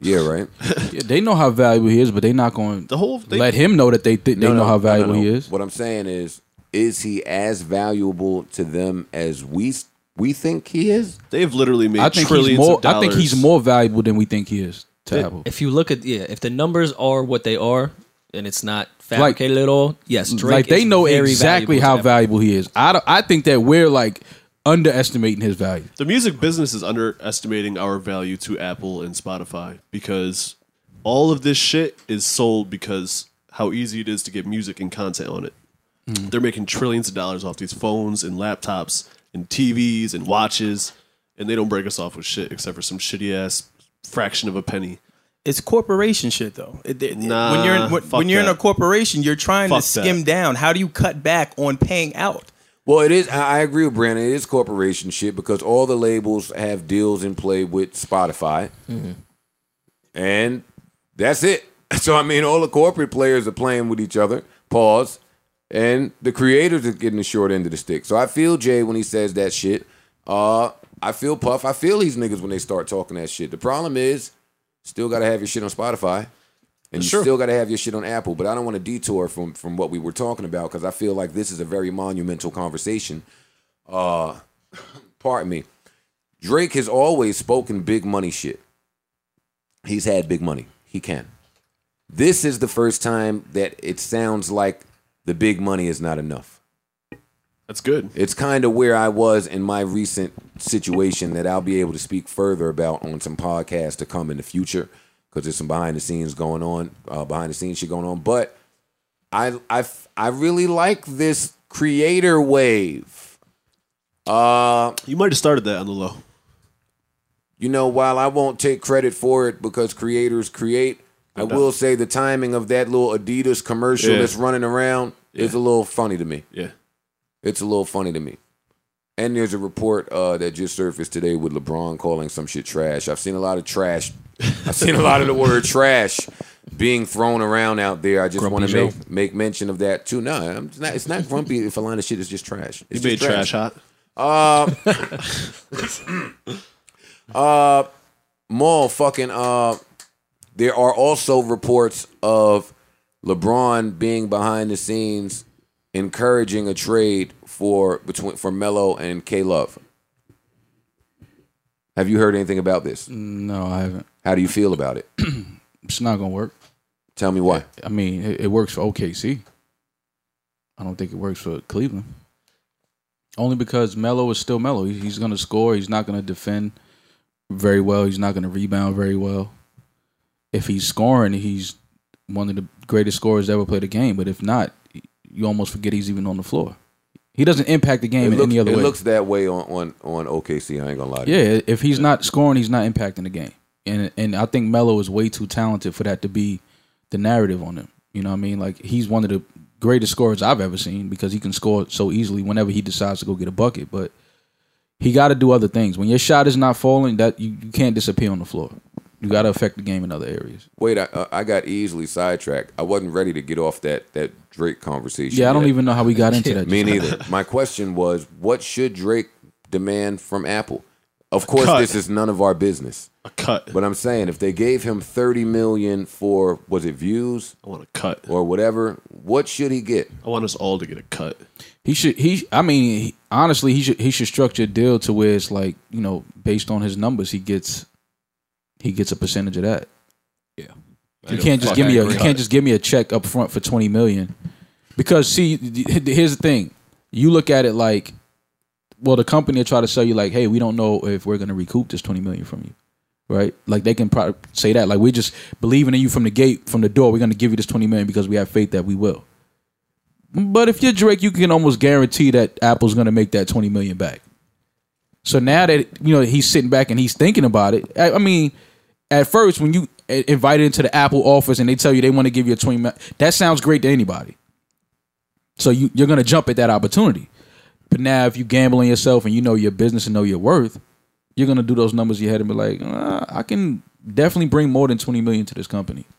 Speaker 1: Yeah, right.
Speaker 8: (laughs) Yeah, they know how valuable he is, but they're not going
Speaker 2: The whole they,
Speaker 8: let him know that they think they
Speaker 1: No,
Speaker 8: know
Speaker 1: no,
Speaker 8: how
Speaker 1: no,
Speaker 8: valuable
Speaker 1: no.
Speaker 8: he is.
Speaker 1: What I'm saying is, is he as valuable to them as we we think he is?
Speaker 2: they've literally made
Speaker 8: I think
Speaker 2: trillions
Speaker 8: he's more.
Speaker 2: of dollars.
Speaker 8: I think he's more valuable than we think he is to Apple.
Speaker 6: If you look at yeah, if the numbers are what they are and it's not fabricated at all, yes, Drake
Speaker 8: like they
Speaker 6: is
Speaker 8: know
Speaker 6: very
Speaker 8: exactly
Speaker 6: valuable to
Speaker 8: how
Speaker 6: them.
Speaker 8: valuable he is. I don't, I think that we're like underestimating his value.
Speaker 2: The music business is underestimating our value to Apple and Spotify because all of this shit is sold because how easy it is to get music and content on it.
Speaker 9: Hmm.
Speaker 2: They're making trillions of dollars off these phones and laptops and TVs and watches, and they don't break us off with shit except for some shitty ass fraction of a penny.
Speaker 9: It's corporation shit though. It- it-
Speaker 2: Nah,
Speaker 9: when you're in, when,
Speaker 2: fuck
Speaker 9: when you're in a
Speaker 2: that.
Speaker 9: corporation, you're trying
Speaker 2: Fuck
Speaker 9: to
Speaker 2: that.
Speaker 9: skim down. How do you cut back on paying out?
Speaker 1: Well, it is. I I agree with Brandon. It is corporation shit because all the labels have deals in play with Spotify, and that's it. (laughs) So I mean, all the corporate players are playing with each other. Pause, and the creators are getting the short end of the stick. So I feel Jay when he says that shit. Uh, I feel Puff. I feel these niggas when they start talking that shit. The problem is, still gotta have your shit on Spotify. And you still got to have your shit on Apple. But I don't want to detour from from what we were talking about because I feel like this is a very monumental conversation. Uh, pardon me. Drake has always spoken big money shit. He's had big money. He can. This is the first time that it sounds like the big money is not enough.
Speaker 2: That's good.
Speaker 1: It's kind of where I was in my recent situation that I'll be able to speak further about on some podcasts to come in the future because there's some behind the scenes going on, uh, behind the scenes shit going on. But I, I, f- I really like this creator wave. Uh,
Speaker 2: You might have started that on the low.
Speaker 1: you know, while I won't take credit for it because creators create, I will say the timing of that little Adidas commercial
Speaker 2: Yeah.
Speaker 1: that's running around is a little funny to me.
Speaker 2: Yeah.
Speaker 1: It's a little funny to me. And there's a report uh, that just surfaced today with LeBron calling some shit trash. I've seen a lot
Speaker 2: (laughs)
Speaker 1: of trash. I've seen a lot of the word trash being thrown around out there. I just want to
Speaker 6: Joe.
Speaker 1: make, make mention of that too. No, I'm it's not, it's not grumpy if a line of shit is just trash. Uh,
Speaker 2: You
Speaker 1: It's
Speaker 2: made
Speaker 1: just
Speaker 2: trash hot.
Speaker 1: uh, uh, Maul fucking uh there are also reports of LeBron being behind the scenes encouraging a trade for between for Melo and K Love. Have you heard anything about this?
Speaker 8: No, I haven't.
Speaker 1: How do you feel about it?
Speaker 8: (clears throat) It's not gonna work.
Speaker 1: Tell me why.
Speaker 8: I mean, it, it works for OKC. I don't think it works for Cleveland. Only because Melo is still Melo. He- He's gonna score. He's not gonna defend very well. He's not gonna rebound very well. If he's scoring, he's one of the greatest scorers that ever played the game. But if not, you almost forget he's even on the floor. He doesn't impact the game
Speaker 1: it
Speaker 8: in
Speaker 1: looks,
Speaker 8: any other
Speaker 1: it
Speaker 8: way.
Speaker 1: looks that way on, on, on OKC. I ain't gonna lie to you.
Speaker 8: Yeah, if he's not scoring, he's not impacting the game. And and I think Melo is way too talented for that to be the narrative on him. You know what I mean? Like he's one of the greatest scorers I've ever seen because he can score so easily whenever he decides to go get a bucket, but he got to do other things. When your shot is not falling, that you, you can't disappear on the floor. You got to affect the game in other areas.
Speaker 1: Wait, I, uh, I got easily sidetracked. I wasn't ready to get off that that Drake conversation.
Speaker 8: Yeah, I don't
Speaker 1: yet.
Speaker 8: even know how we got into that.
Speaker 1: Me neither.
Speaker 8: (laughs)
Speaker 1: My question was, what should Drake demand from Apple? Of course,
Speaker 2: cut.
Speaker 1: this is none of our business. A
Speaker 2: cut.
Speaker 1: But I'm saying, if they gave him 30 million for was it views?
Speaker 2: I want a cut
Speaker 1: or whatever. What should he get?
Speaker 2: I want us all to get a cut.
Speaker 8: He should. He. I mean, he, honestly, he should. He should structure a deal to where it's like you know, based on his numbers, he gets, he gets a percentage of that. Yeah. You
Speaker 6: I
Speaker 8: can't just
Speaker 6: fuck
Speaker 8: give me a.
Speaker 6: agree.
Speaker 8: You can't just give me a check up front for twenty million, because see, here's the thing. You look at it like, well, the company will try to sell you like, hey, we don't know if we're going to recoup this twenty million from you, right? Like they can probably say that, like we're just believing in you from the gate, from the door. We're going to give you this twenty million because we have faith that we will. But if you're Drake, you can almost guarantee that Apple's going to make that 20 million back. So now that you know he's sitting back and he's thinking about it. I, I mean, at first when you i- invited into the Apple office and they tell you they want to give you a 20 mi- that sounds great to anybody. So you you're going to jump at that opportunity. But now if you gamble on yourself and you know your business and know your worth, you're going to do those numbers in your head and be like, uh, I can definitely bring more than 20 million to this company.
Speaker 2: (laughs)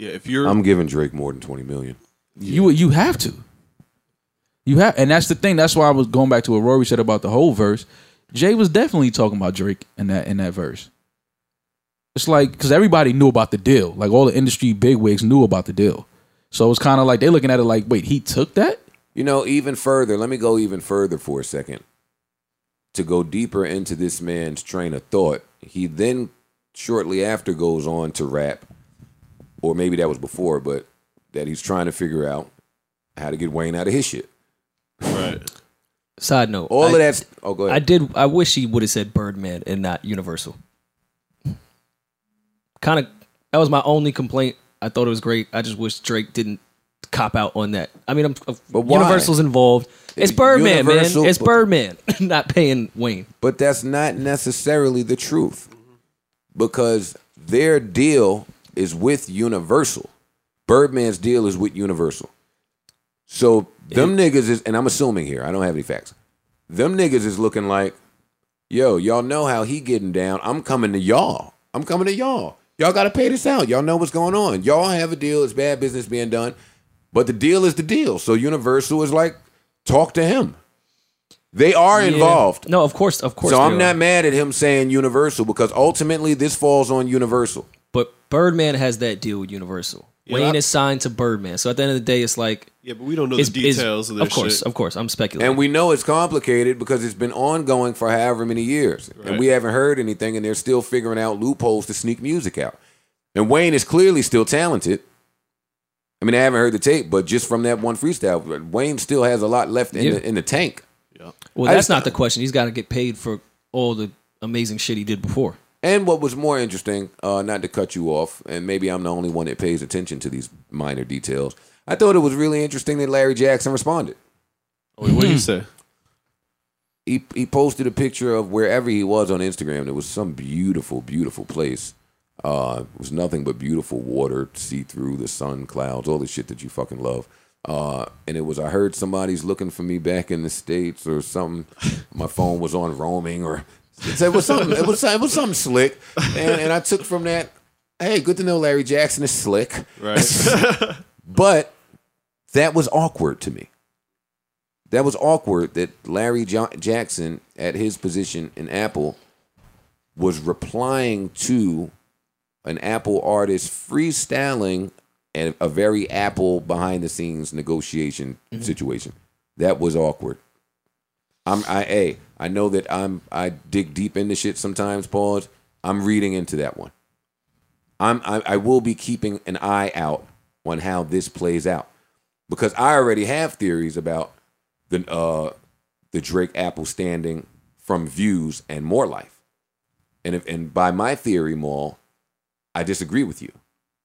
Speaker 2: Yeah, if you're
Speaker 1: I'm giving Drake more than 20 million.
Speaker 8: You you have to. You have, and that's the thing. That's why I was going back to what Rory said about the whole verse. Jay was definitely talking about Drake in that in that verse. It's like because everybody knew about the deal. Like all the industry bigwigs knew about the deal. So it's kind of like they looking at it like, wait, he took that.
Speaker 1: You know, even further, let me go even further for a second. To go deeper into this man's train of thought, he then shortly after goes on to rap, or maybe that was before, but that he's trying to figure out how to get Wayne out of his shit.
Speaker 2: Right.
Speaker 6: Side note.
Speaker 1: All
Speaker 6: I,
Speaker 1: of that's. Oh, go
Speaker 6: I
Speaker 1: ahead.
Speaker 6: did. I wish he would have said Birdman and not Universal. Kind of. That was my only complaint. I thought it was great. I just wish Drake didn't cop out on that. I mean, I'm,
Speaker 1: But why? Eh,
Speaker 6: Universal's involved. It's Birdman,
Speaker 1: Universal-
Speaker 6: man. It's Birdman. (laughs) not paying Wayne.
Speaker 1: But that's not necessarily the truth because their deal is with Universal. Birdman's deal is with Universal. So them niggas is, and I'm assuming here, I don't have any facts. Them niggas is looking like, yo, y'all know how he getting down. I'm coming to y'all. I'm coming to y'all. Y'all got to pay this out. Y'all know what's going on. Y'all have a deal. It's bad business being done. But the deal is the deal. So Universal is like, talk to him. They are
Speaker 6: Yeah.
Speaker 1: involved.
Speaker 6: No, of course, of course.
Speaker 1: So
Speaker 6: they
Speaker 1: I'm
Speaker 6: are.
Speaker 1: not mad at him saying Universal because ultimately this falls on Universal.
Speaker 6: But Birdman has that deal with Universal. Wayne is signed to Birdman. So at the end of the day, it's like.
Speaker 2: Yeah, but we don't know
Speaker 6: it's-
Speaker 2: the
Speaker 6: it's-
Speaker 2: details of their
Speaker 6: course,
Speaker 2: shit.
Speaker 6: of course. I'm speculating.
Speaker 1: And we know it's complicated because it's been ongoing for however many years. And
Speaker 2: Right.
Speaker 1: we haven't heard anything and they're still figuring out loopholes to sneak music out. And Wayne is clearly still talented. I mean, I haven't heard the tape, but just from that one freestyle, but Wayne still has a lot left in,
Speaker 6: Yeah.
Speaker 1: the, in the tank.
Speaker 6: well,
Speaker 1: I
Speaker 6: that's
Speaker 1: just-
Speaker 6: not the question. He's got to get paid for all the amazing shit he did before.
Speaker 1: And what was more interesting, uh, not to cut you off, and maybe I'm the only one that pays attention to these minor details, I thought it was really interesting that Larry Jackson responded.
Speaker 2: Oh, wait, what do you say?
Speaker 1: Hmm. he he posted a picture of wherever he was on Instagram. There was some beautiful, beautiful place. Uh, it was nothing but beautiful water, see through the sun, clouds, all the shit that you fucking love. Uh, and it was I heard somebody's looking for me back in the states or something. My phone was on roaming or it said- it was something. It was it was something slick. And, and I took from that. Hey, good to know Larry Jackson is slick,
Speaker 2: Right.
Speaker 1: (laughs) but that was awkward to me that was awkward that Larry jo- Jackson at his position in Apple was replying to an Apple artist freestyling and a very Apple behind the scenes negotiation
Speaker 11: Mhm.
Speaker 1: situation. That was awkward. I'm I hey, I know that I'm I dig deep into shit sometimes, pause. I'm reading into that one. I'm I, I will be keeping an eye out on how this plays out. Because I already have theories about the uh the Drake Apple standing from views and more life. And if, and by my theory, Maul, I disagree with you.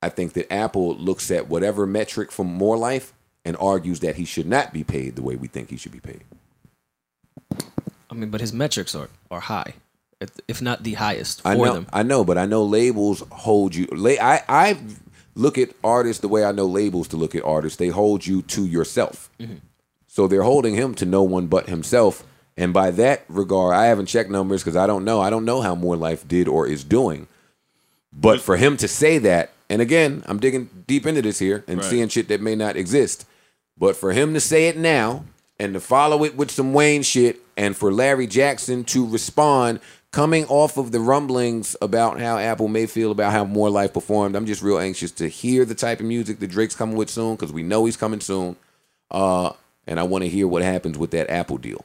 Speaker 1: I think that Apple looks at whatever metric from more life and argues that he should not be paid the way we think he should be paid.
Speaker 6: I mean, but his metrics are are high, if- if not the highest for
Speaker 1: I know,
Speaker 6: them.
Speaker 1: I know, but I know labels hold you. La- I I look at artists the way I know labels to look at artists. They hold you to yourself.
Speaker 8: Mm-hmm.
Speaker 1: So they're holding him to no one but himself. And by that regard, I haven't checked numbers because I don't know. I don't know how More Life did or is doing. But for him to say that, and again, I'm digging deep into this here and
Speaker 11: Right.
Speaker 1: seeing shit that may not exist. But for him to say it now and to follow it with some Wayne shit and for Larry Jackson to respond coming off of the rumblings about how Apple may feel about how More Life performed, I'm just real anxious to hear the type of music that Drake's coming with soon because we know he's coming soon. Uh, and I want to hear what happens with that Apple deal.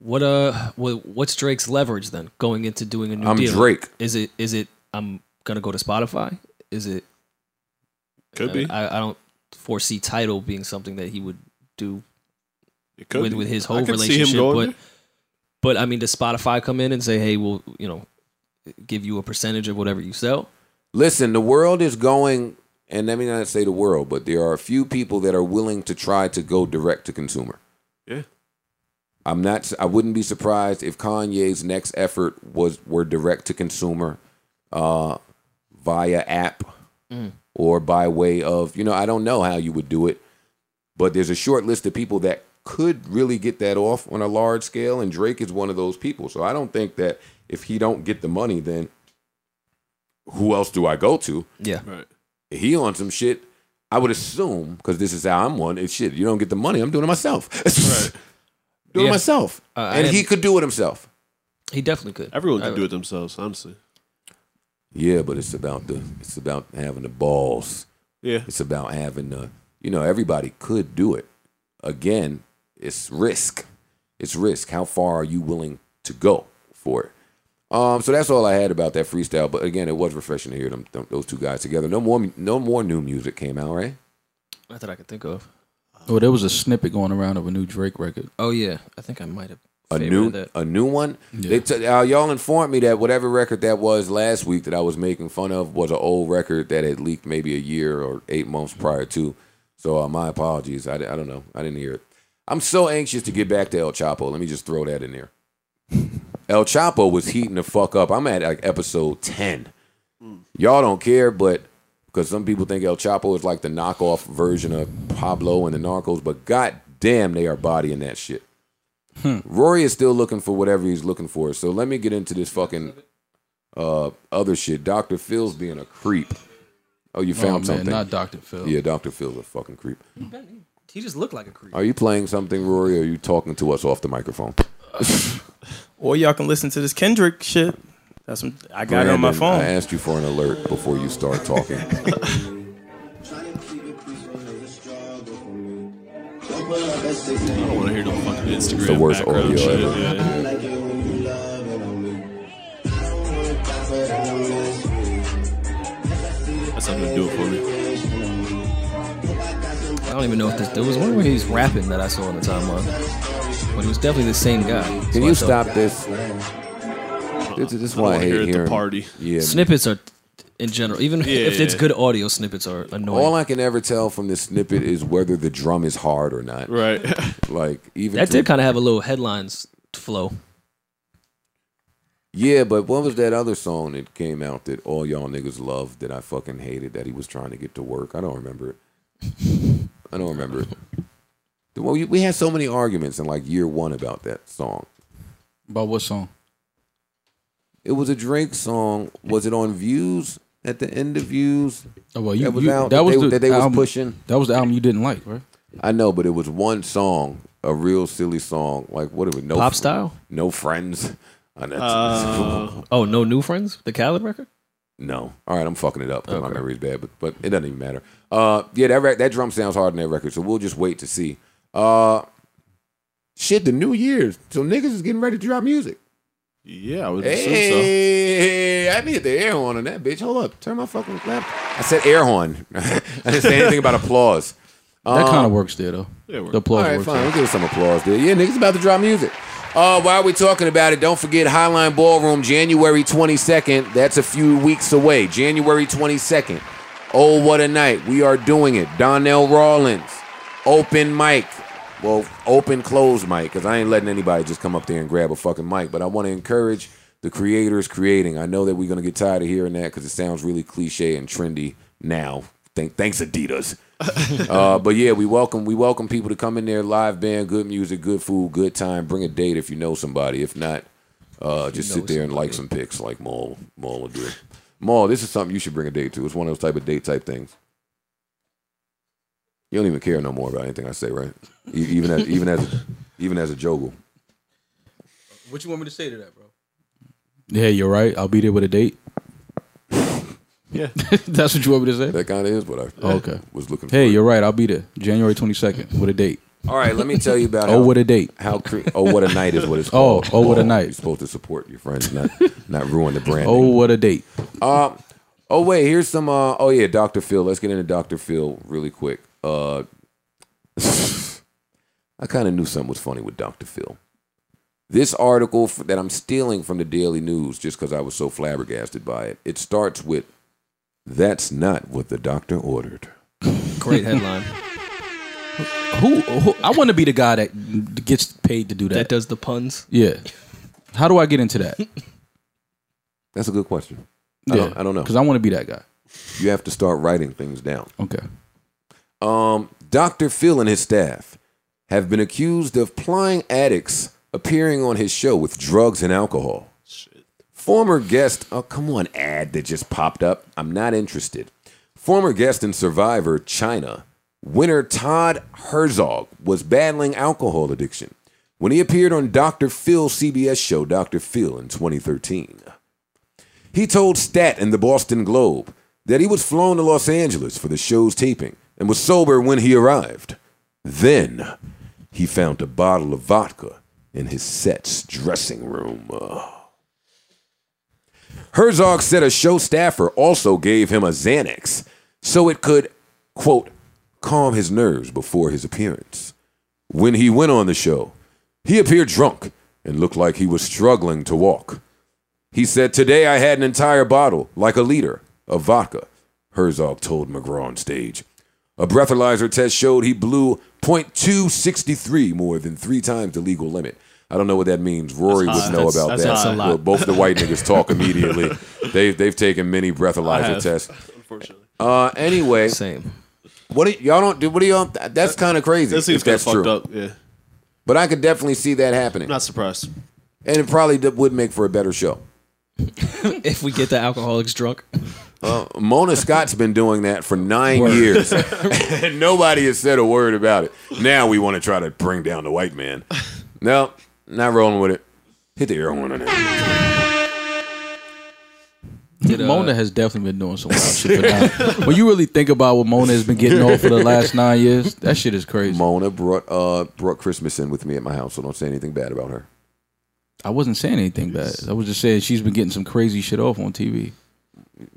Speaker 6: What uh, what, what's Drake's leverage then going into doing a new
Speaker 1: I'm
Speaker 6: deal?
Speaker 1: Drake.
Speaker 6: Is it is it I'm gonna go to Spotify? Is it
Speaker 2: Could
Speaker 6: I-
Speaker 2: be.
Speaker 6: I, I don't foresee title being something that he would do
Speaker 2: could
Speaker 6: with
Speaker 2: be.
Speaker 6: with his
Speaker 2: I
Speaker 6: whole
Speaker 2: could see him
Speaker 6: relationship,
Speaker 2: going
Speaker 6: but
Speaker 2: there.
Speaker 6: but I mean, does Spotify come in and say, hey, we'll you know give you a percentage of whatever you sell?
Speaker 1: Listen, the world is going, and let me not say the world, but there are a few people that are willing to try to go direct to consumer.
Speaker 2: Yeah.
Speaker 1: I'm not. I wouldn't be surprised if Kanye's next effort was were direct to consumer, uh, via app
Speaker 11: Mm.
Speaker 1: or by way of you know. I don't know how you would do it, but there's a short list of people that could really get that off on a large scale, and Drake is one of those people. So I don't think that if he don't get the money, then who else do I go to?
Speaker 6: Yeah.
Speaker 2: Right.
Speaker 1: He on some shit. I would assume because this is how I'm one. It's shit. You don't get the money. I'm doing it myself. (laughs) Doing it
Speaker 6: Yeah.
Speaker 1: myself,
Speaker 6: Uh, I
Speaker 1: and he
Speaker 6: am-
Speaker 1: could do it himself.
Speaker 6: He definitely could.
Speaker 2: Everyone can
Speaker 6: I-
Speaker 2: do it themselves, honestly.
Speaker 1: Yeah, but it's about the it's about having the balls.
Speaker 2: Yeah.
Speaker 1: It's about having the you know, everybody could do it. Again, it's risk. It's risk. How far are you willing to go for it? Um, so that's all I had about that freestyle. But again, it was refreshing to hear them, them those two guys together. No more no more new music came out, right?
Speaker 6: Not that I could think of.
Speaker 8: Oh, there was a snippet going around of a new Drake record.
Speaker 6: Oh yeah, I think I might have
Speaker 1: A
Speaker 6: favored
Speaker 1: new
Speaker 6: that.
Speaker 1: a new one. They t- uh, y'all informed me that whatever record that was last week that I was making fun of was an old record that had leaked maybe a year or eight months prior to. So uh, my apologies. I, di- I don't know. I didn't hear it. I'm so anxious to get back to El Chapo. Let me just throw that in
Speaker 6: (laughs)
Speaker 1: there. El Chapo was heating the fuck up. I'm at like episode ten. Y'all don't care, but because some people think El Chapo is like the knockoff version of Pablo and the Narcos, but god damn, they are bodying that shit.
Speaker 8: Hmm,
Speaker 1: Rory is still looking for whatever he's looking for. So let me get into this fucking uh, other shit. Dr. Phil's being a creep. Oh, you
Speaker 8: Oh,
Speaker 1: found
Speaker 8: man,
Speaker 1: something.
Speaker 8: not Dr. Phil.
Speaker 1: Yeah, Dr. Phil's a fucking creep.
Speaker 6: He just looked like a creep.
Speaker 1: Are you playing something, Rory, or are you talking to us off the microphone?
Speaker 9: Or y'all can listen to this Kendrick shit. That's what I got it on my
Speaker 1: Brandon,
Speaker 9: phone.
Speaker 1: I asked you for an alert before you
Speaker 8: (laughs)
Speaker 1: start talking.
Speaker 2: I don't want to hear no fucking Instagram.
Speaker 1: It's the worst
Speaker 2: background
Speaker 1: audio
Speaker 2: shit.
Speaker 1: ever.
Speaker 2: Yeah. That's not gonna do it for me.
Speaker 6: I don't even know if this, there was one where he was rapping that I saw on the timeline, but it was definitely the same guy.
Speaker 1: Can
Speaker 6: So I
Speaker 1: you
Speaker 6: thought-
Speaker 1: stop this? This, this is
Speaker 2: I don't
Speaker 1: why I
Speaker 2: wanna
Speaker 1: hate
Speaker 2: hear it at the
Speaker 1: hearing
Speaker 2: party.
Speaker 1: Yeah,
Speaker 6: Snippets are, in general, even
Speaker 2: Yeah,
Speaker 6: if it's
Speaker 2: yeah.
Speaker 6: good audio, snippets are annoying.
Speaker 1: All I can ever tell from this snippet is whether the drum is hard or not.
Speaker 2: Right.
Speaker 1: (laughs) like even
Speaker 6: that
Speaker 1: through-
Speaker 6: did kind of have a little headlines flow.
Speaker 1: Yeah, but what was that other song that came out that all y'all niggas loved that I fucking hated that he was trying to get to work? I don't remember it. I don't remember it. The one- we- we had so many arguments in like year one about that song.
Speaker 8: About what song?
Speaker 1: It was a Drake song. Was it on Views? At the end of Views?
Speaker 8: Oh, well, you,
Speaker 1: that was
Speaker 8: you-
Speaker 1: out.
Speaker 8: that was
Speaker 1: they,
Speaker 8: the
Speaker 1: that they
Speaker 8: album-
Speaker 1: was pushing.
Speaker 8: That was the album you didn't like, right?
Speaker 1: I know, but it was one song, a real silly song. Like what? It was no
Speaker 6: Pop style?
Speaker 1: No friends. (laughs) Uh, that's-
Speaker 6: oh, no new friends? The Khaled record?
Speaker 1: No. All right, I'm fucking it up. 'cause My memory's bad, but but it doesn't even matter. Uh, yeah, that rec- that drum sounds hard in that record, so we'll just wait to see. Uh, shit, the New Year's, so niggas is getting ready to drop music.
Speaker 2: Yeah, I would
Speaker 1: Hey, I need the air horn on that bitch. Hold up, turn my fucking lap. I said air horn. (laughs) I didn't say anything about applause.
Speaker 8: That
Speaker 1: Um,
Speaker 8: kind of works there though.
Speaker 2: Yeah, it works.
Speaker 8: The applause
Speaker 1: all right,
Speaker 8: works.
Speaker 1: fine. We'll give it some applause, dude. Yeah, niggas about to drop music. Uh, while we're talking about it, don't forget Highline Ballroom, January 22nd. That's a few weeks away. January 22nd. Oh, what a night. We are doing it. Donnell Rawlins, open mic. Well, open, closed mic, because I ain't letting anybody just come up there and grab a fucking mic. But I want to encourage the creators creating. I know that we're going to get tired of hearing that because it sounds really cliche and trendy now. Thank, thanks, Adidas uh, but yeah, we welcome we welcome people to come in there. Live band, good music, good food, good time. Bring a date if you know somebody. If not, uh, just sit there and like some pics, like Maul Maul will do. Maul, this is something you should bring a date to. It's one of those type of date type things. You don't even care no more about anything I say, right? E- Even as even as even as a joggle.
Speaker 8: What you want me to say to that, bro?
Speaker 6: Yeah, you're right. I'll be there with a date.
Speaker 2: Yeah.
Speaker 8: (laughs) That's what you want me to say?
Speaker 1: That kind of is what I (laughs)
Speaker 8: Oh, okay.
Speaker 1: was looking for.
Speaker 8: Hey, you're right. I'll be there January 22nd with a date.
Speaker 1: All right, let me tell you about
Speaker 8: Oh,
Speaker 1: how-
Speaker 8: what a date. (laughs)
Speaker 1: How cre- oh what a night is what it's
Speaker 8: Oh,
Speaker 1: called.
Speaker 8: oh, what a night.
Speaker 1: You're supposed to support your friends, not not
Speaker 8: (laughs)
Speaker 1: ruin the brand.
Speaker 8: Oh, what a date.
Speaker 1: Uh, oh wait, here's some. Uh, oh yeah, Doctor Phil. Let's get into Doctor Phil really quick. Uh, (laughs) I kind of knew something was funny with Doctor Phil. This article f- that I'm stealing from the Daily News, just because I was so flabbergasted by it, it starts with, "That's not what the doctor ordered."
Speaker 6: Great headline.
Speaker 8: Who, who I want to be the guy that gets paid to do that.
Speaker 6: that does the puns.
Speaker 8: yeah. How do I get into that?
Speaker 1: That's a good question. I,
Speaker 8: Yeah.
Speaker 1: don't, I don't know.
Speaker 8: Cuz I want to be that guy.
Speaker 1: You have to start writing things down.
Speaker 8: Okay.
Speaker 1: Um, Dr. Phil and his staff have been accused of plying addicts appearing on his show with drugs and alcohol. Former guest, oh, come on, ad that just popped up. I'm not interested. Former guest and survivor, China, winner Todd Herzog was battling alcohol addiction when he appeared on Dr. Phil's CBS show, Dr. Phil, in 2013. He told Stat and the Boston Globe that he was flown to Los Angeles for the show's taping and was sober when he arrived. Then he found a bottle of vodka in his set's dressing room. Ugh. Herzog said a show staffer also gave him a Xanax so it could, quote, calm his nerves before his appearance. When he went on the show, he appeared drunk and looked like he was struggling to walk. He said, Today I had an entire bottle, like a liter, of vodka, Herzog told McGraw on stage. A breathalyzer test showed he blew .263 more than three times the legal limit. I don't know what that means. Rory would know
Speaker 2: That's-
Speaker 1: about
Speaker 2: that's
Speaker 1: that.
Speaker 2: high. That's a lot.
Speaker 1: Well, both the white niggas
Speaker 2: (laughs)
Speaker 1: talk immediately. They've they've taken many breathalyzer
Speaker 2: have.
Speaker 1: tests.
Speaker 2: Unfortunately,
Speaker 1: Uh, anyway,
Speaker 6: Same.
Speaker 1: what do y- y'all don't do? What do y'all? That's kind of crazy.
Speaker 2: that seems
Speaker 1: if
Speaker 2: kind of
Speaker 1: that's
Speaker 2: fucked
Speaker 1: true.
Speaker 2: up. Yeah,
Speaker 1: But I could definitely see that happening,
Speaker 2: not surprised.
Speaker 1: and it probably d- would make for a better show.
Speaker 6: If we get the alcoholics drunk,
Speaker 1: Uh, Mona Scott's been doing that for nine
Speaker 8: (laughs)
Speaker 1: years, (laughs) and nobody has said a word about it. Now we want to try to bring down the white man. No, not rolling with it. Hit the air horn on that.
Speaker 7: uh,
Speaker 8: Mona has definitely been doing some wild shit. For now. When you really think about what Mona has been getting off for the
Speaker 1: (laughs)
Speaker 8: last nine years, that shit is crazy.
Speaker 1: Mona brought uh brought Christmas in with me at my house, so don't say anything bad about her.
Speaker 8: I wasn't saying anything bad. I was just saying she's been getting some crazy shit off on TV.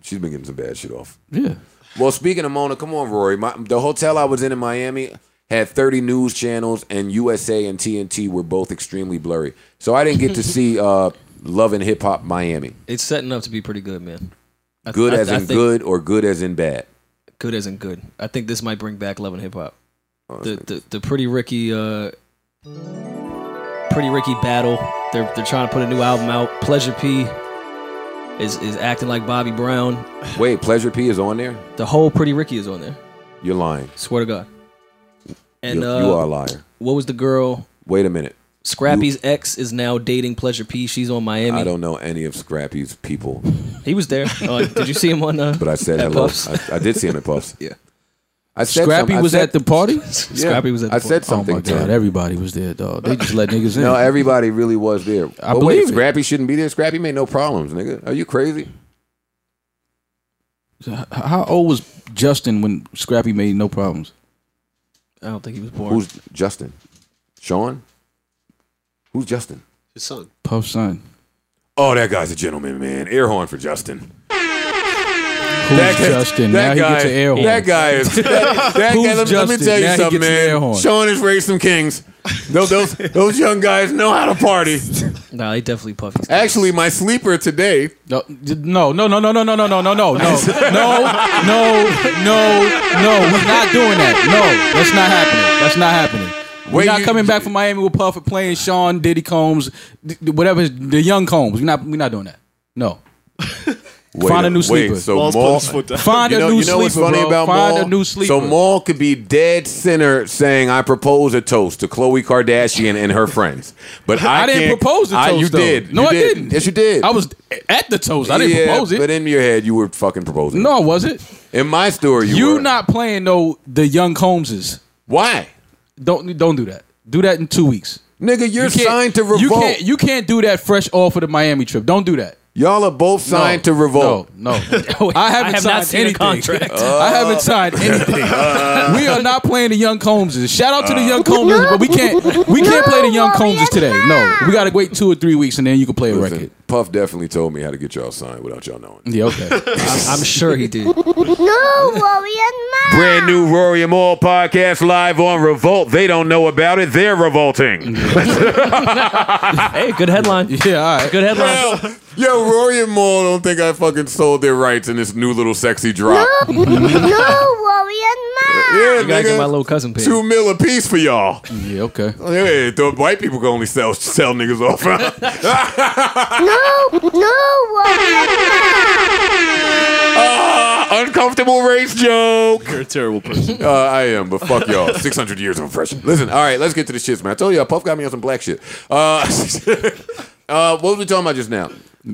Speaker 1: She's been getting some bad shit off.
Speaker 8: Yeah.
Speaker 1: Well, speaking of Mona, come on, Rory. My, the hotel I was in in Miami had 30 news channels, and USA and TNT were both extremely blurry. So I didn't get to see uh, Love and Hip Hop Miami.
Speaker 6: it's setting up to be pretty good, man. I-
Speaker 1: Good
Speaker 6: I-
Speaker 1: as
Speaker 6: I
Speaker 1: in
Speaker 6: think-
Speaker 1: good or good as in bad.
Speaker 6: good isn't good. I think this might bring back love and hip hop.
Speaker 1: Oh,
Speaker 6: The, the the pretty Ricky uh pretty Ricky battle. They're they're trying to put a new album out. Pleasure P is is acting like Bobby Brown. (sighs)
Speaker 1: Wait, Pleasure P is on there?
Speaker 6: The whole pretty Ricky is on there.
Speaker 1: You're lying.
Speaker 6: Swear to God. And
Speaker 1: you,
Speaker 6: uh,
Speaker 1: you are a liar.
Speaker 6: what was the girl?
Speaker 1: Wait a minute.
Speaker 6: Scrappy's ex is now dating Pleasure P. She's on
Speaker 1: I
Speaker 6: Miami.
Speaker 1: don't know any of Scrappy's people, (laughs)
Speaker 6: He was there. Uh, did you see him on? Uh,
Speaker 1: but I said
Speaker 6: at
Speaker 1: hello.
Speaker 6: Puffs?
Speaker 1: I, I did see him at Puffs.
Speaker 6: Yeah.
Speaker 1: I said
Speaker 8: Scrappy
Speaker 1: some- I
Speaker 8: was
Speaker 1: said-
Speaker 8: at
Speaker 1: (laughs)
Speaker 8: the party.
Speaker 1: Scrappy was at the
Speaker 8: I
Speaker 1: party.
Speaker 8: said something. Oh my
Speaker 1: to
Speaker 8: god,
Speaker 1: him.
Speaker 8: everybody was there, dog. They
Speaker 1: (laughs)
Speaker 8: just let niggas in.
Speaker 1: No, everybody really was there.
Speaker 8: I
Speaker 1: But
Speaker 8: believe
Speaker 1: wait,
Speaker 8: it.
Speaker 1: Scrappy shouldn't be there. Scrappy made no problems, nigga. Are you crazy?
Speaker 8: H- How old was Justin when Scrappy made no problems?
Speaker 6: I don't think he was born.
Speaker 1: Who's Justin? Sean? Who's Justin?
Speaker 2: His son.
Speaker 8: Puff's son.
Speaker 1: Oh, that guy's a gentleman, man. Air horn for Justin.
Speaker 8: Who's Justin?
Speaker 1: that
Speaker 8: now
Speaker 1: guy,
Speaker 8: he gets an air horn.
Speaker 1: That guy
Speaker 8: (laughs)
Speaker 1: is. That, that
Speaker 8: Who's
Speaker 1: guy, let, me- let me
Speaker 8: Justin?
Speaker 1: tell you
Speaker 8: Now he
Speaker 1: something,
Speaker 8: gets an air
Speaker 1: man.
Speaker 8: horn.
Speaker 1: Sean has raised some kings. Those, those, those young guys know how to
Speaker 8: (laughs)
Speaker 1: party.
Speaker 6: Nah, they definitely Puffy's.
Speaker 1: Actually, my sleeper today.
Speaker 8: No, no, no, no, no, no, no, no, no, no, no, no, no, no, no. We're not doing that. No, that's not happening. That's not happening. We're
Speaker 1: Wait,
Speaker 8: not
Speaker 1: you-
Speaker 8: coming back from Miami with Puff and playing Sean, Diddy Combs, th- th- whatever the young Combs. We're not. We're not doing that. No.
Speaker 1: Wait
Speaker 8: Find a
Speaker 1: up,
Speaker 8: new
Speaker 1: wait,
Speaker 8: sleeper.
Speaker 1: so
Speaker 2: Balls put
Speaker 1: Maul-
Speaker 2: his foot down.
Speaker 8: Find
Speaker 1: you know,
Speaker 8: a new
Speaker 1: you know
Speaker 8: sleeper,
Speaker 1: what's funny
Speaker 8: bro.
Speaker 1: about
Speaker 8: Find
Speaker 1: Maul?
Speaker 8: a new sleeper.
Speaker 1: So Maul could be dead center saying, "I propose a toast to Khloe Kardashian and her friends," (laughs) but I,
Speaker 8: I, didn't
Speaker 1: can't-
Speaker 8: propose the toast.
Speaker 1: I- you
Speaker 8: though.
Speaker 1: did.
Speaker 8: No,
Speaker 1: You
Speaker 8: I
Speaker 1: did.
Speaker 8: not
Speaker 1: Yes, you did.
Speaker 8: I was at the toast. I didn't
Speaker 1: Yeah,
Speaker 8: propose it.
Speaker 1: But in your head, you were fucking proposing.
Speaker 8: no, I wasn't.
Speaker 1: in my story, you,
Speaker 8: You
Speaker 1: were.
Speaker 8: not playing no the young Combses.
Speaker 1: Why,
Speaker 8: Don't don't do that. Do that in two weeks.
Speaker 1: nigga? You're
Speaker 8: can't-
Speaker 1: signed to
Speaker 8: You
Speaker 1: revolt.
Speaker 8: can't, you can't do that fresh off of the Miami trip. Don't do that.
Speaker 1: Y'all are both
Speaker 8: No.
Speaker 1: signed to revolt.
Speaker 8: No, no. I haven't
Speaker 3: have
Speaker 8: signed
Speaker 3: not seen a
Speaker 8: anything.
Speaker 6: (laughs)
Speaker 3: contract.
Speaker 8: I
Speaker 1: Oh.
Speaker 8: haven't signed
Speaker 1: (laughs)
Speaker 8: anything. we are not playing the Young Combses. Shout out to
Speaker 1: Uh,
Speaker 8: the Young Combses, but we can't we can't play the Young
Speaker 4: No,
Speaker 8: Combses today. No, we gotta wait two or three weeks and then you can play a
Speaker 1: Listen,
Speaker 8: record.
Speaker 1: Puff definitely told me how to get y'all signed without y'all knowing.
Speaker 8: Yeah, okay.
Speaker 6: I'm, I'm sure he did.
Speaker 4: No worry and mom.
Speaker 1: Brand new Rory and Moore podcast live on Revolt. They don't know about it. They're
Speaker 8: (laughs)
Speaker 1: revolting. (laughs)
Speaker 3: Hey, good headline.
Speaker 8: Yeah, all right.
Speaker 3: Good headline.
Speaker 1: Hell, yo, Rory and Maul don't think I fucking sold their rights in this new little sexy drop.
Speaker 4: No worry and mom.
Speaker 1: Yeah,
Speaker 6: I gotta get my
Speaker 1: nigga.
Speaker 6: little cousin paid.
Speaker 1: Two mil a piece for y'all.
Speaker 8: Yeah, okay.
Speaker 1: Yeah, the white people can only sell sell niggas off. (laughs)
Speaker 4: No, no worry
Speaker 1: (laughs)
Speaker 4: and mom.
Speaker 1: Ah, uncomfortable race joke.
Speaker 2: You're a terrible person.
Speaker 1: (laughs) Uh, I am, but
Speaker 2: (laughs)
Speaker 1: fuck y'all. 600 years of oppression. Listen, all right, let's get to the shits, man. I told y'all, Puff got me on some black shit. Uh, (laughs) uh, what was we talking about just now?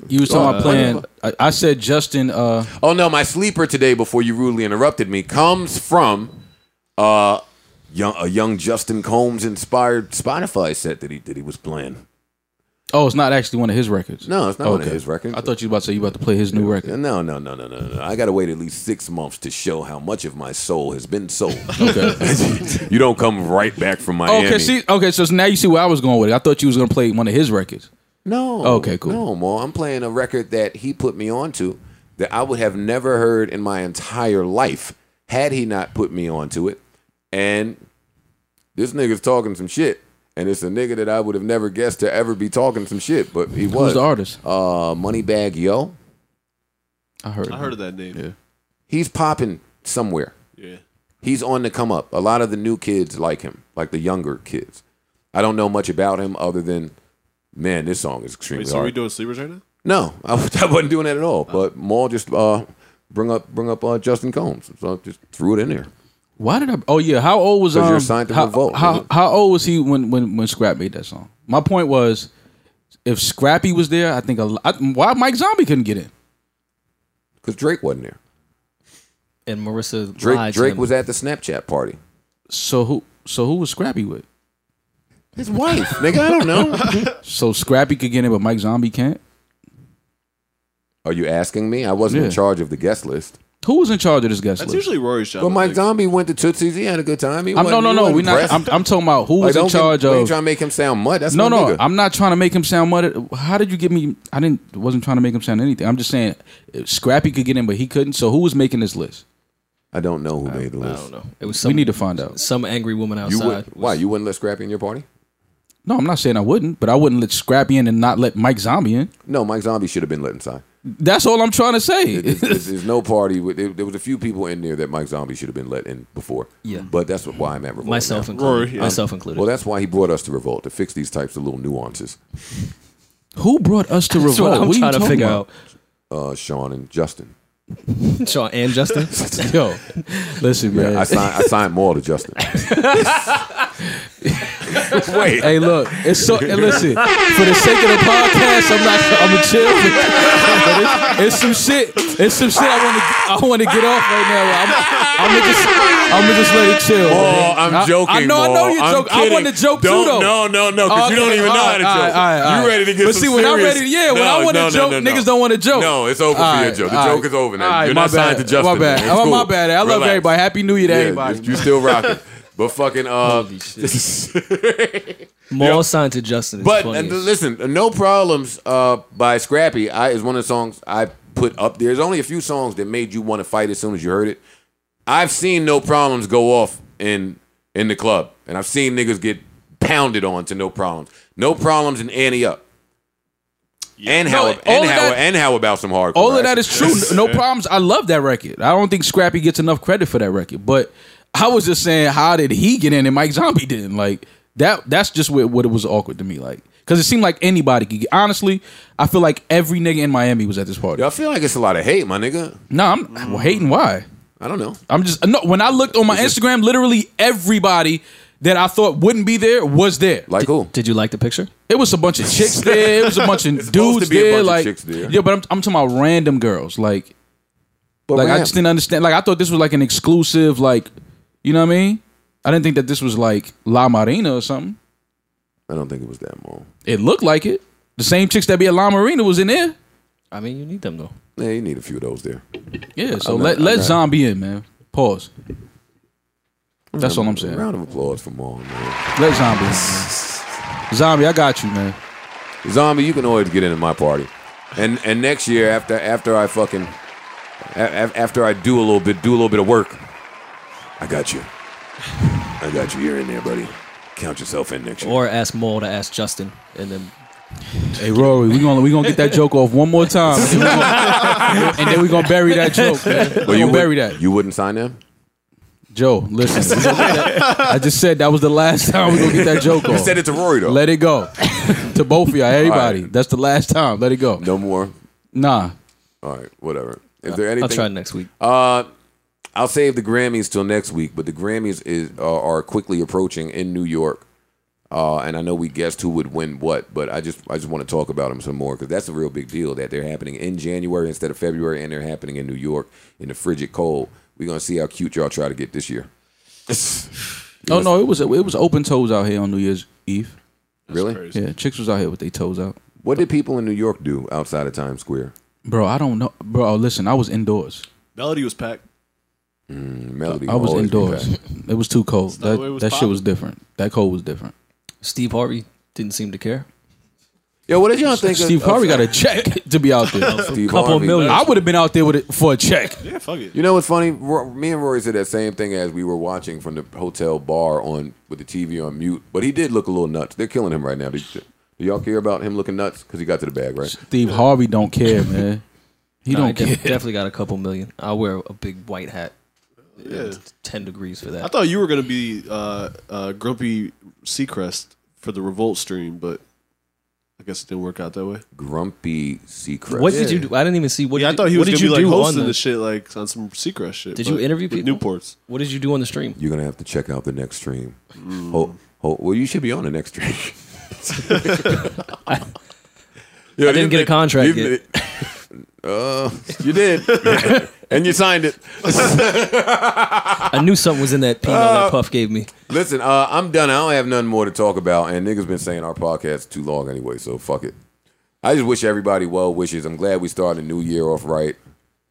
Speaker 8: You was talking about
Speaker 1: Uh,
Speaker 8: playing I, I said Justin uh
Speaker 1: Oh no, my sleeper today before you rudely interrupted me comes from uh young a young Justin Combs inspired Spotify set that he that he was playing.
Speaker 8: oh, it's not actually one of his records.
Speaker 1: No, it's not one of
Speaker 8: Okay.
Speaker 1: his records.
Speaker 8: I thought you were about to say you about to play his new record.
Speaker 1: no, no, no, no, no, no. I gotta wait at least six months to show how much of my soul has been sold. (laughs) you don't come right back from Miami.
Speaker 8: Okay, see, okay, so now you see where I was going with it. I thought you was gonna play one of his records.
Speaker 1: No.
Speaker 8: Okay, cool.
Speaker 1: No, Mo. I'm playing a record that he put me onto that I would have never heard in my entire life had he not put me onto it. And this nigga's talking some shit. And it's a nigga that I would have never guessed to ever be talking some shit, but he was.
Speaker 8: Who's the artist?
Speaker 1: Uh, Moneybag Yo.
Speaker 8: I heard.
Speaker 2: I heard of that name. Yeah.
Speaker 1: He's popping somewhere.
Speaker 2: Yeah.
Speaker 1: He's on the come up. A lot of the new kids like him, like the younger kids. I don't know much about him other than, man, this song is extremely
Speaker 2: Wait, so are
Speaker 1: hard.
Speaker 2: we doing sleepers right now?
Speaker 1: No, (laughs) I, I wasn't doing that at all. But Maul just uh, bring up bring up uh, Justin Combs, so I just threw it in there.
Speaker 8: Why did I? Oh yeah, how old was
Speaker 1: 'Cause
Speaker 8: um?
Speaker 1: you're signed to
Speaker 8: how,
Speaker 1: Revolt,
Speaker 8: how
Speaker 1: nigga.
Speaker 8: how old was he when when when Scrap made that song? My point was, if Scrappy was there, I think a lot, why Mike Zombie couldn't get in.
Speaker 1: Because Drake wasn't there.
Speaker 6: And Marissa
Speaker 1: Drake
Speaker 6: lied to
Speaker 1: Drake
Speaker 6: him.
Speaker 1: was at the Snapchat party.
Speaker 8: So who so who was Scrappy with?
Speaker 1: His wife, nigga, I don't know.
Speaker 8: So Scrappy could get in, but Mike Zombie can't.
Speaker 1: Are you asking me? I wasn't in
Speaker 8: Yeah.
Speaker 1: charge of the guest list.
Speaker 8: Who was in charge of this guest
Speaker 2: That's
Speaker 8: list?
Speaker 2: usually Rory's job.
Speaker 1: But
Speaker 2: I
Speaker 1: (laughs) Mike
Speaker 2: think.
Speaker 1: Zombie went to Tootsie's. He had a good time. He
Speaker 8: I'm, no,
Speaker 1: wasn't-
Speaker 8: no,
Speaker 1: he
Speaker 8: no.
Speaker 1: wasn't
Speaker 8: We not.
Speaker 1: pressed.
Speaker 8: I'm, I'm talking about who was
Speaker 1: Like,
Speaker 8: in
Speaker 1: don't get-
Speaker 8: charge
Speaker 1: we ain't
Speaker 8: of.
Speaker 1: trying to make him sound mud. That's my
Speaker 8: No, no,
Speaker 1: nigga.
Speaker 8: I'm not trying to make him sound mud. How did you give me? I didn't. Wasn't trying to make him sound anything. I'm just saying, if Scrappy could get in, but he couldn't. So who was making this list?
Speaker 1: I don't know who made the list.
Speaker 6: It was some,
Speaker 8: we need to find out.
Speaker 6: some angry woman
Speaker 1: You
Speaker 6: outside.
Speaker 1: would, why you wouldn't let Scrappy in your party?
Speaker 8: No, I'm not saying I wouldn't, but I wouldn't let Scrappy in and not let Mike Zombie in.
Speaker 1: No, Mike Zombie should have been let inside.
Speaker 8: That's all I'm trying to
Speaker 1: There's,
Speaker 8: say.
Speaker 1: there's- there's no party. With, there, there was a few people in there that Mike Zombie should have been let in before.
Speaker 6: Yeah.
Speaker 1: but that's what, why I'm at Revolt
Speaker 6: myself
Speaker 1: now.
Speaker 6: included.
Speaker 2: Rory, yeah.
Speaker 6: Myself included.
Speaker 1: Well, that's why he brought us to Revolt to fix these types of little nuances.
Speaker 8: Who brought us to
Speaker 6: That's what
Speaker 8: revolt?
Speaker 6: I'm
Speaker 8: What are you
Speaker 6: trying to
Speaker 8: talking
Speaker 6: figure
Speaker 8: about?
Speaker 1: Uh, Sean and Justin.
Speaker 6: out. (laughs) Sean and Justin.
Speaker 8: (laughs) Yo, listen, man.
Speaker 1: Yeah, I signed. I signed more to Justin. (laughs) Wait,
Speaker 8: hey, look, it's so. and listen, for the sake of the podcast, I'm not. I'm gonna chill.
Speaker 7: (laughs) but it's, it's some shit. It's some shit. I want to. I want to get off right now. I'm, I'm gonna just. I'm gonna just let it chill.
Speaker 1: Oh, I'm
Speaker 7: I-
Speaker 1: joking.
Speaker 7: I know. I know
Speaker 1: Maul.
Speaker 7: you're
Speaker 1: I'm
Speaker 7: joking. I
Speaker 1: kidding.
Speaker 7: want to joke
Speaker 1: Don't-
Speaker 7: too, though.
Speaker 1: No, no, no, because you don't even know how to joke.
Speaker 7: All right, all right, all right.
Speaker 1: You ready to get
Speaker 7: But
Speaker 1: some
Speaker 7: see, when
Speaker 1: serious-
Speaker 7: I'm ready, yeah, when
Speaker 1: No,
Speaker 7: I want to
Speaker 1: no, no,
Speaker 7: joke,
Speaker 1: no, no.
Speaker 7: niggas don't want to joke.
Speaker 1: No, it's over for your joke. The joke is over now.
Speaker 7: All
Speaker 1: You're
Speaker 7: my
Speaker 1: not signed
Speaker 7: bad.
Speaker 1: to Justin
Speaker 7: My bad.
Speaker 1: now. It's
Speaker 7: Oh, my
Speaker 1: cool.
Speaker 7: bad. I love
Speaker 1: Relax.
Speaker 7: everybody. Happy New Year to
Speaker 1: Yeah,
Speaker 7: everybody.
Speaker 1: You still
Speaker 7: (laughs)
Speaker 1: rocking. But fucking uh
Speaker 6: More signed to Justin. Is
Speaker 1: But
Speaker 6: funny
Speaker 1: uh,
Speaker 6: as
Speaker 1: listen, No Problems uh, by Scrappy I, is one of the songs I put up there. There's only a few songs that made you want to fight as soon as you heard it. I've seen No Problems go off in in the club, and I've seen niggas get pounded on to No Problems. No Problems and Annie Up. And how
Speaker 8: No, all
Speaker 1: and
Speaker 8: of
Speaker 1: how
Speaker 8: that-
Speaker 1: and how about some hardcore?
Speaker 8: All
Speaker 1: action.
Speaker 8: of that is true. (laughs) No problems. I love that record. I don't think Scrappy gets enough credit for that record. But I was just saying, how did he get in and Mike Zombie didn't? Like that. That's just what, what it was awkward to me. Like because it seemed like anybody could. get Honestly, I feel like every nigga in Miami was at this party.
Speaker 1: I feel like it's a lot of hate, my nigga.
Speaker 8: No, I'm well, hating. Why?
Speaker 1: (laughs) I don't know.
Speaker 8: I'm just no. When I looked on my Instagram, literally everybody that I thought wouldn't be there was there.
Speaker 1: Like who?
Speaker 6: Did you like the picture?
Speaker 8: It was a bunch of
Speaker 1: (laughs)
Speaker 8: chicks there. It was a bunch of
Speaker 1: It's supposed
Speaker 8: dudes
Speaker 1: to be a
Speaker 8: there.
Speaker 1: bunch of
Speaker 8: like
Speaker 1: chicks there.
Speaker 8: yeah, but I'm I'm talking about random girls. Like,
Speaker 1: But
Speaker 8: like I
Speaker 1: random.
Speaker 8: just didn't understand. Like I thought this was like an exclusive. Like, you know what I mean? I didn't think that this was like La Marina or something.
Speaker 1: I don't think it was that long.
Speaker 8: It looked like it. The same chicks that be at La Marina was in there.
Speaker 6: I mean, you need them though.
Speaker 1: Yeah, you need a few of those there.
Speaker 8: Yeah. So
Speaker 1: I'm
Speaker 8: let
Speaker 1: not-
Speaker 8: let
Speaker 1: I'm not-
Speaker 8: zombie in, man. Pause. That's all I'm saying.
Speaker 1: Round of applause for Maul, man.
Speaker 8: Let zombie. zombie, I got you, man.
Speaker 1: Zombie, you can always get into my party. And and next year after after I fucking a- a- after I do a little bit do a little bit of work, I got you. I got you. You're in there, buddy. Count yourself in next year.
Speaker 6: Or ask Maul to ask Justin, and
Speaker 2: (laughs)
Speaker 6: then
Speaker 8: Hey Rory, we gonna we gonna get that joke off one more time, and then we gonna, and then we gonna bury that joke. Man. We
Speaker 1: Well,
Speaker 8: gonna
Speaker 1: would-
Speaker 8: bury that.
Speaker 1: You wouldn't sign them?
Speaker 8: Joe, listen. we gonna get that- I just said that was the last time we gonna get that joke
Speaker 1: You
Speaker 8: off.
Speaker 1: said it to Rory though.
Speaker 8: Let it go to both of y'all, everybody. That's the last time. Let it go.
Speaker 1: No more.
Speaker 8: Nah.
Speaker 1: All right, whatever. If there anything,
Speaker 6: I'll try next week.
Speaker 1: Uh, I'll save the Grammys till next week, but the Grammys is uh, are quickly approaching in New York, uh, and I know we guessed who would win what, but I just I just want to talk about them some more because that's a real big deal that they're happening in January instead of February, and they're happening in New York in the frigid cold. We're gonna see how cute y'all try to get this year. (laughs)
Speaker 8: Oh no, it was it was open toes out here on New Year's Eve.
Speaker 1: really?
Speaker 8: Yeah, chicks was out here with their toes out.
Speaker 1: What did people in New York do outside of Times Square?
Speaker 8: Bro, I don't know. Bro, listen, I was indoors.
Speaker 2: Melody was packed.
Speaker 1: Mm, Melody.
Speaker 8: I was
Speaker 1: always be
Speaker 8: indoors.
Speaker 1: back.
Speaker 8: (laughs) It was too cold.
Speaker 2: not
Speaker 8: That,
Speaker 2: what it was
Speaker 8: that shit was
Speaker 2: popping.
Speaker 8: different. That cold was different.
Speaker 6: Steve Harvey didn't seem to care.
Speaker 1: Yo, what did y'all think? of-
Speaker 8: Steve
Speaker 1: of-
Speaker 8: Harvey
Speaker 2: (laughs)
Speaker 8: got a check (laughs) to be out there.
Speaker 1: (laughs) Steve
Speaker 6: Couple
Speaker 1: Harvey.
Speaker 6: million.
Speaker 8: I would have been out there with it for a check.
Speaker 2: Yeah, fuck it.
Speaker 1: You know what's funny? Ro- Me and Rory said that same thing as we were watching from the hotel bar on with the TV on mute. But he did look a little nuts. They're killing him right now. Do y- do y'all care about him looking nuts? Because he got to the bag, right?
Speaker 8: Steve Harvey don't care, man. He
Speaker 6: Nah, I
Speaker 8: don't
Speaker 6: def-
Speaker 1: (laughs)
Speaker 8: care.
Speaker 6: Definitely got a couple million. I'll wear a big white hat.
Speaker 2: Yeah.
Speaker 6: Ten degrees for
Speaker 2: I
Speaker 6: that.
Speaker 2: thought you were gonna be uh, uh, Grumpy Seacrest for the Revolt stream, but I guess it didn't work out that way.
Speaker 1: Grumpy Seacrest.
Speaker 6: What did you do? I didn't even see what.
Speaker 2: yeah, I
Speaker 6: did-
Speaker 2: thought he
Speaker 6: what
Speaker 2: was
Speaker 6: did
Speaker 2: gonna
Speaker 6: you
Speaker 2: be like
Speaker 6: do on
Speaker 2: hosting
Speaker 6: the-
Speaker 2: the shit like on some Seacrest shit.
Speaker 6: Did
Speaker 2: but
Speaker 6: you interview
Speaker 2: with
Speaker 6: people?
Speaker 2: Newports.
Speaker 6: What did you do on the stream?
Speaker 1: You're gonna have to check out the next stream. Ho- ho- well, you should be on the next stream. (laughs) Yo,
Speaker 6: I didn't
Speaker 1: you
Speaker 6: get a
Speaker 1: did-
Speaker 6: contract
Speaker 1: you
Speaker 6: yet.
Speaker 1: did- Uh, (laughs) you
Speaker 7: (laughs)
Speaker 1: did, and you signed it.
Speaker 6: I knew something was in
Speaker 1: (laughs)
Speaker 6: that peanut
Speaker 2: Uh,
Speaker 6: that Puff gave me.
Speaker 1: Listen, uh, I'm done. I don't have nothing more to talk about, and niggas been saying our podcast too long anyway, so fuck it. I just wish everybody well wishes. I'm glad we started the new year off right,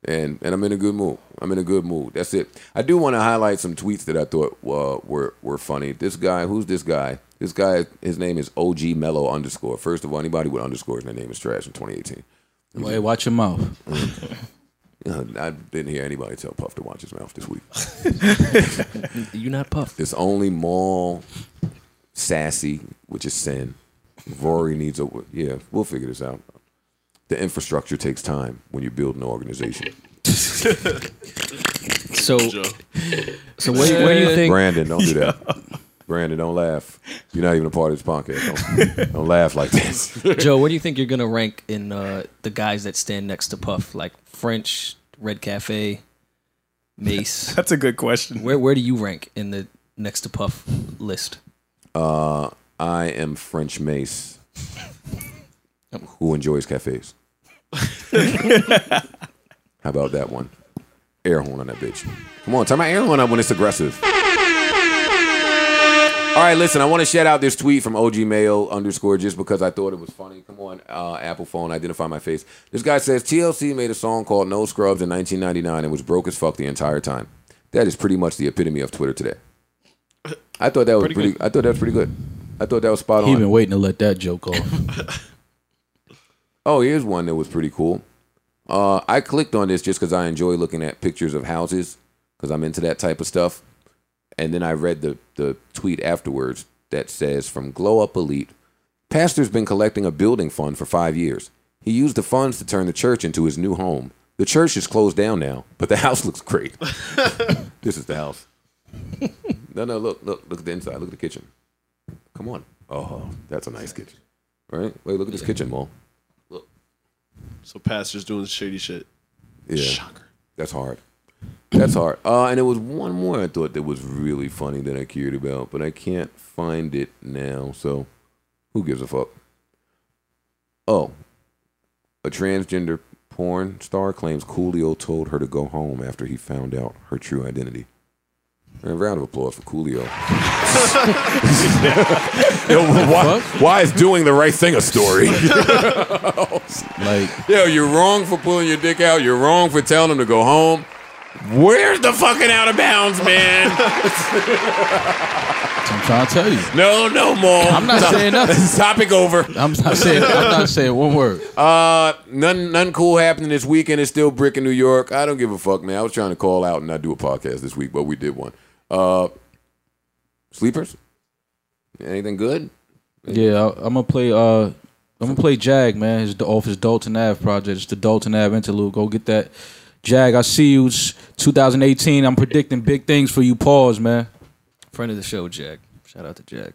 Speaker 1: and and I'm in a good mood. I'm in a good mood. That's it. I do want to highlight some tweets that I thought uh, were were funny. This guy, who's this guy? This guy, his name is OG Mello underscore. First of all, anybody with underscores in their name is trash in 2018.
Speaker 8: Hey, watch your mouth.
Speaker 1: Uh, (laughs) I didn't hear anybody tell Puff to watch his mouth this week.
Speaker 6: (laughs) You not Puff.
Speaker 1: It's only Maul, Sassy, which is Sin. Rory needs a yeah. We'll figure this out. The infrastructure takes time when you build an
Speaker 6: (laughs)
Speaker 1: organization.
Speaker 6: So, so what, what do you think?
Speaker 1: Brandon, don't do
Speaker 6: (laughs)
Speaker 1: that. Brandon, don't laugh. You're not even a part of this podcast. Don't, don't laugh
Speaker 6: (laughs)
Speaker 1: like this.
Speaker 6: Joe, what do you think you're gonna rank in uh, the guys that stand next to Puff, like French, Red Cafe, Mace?
Speaker 9: (laughs) That's a good question.
Speaker 6: Where where do you rank in the next to Puff list?
Speaker 1: Uh,
Speaker 7: (laughs)
Speaker 1: I am French Mace, who enjoys cafes. How about that one? Air horn on that bitch. Come on, turn my air horn up when it's aggressive. All right, listen, I want to shout out this tweet from OG Mayo underscore just because I thought it was funny. Come on, uh, Apple phone, identify my face. This guy says TLC made a song called No Scrubs in 1999 and was broke as fuck the entire time. That is pretty much the epitome of Twitter today. I thought that was pretty.
Speaker 8: Pretty
Speaker 1: I thought that was pretty good. I thought that was spot on.
Speaker 7: He been waiting to let that joke
Speaker 2: (laughs)
Speaker 7: off.
Speaker 1: Oh, here's one that was pretty cool. Uh, I clicked on this just because I enjoy looking at pictures of houses because I'm into that type of stuff. And then I read the, the tweet afterwards that says from Glow Up Elite Pastor's been collecting a building fund for five years. He used the funds to turn the church into his new home. The church is closed down now, but the (laughs) house looks great. this is the house. No, no, look, look, look at the inside. Look at the kitchen. Come on. Oh, that's a nice kitchen. Right? Wait, look at this kitchen, Mo.
Speaker 2: So pastors doing shady shit.
Speaker 1: Yeah. That's hard. That's hard. Uh, and there was one more I thought that was really funny that I cared about, but I can't find it now. So who gives a fuck? Oh, a transgender porn star claims Coolio told her to go home after he found out her true identity. A round of applause for Coolio. (laughs) Yo, why, why is doing the right thing a
Speaker 7: (laughs)
Speaker 1: story? like, yo, you're wrong for pulling your dick out. You're wrong for telling them to go home. Where's the fucking out of bounds,
Speaker 7: (laughs)
Speaker 1: man?
Speaker 7: I'm trying to tell you.
Speaker 1: no, no more.
Speaker 7: I'm not saying
Speaker 1: (laughs)
Speaker 7: nothing.
Speaker 1: Topic over.
Speaker 7: I'm not saying. I'm not saying one word.
Speaker 1: Uh, none, none cool happening this weekend. It's still brick in New York. I don't give a fuck, man. I was trying to call out and not do a podcast this week, but we did one. Uh, sleepers. Anything good?
Speaker 7: Yeah, I, I'm gonna play. Uh, I'm gonna play Jag, man. It's the off his Dalton Ave project. It's the Dalton Ave interlude. Go get that, Jag. I see you. It's 2018. I'm predicting big things for you. Pause, man.
Speaker 6: Friend of the show, Jack. Shout out to Jack.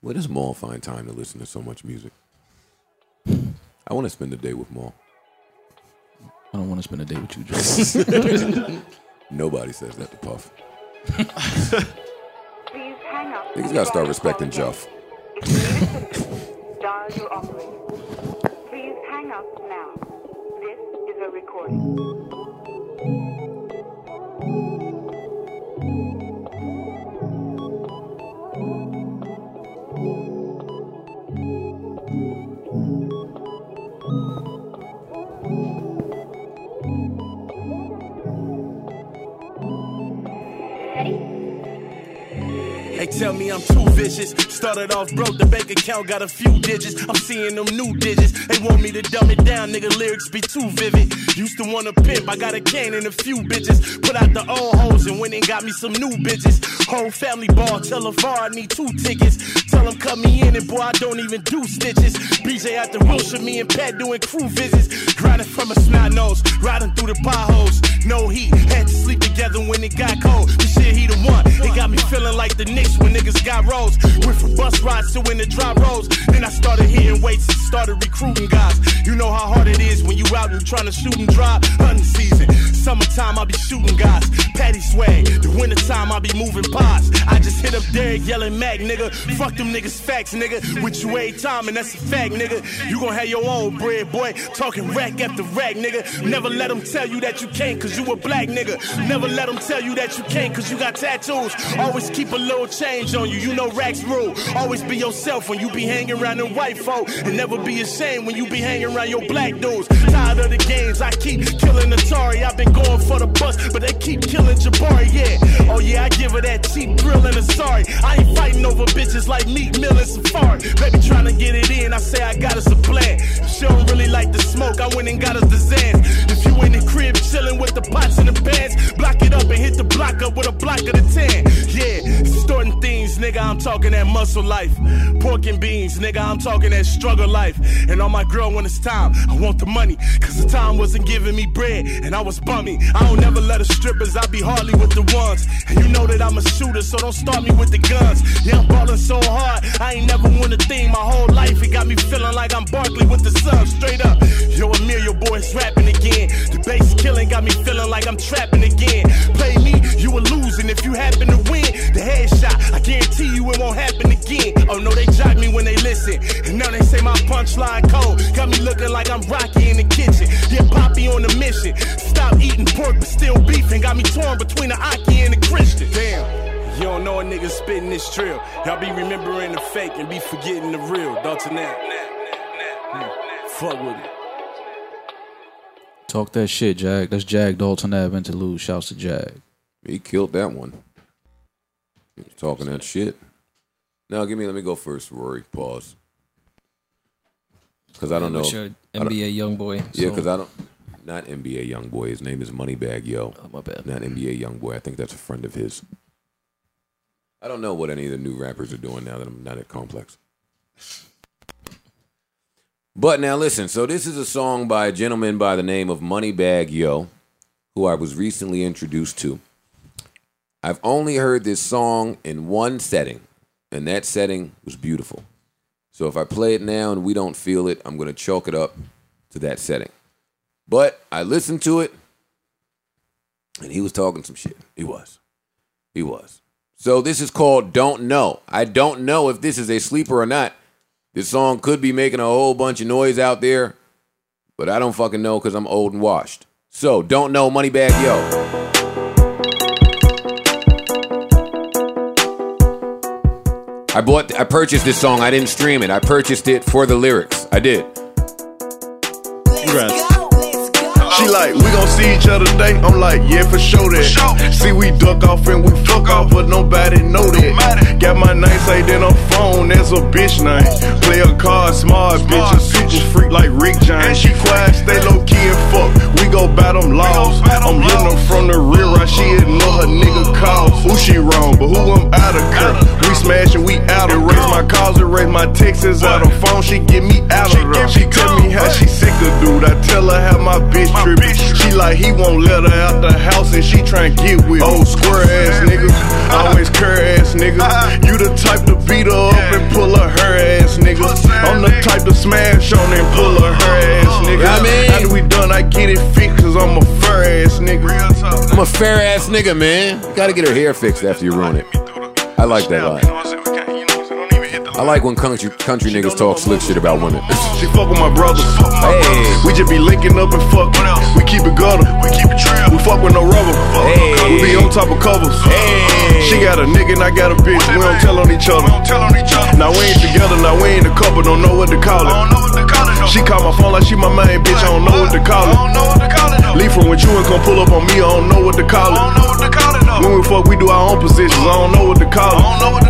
Speaker 1: Where does Maul find time to listen to so much music? I want to spend the day with Maul.
Speaker 7: I don't want to spend a day with you, Jag.
Speaker 1: (laughs) Nobody says that to Puff. Niggas gotta start respecting Jeff.
Speaker 11: They tell me I'm too vicious. Started off broke, the bank account got a few digits. I'm seeing them new digits. They want me to dumb it down, nigga. Lyrics be too vivid. Used to want to pimp, I got a cane and a few bitches. Put out the old hoes and went and got me some new bitches. Whole family ball, tell LeVar I need two tickets. Tell him cut me in and boy, I don't even do stitches. BJ out the Wilshire, me and Pat doing crew visits. Grinding from a snot nose, riding through the potholes. No heat, had to sleep together when it got cold. This shit he the one. It got me feeling like the Knicks when niggas got rolls. Went from bus rides to in the drop rolls. Then I started hitting weights and started recruiting guys. You know how hard it is when you out and trying to shoot and drive. Hunting season, summertime I be shooting guys. Patty swag, the wintertime I be moving pots. I just hit up Derek yelling Mac, nigga. Fuck them niggas facts, nigga. With you every time and that's a fact, nigga. You gon' have your own bread, boy. Talking rack after rack, nigga. Never let them tell you that you can't cause you a black nigga. Never let them tell you that you can't cause you got tattoos. Always keep a little change on you, you know racks rule. Always be yourself when you be hanging around them white folk. And never be ashamed when you be hanging around your black dudes. Tired of the games, I keep killing Atari. I've been going for the bus, but they keep killing Jabari, yeah. Oh yeah, I give her that cheap drill and a sorry. I ain't fighting over bitches like Meat Mill and Safari. Baby trying to get it in, I say I got us a plan. She don't really like the smoke, I went and got us the Zans. If you in the crib chilling with the pots and the pans, block it up and hit the block up with a block of the tan. Yeah, starting things, nigga, I'm talking that muscle life. Pork and beans, nigga, I'm talking that struggle life. And on my girl when it's time, I want the money. Cause the time wasn't giving me bread, and I was bummy. I don't never let the strippers, I be hardly with the ones. And you know that I'm a shooter, so don't start me with the guns. Yeah, I'm ballin' so hard, I ain't never won a thing my whole life. It got me feeling like I'm Barkley with the sub, straight up. Yo, Amir, your boy's rapping again. The bass killing got me feeling like I'm trapping again. Play me, you will lose, and if you happen to win, the headshot, I guarantee you it won't happen again. Oh no, they jock me when they listen. And now they say my punchline cold. Got me looking like I'm be torn between a Aki and a Christian. Damn. You don't know a nigga spitting this trill. Y'all be remembering the fake and be forgetting the real. Dalton now. Fuck with it.
Speaker 7: Talk that shit, Jag. That's Jag Dalton Ave interlude. Shouts to Jag.
Speaker 1: He killed that one. He was talking that shit. Now give me. Let me go first, Rory. Pause. Because I don't know.
Speaker 6: What's your NBA young boy?
Speaker 1: Yeah,
Speaker 6: So-
Speaker 1: because I don't. Not NBA young boy. His name is Moneybag Yo.
Speaker 6: Oh, my bad.
Speaker 1: Not NBA young boy. I think that's a friend of his. I don't know what any of the new rappers are doing now that I'm not at Complex. But now listen, so this is a song by a gentleman by the name of Moneybag Yo, who I was recently introduced to. I've only heard this song in one setting, and that setting was beautiful. So if I play it now and we don't feel it, I'm going to chalk it up to that setting. But I listened to it, and he was talking some shit. He was. He was. So this is called Don't Know. I don't know if this is a sleeper or not. This song could be making a whole bunch of noise out there, but I don't fucking know because I'm old and washed. So Don't Know Moneybag Yo. I bought, I purchased this song. I didn't stream it. I purchased it for the lyrics. I did.
Speaker 12: She like, we gon' see each other today. I'm like, yeah, for sure that. See, we duck off and we fuck off, but nobody know that. Got my name saved in her phone, that's a bitch name. Play a card, smart, bitch, a super freak like Rick James. She quiet, stay low key and fuck. We go bat them laws. I'm hitting them from the rear right. She ignore her nigga calls. Who she wrong, but who I'm out of curve. We smashing, we out of race. My calls erase my texts is out of phone. She get me out of them. She tell me how she sick of dude. I tell her how my bitch trippin'. She like he won't let her out the house and she tryna get with old Oh, square ass Uh-huh. nigga. Always cur ass nigga. You the type to beat her up and pull her her ass nigga. I'm the type to smash on and pull her her ass nigga. After we done, I get it fixed cause I'm a fur ass nigga.
Speaker 1: I'm a fair ass nigga, man. You gotta get her hair fixed after you ruin it. I like that line. I like when country country niggas talk slick shit about women.
Speaker 12: She fuck with my brothers. We just be linking up and fuck. We keep it gutter. We keep it trail. We fuck with no rubber. We be on top of covers. She got a nigga and I got a bitch. We don't tell on each other. Now we ain't together. Now we ain't a couple. Don't know what to call it. She call my phone like she my main bitch. I don't know what to call it. Leave from when you and come pull up on me. I don't know what to call it. When we fuck, we do our own positions. I don't know what to call it.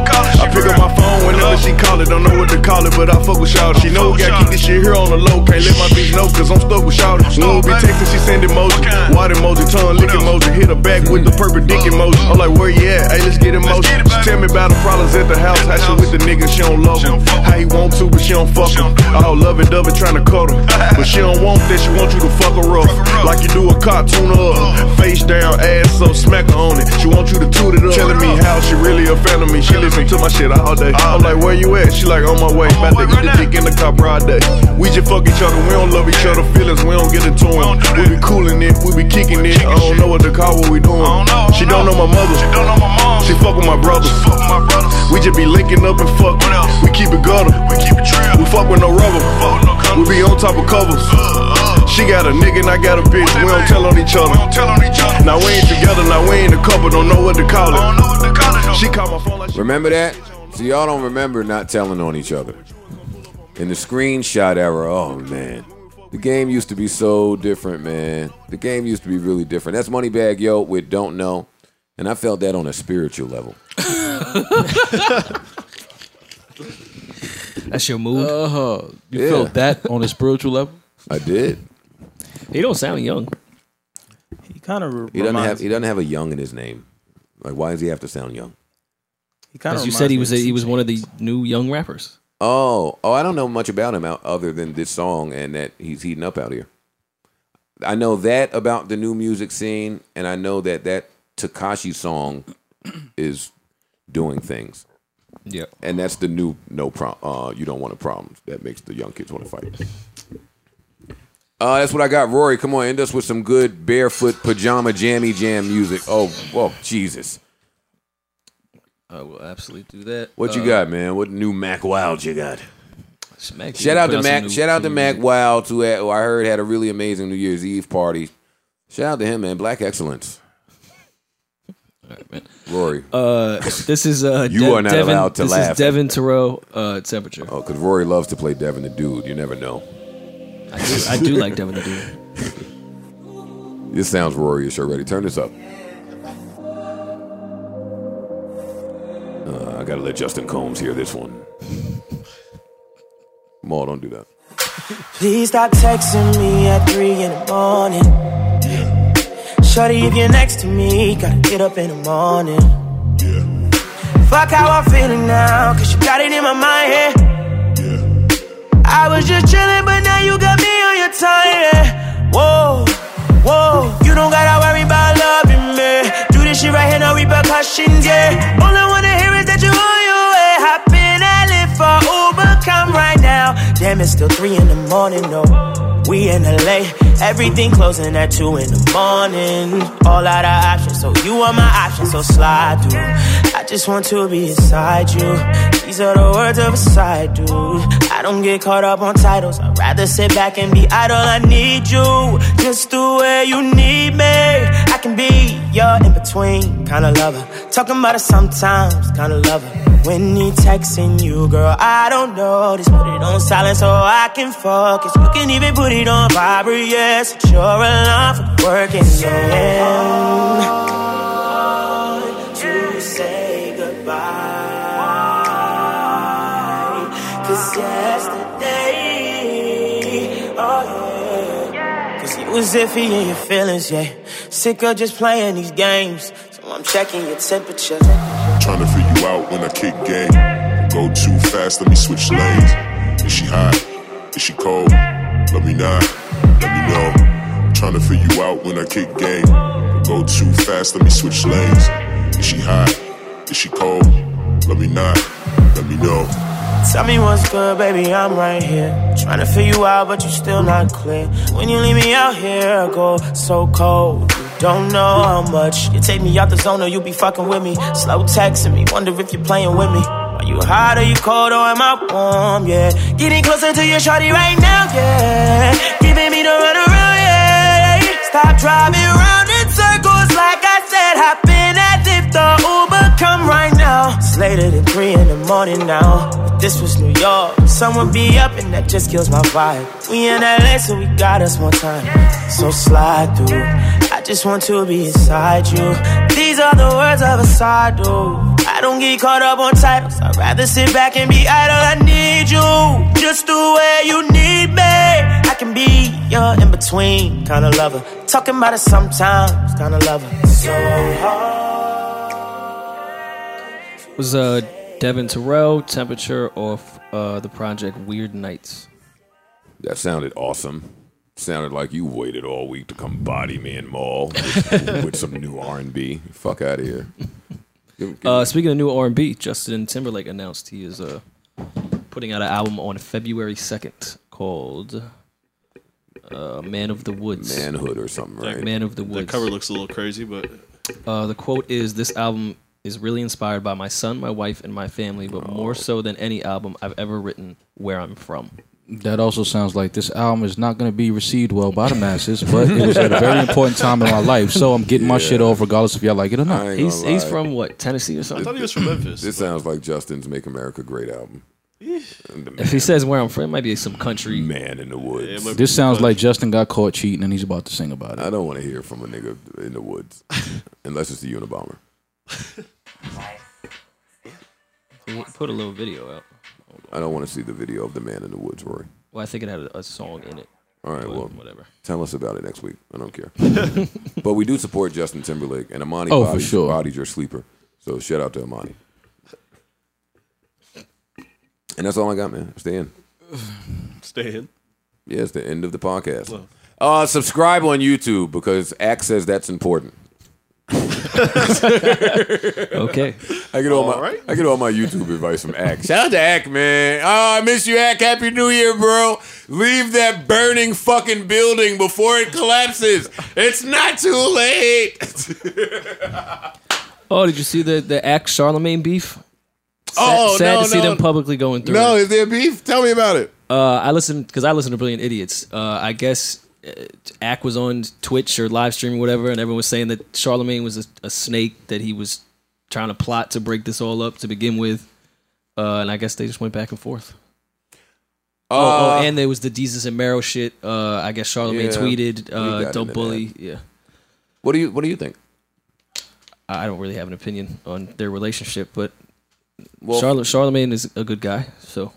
Speaker 12: I pick up my phone whenever she call it. Don't know what to call it, but I fuck with Shawty. She know we gotta keep this shit here on the low. Can't let my bitch know, cause I'm stuck with Shawty. When we be texting, she send emoji. Water emoji, tongue lick emoji. Hit her back with the purple dick emoji. I'm like, where you at? Hey, let's get emoji. She tell me about the problems at the house. How she with the nigga, she don't love him. How he want to, but she don't fuck him. All love and dove trying to cut him. But she don't want that, she want you to fuck her up. Like you do a cartoon up. Face down, ass up, smack her on it. She want you to toot it up. Telling me how she really a fan of me. She listen to my shit all day. I'm like, where you at? She like, on my way. About to get the dick in the car broad day. We just fuck each other. We don't love each other. Feelings, we don't get into them. We be cooling it. We be kicking it. I don't know what to call what we doing. She don't know my mother. She don't know my mom. She fuck with my brothers. We just be linking up and fuck. We keep it gutter. We keep it trail. We fuck with no Uh, rubber. We be on top of covers. She got a nigga and I got a bitch. We don't tell on each other. Now we ain't together. Now we ain't a couple. Don't know what to call it. She call my phone like.
Speaker 1: Remember that? So y'all don't remember not telling on each other. In the screenshot era, oh man. The game used to be so different, man. The game used to be really different. That's Moneybag Yo with Don't Know. And I felt that on a spiritual level. Oh.
Speaker 6: That's your mood.
Speaker 7: Uh-huh. You
Speaker 1: Yeah.
Speaker 7: felt that on a spiritual level?
Speaker 1: I did.
Speaker 6: He don't sound young.
Speaker 9: He kind of
Speaker 1: He doesn't have he doesn't have a young in his name. Like why does he have to sound young?
Speaker 6: As you said, he was a, he was one of the new young rappers.
Speaker 1: Oh, oh, I don't know much about him out other than this song and that he's heating up out here. I know that about the new music scene, and I know that that Takashi song (clears throat) is doing things.
Speaker 6: Yeah,
Speaker 1: and that's the new no prom. Uh, you don't want a problem that makes the young kids want to fight. Uh, that's what I got, Rory. Come on, end us with some good barefoot pajama jammy jam music. Oh, whoa, Jesus!
Speaker 6: I will absolutely do that.
Speaker 1: What you
Speaker 6: Uh,
Speaker 1: got, man? What new Mac Wild you got?
Speaker 6: Mac,
Speaker 1: Shout
Speaker 6: you
Speaker 1: out
Speaker 6: put
Speaker 1: to
Speaker 6: some
Speaker 1: Mac.
Speaker 6: new-
Speaker 1: Shout out to
Speaker 6: some
Speaker 1: Mac
Speaker 6: music.
Speaker 1: Wild, who, had- who I heard had a really amazing New Year's Eve party. Shout out to him, man. Black excellence. Rory.
Speaker 6: Uh, this is uh,
Speaker 1: You
Speaker 6: Dev-
Speaker 1: are not
Speaker 6: Devin-
Speaker 1: allowed to
Speaker 6: this
Speaker 1: laugh.
Speaker 6: Is Devin Thoreau, uh, temperature.
Speaker 1: Oh, because Rory loves to play Devin the Dude. You never know.
Speaker 6: I do, I do like Devin the Dude.
Speaker 1: This sounds Rory-ish already. Turn this up. Uh, I gotta let Justin Combs hear this one. (laughs) Maul, don't do that.
Speaker 13: Please stop texting me at 3 in the morning. Shorty, if you're next to me, gotta get up in the morning. Fuck how I'm feeling now, cause you got it in my mind, yeah. I was just chilling, but now you got me on your time, yeah. Whoa, whoa, you don't gotta worry about loving me. Do this shit right here, no repercussions, yeah. All I wanna hear is that you on your way. Hop in and live for Uber, come right now. Damn, it's still 3 in the morning, no. We in LA, everything closing at 2 in the morning. All out of options, so you are my option, so slide through. I just want to be inside you. These are the words of a side dude. I don't get caught up on titles. I'd rather sit back and be idle. I need you just the way you need me. I can be your in between kind of lover. Talking about it sometimes, kind of lover. When he texting you, girl, I don't know. Just put it on silent so I can focus. You can even put it on vibrate, yes. It's your alarm for working. Yeah. To say goodbye. Cause yesterday, oh yeah. Cause you was iffy in your feelings, yeah. Sick of just playing these games. So I'm checking your temperature.
Speaker 14: Trying to figure you out when I kick game. Go too fast, let me switch lanes. Is she hot? Is she cold? Let me not, let me know. Trying to figure you out when I kick game. Go too fast, let me switch lanes. Is she hot? Is she cold? Let me not, let me know.
Speaker 13: Tell me what's good, baby, I'm right here. Trying to figure you out, but you still not clear. When you leave me out here, I go so cold. You don't know how much. You take me out the zone or you be fucking with me. Slow texting me, wonder if you're playing with me. Are you hot or you cold or am I warm? Yeah. Getting closer to your shorty right now, yeah. Giving me the runaround, yeah. Stop driving round in circles like I said. Hop in and if the Uber come right now. It's later than three in the morning now. If this was New York, someone be up and that just kills my vibe. We in LA, so we got us one time. So slide through. I just want to be inside you. These are the words of a side dude. I don't get caught up on titles. I'd rather sit back and be idle. I need you just the way you need me. I can be your in between kind of lover. Talking about it sometimes kind of lover. So
Speaker 6: was uh, Devin Terrell, temperature off uh, the project Weird Nights.
Speaker 1: That sounded awesome. Sounded like you waited all week to come body me and Maul with, (laughs) with some new R and B. Fuck out of here.
Speaker 6: Uh, speaking of new R and B, Justin Timberlake announced he is uh, putting out an album on February second called uh, "Man of the Woods."
Speaker 1: Manhood or something, right?
Speaker 6: Man of the Woods.
Speaker 2: That cover looks a little crazy, but
Speaker 6: Uh, the quote is This album is really inspired by my son, my wife, and my family, but
Speaker 1: Oh.
Speaker 6: more so than any album I've ever written where I'm from.
Speaker 7: That also sounds like this album is not going to be received well by the masses, but it was at
Speaker 1: (laughs)
Speaker 7: a very important time in my life, so I'm getting my shit off regardless if y'all like it or not.
Speaker 6: He's, he's from what, Tennessee or something?
Speaker 1: This sounds like Justin's "Make America Great" album. (laughs)
Speaker 7: (laughs)
Speaker 6: If he says where I'm from, it might be some country.
Speaker 1: Man in the Woods.
Speaker 7: This sounds like Justin got caught cheating and he's about to sing about it.
Speaker 1: I don't want to hear from a nigga in the woods, unless it's the Unabomber.
Speaker 6: Put a little video out.
Speaker 1: I don't want to see the video of the man in the woods, Rory.
Speaker 6: Well, I think it had a, a song in it.
Speaker 1: All right,
Speaker 6: But
Speaker 1: well,
Speaker 6: whatever.
Speaker 1: Tell us about it next week. I don't care. but we do support Justin Timberlake and Amani.
Speaker 7: Oh, for
Speaker 1: bodied,
Speaker 7: sure.
Speaker 1: Bodied your sleeper. So shout out to Amani. And that's all I got, man. Stay in.
Speaker 2: stay in.
Speaker 1: Yeah, it's the end of the podcast. Uh, subscribe on YouTube because Axe says that's important.
Speaker 6: okay.
Speaker 1: (laughs) I get all, my I get all my YouTube advice from Axe. Shout out to Ack, man. Oh, I miss you, Ack. Happy New Year, bro. Leave that burning fucking building before it collapses. It's not too (laughs) late.
Speaker 6: Oh, did you see the, the Axe Charlemagne beef? Sad,
Speaker 1: Oh,
Speaker 6: sad
Speaker 1: no,
Speaker 6: to see
Speaker 1: no.
Speaker 6: them publicly going through.
Speaker 1: No,
Speaker 6: it.
Speaker 1: is there beef? Tell me about it.
Speaker 6: Uh, I listen because I listen to Brilliant Idiots. Uh, I guess uh, Ack was on Twitch or live streaming, whatever, and everyone was saying that Charlemagne was a, a snake that he was trying to plot to break this all up to begin with, uh, and I guess they just went back and forth. oh, oh, and there was the Jesus and Mero shit. Uh, I guess Charlemagne
Speaker 1: Uh, Yeah.
Speaker 6: tweeted,
Speaker 1: We
Speaker 6: uh,
Speaker 1: got
Speaker 6: "Don't
Speaker 1: into
Speaker 6: bully."
Speaker 1: that.
Speaker 6: Yeah,
Speaker 1: What do you What do you think?
Speaker 6: I I don't really have an opinion on their relationship, but
Speaker 1: Well-
Speaker 6: Charla- Charlemagne is a good guy, so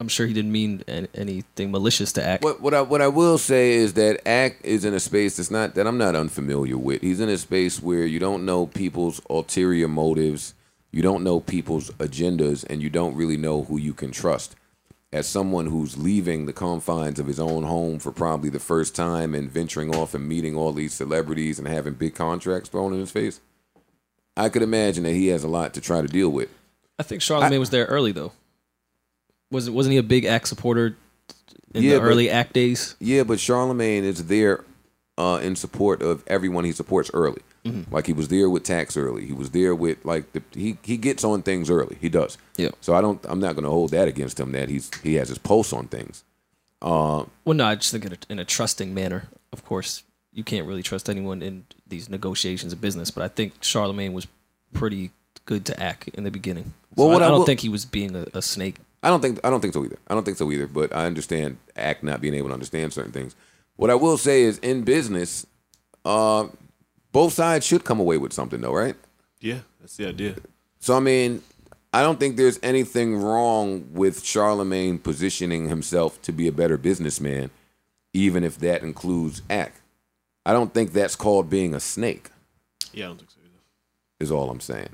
Speaker 6: I'm sure he didn't mean an- anything malicious to Ack.
Speaker 1: What what I what I will say is that Act is in a space that's not that I'm not unfamiliar with. He's in a space where you don't know people's ulterior motives, you don't know people's agendas, and you don't really know who you can trust. As someone who's leaving the confines of his own home for probably the first time and venturing off and meeting all these celebrities and having big contracts thrown in his face, I could imagine that he has a lot to try to deal with.
Speaker 6: I think Charlemagne was there early though. Wasn't wasn't he a big Ack supporter in the
Speaker 1: but-
Speaker 6: early act days.
Speaker 1: Yeah, but Charlemagne is there uh, in support of everyone he supports early.
Speaker 6: Mhm.
Speaker 1: Like he was there with tax early. He was there with like the he he gets on things early. He does.
Speaker 6: Yeah.
Speaker 1: So I don't. I'm not going to hold that against him that he's he has his pulse on things. Uh,
Speaker 6: Well, no, I just think in a, in a trusting manner. Of course, you can't really trust anyone in these negotiations of business, but I think Charlemagne was pretty good to act in the beginning.
Speaker 1: Well,
Speaker 6: Well,
Speaker 1: what
Speaker 6: I,
Speaker 1: I
Speaker 6: don't
Speaker 1: will-
Speaker 6: think he was being a, a snake.
Speaker 1: I don't think I don't think so either. I don't think so either. But I understand act not being able to understand certain things. What I will say is in business, uh, both sides should come away with something though, right?
Speaker 2: Yeah, that's the idea.
Speaker 1: So I mean, I don't think there's anything wrong with Charlemagne positioning himself to be a better businessman, even if that includes act. I don't think that's called being a snake.
Speaker 2: Yeah, I don't think so. Either.
Speaker 1: Is all I'm saying.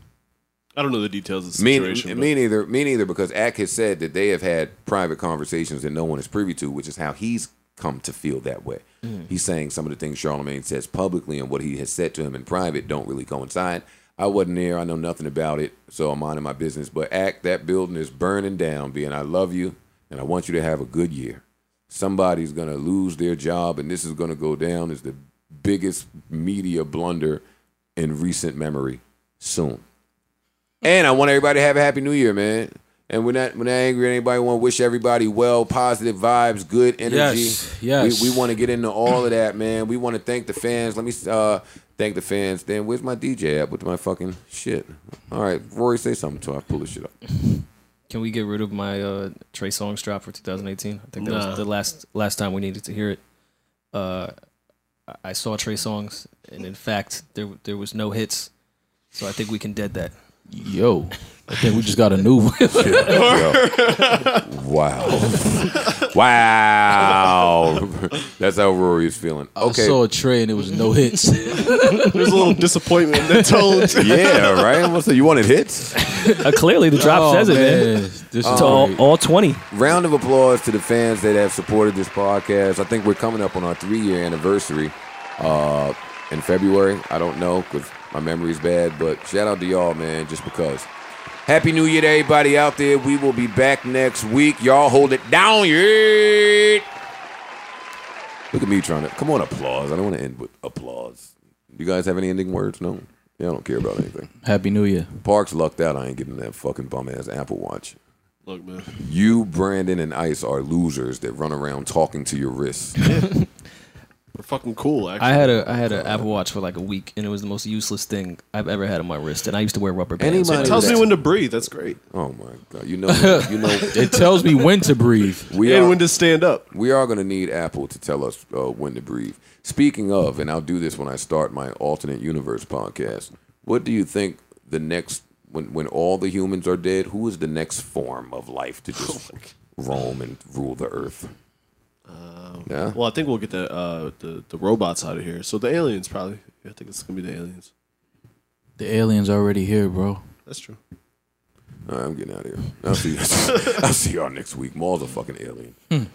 Speaker 2: I don't know the details of the
Speaker 1: Me,
Speaker 2: situation.
Speaker 1: me
Speaker 2: but-
Speaker 1: neither. Me neither. Because Ack has said that they have had private conversations that no one is privy to, which is how he's come to feel that way.
Speaker 2: Mm-hmm.
Speaker 12: Mm.
Speaker 1: He's saying some of the things Charlemagne says publicly and what he has said to him in private don't really coincide. I wasn't there. I know nothing about it, so I'm minding my business. But Ack, that building is burning down. Being, I love you, and I want you to have a good year. Somebody's gonna lose their job, and this is gonna go down as the biggest media blunder in recent memory soon. And I want everybody to have a happy new year, man. And we're not we're not angry at anybody. We want to wish everybody well, positive vibes, good energy.
Speaker 7: Yes, yes.
Speaker 1: We, we want to get into all of that, man. We want to thank the fans. Let me uh, thank the fans. Then where's my DJ app with my fucking shit? All right, Rory, say something till I pull this shit up.
Speaker 6: Can we get rid of my uh, Trey Songz drop for 2018? I think that
Speaker 2: Nah.
Speaker 6: was the last last time we needed to hear it. Uh, I- I saw Trey Songz, and in fact, there there was no hits, so I think we can dead that.
Speaker 7: Yo, I think we just got
Speaker 1: (laughs)
Speaker 7: a new (laughs) one.
Speaker 1: Wow, (laughs) wow. (laughs) That's how Rory is feeling. Okay,
Speaker 7: I saw a tray and it was no hits.
Speaker 2: There's a little disappointment in that tone.
Speaker 1: (laughs) yeah, right. What's the, you wanted hits?
Speaker 6: Uh, clearly, the drop
Speaker 7: Oh,
Speaker 6: says it, man.
Speaker 7: man. This is
Speaker 6: to all,
Speaker 1: great.
Speaker 6: all 20.
Speaker 1: Round of applause to the fans that have supported this podcast. I think we're coming up on our three year anniversary uh, in February. I don't know because my memory's bad, but shout out to y'all, man, just because. Happy New Year to everybody out there. We will be back next week. Y'all hold it down, yeah. Look at me trying to come on applause. I don't want to end with applause. You guys have any ending words? No. Yeah, I don't care about anything.
Speaker 7: Happy New Year.
Speaker 1: Parks lucked out. I ain't getting that fucking bum ass Apple Watch.
Speaker 2: Look, man.
Speaker 1: You, Brandon, and Ice are losers that run around talking to your wrists.
Speaker 2: (laughs) We're fucking cool, actually.
Speaker 6: I had a I had an Apple Watch for like a week, and it was the most useless thing I've ever had on my wrist. And I used to wear rubber bands.
Speaker 2: it tells me when to breathe. That's great.
Speaker 1: Oh my god! You
Speaker 7: (laughs)
Speaker 1: know, you know.
Speaker 7: it tells me when to breathe.
Speaker 1: We
Speaker 2: and
Speaker 1: are,
Speaker 2: when to stand up.
Speaker 1: we are going to need Apple to tell us uh, when to breathe. Speaking of, and I'll do this when I start my alternate universe podcast. What do you think the next when when all the humans are dead? Who is the next form of life to
Speaker 2: (laughs) Oh
Speaker 1: just roam and rule the earth? yeah.
Speaker 2: Um, Well, I think we'll get the uh, the the robots out of here. So the aliens probably. I think it's gonna be the aliens.
Speaker 7: The aliens already here, bro.
Speaker 2: That's true. (laughs)
Speaker 1: All right, I'm getting out of here. I'll see. I'll see y'all next week. Maul's a fucking alien.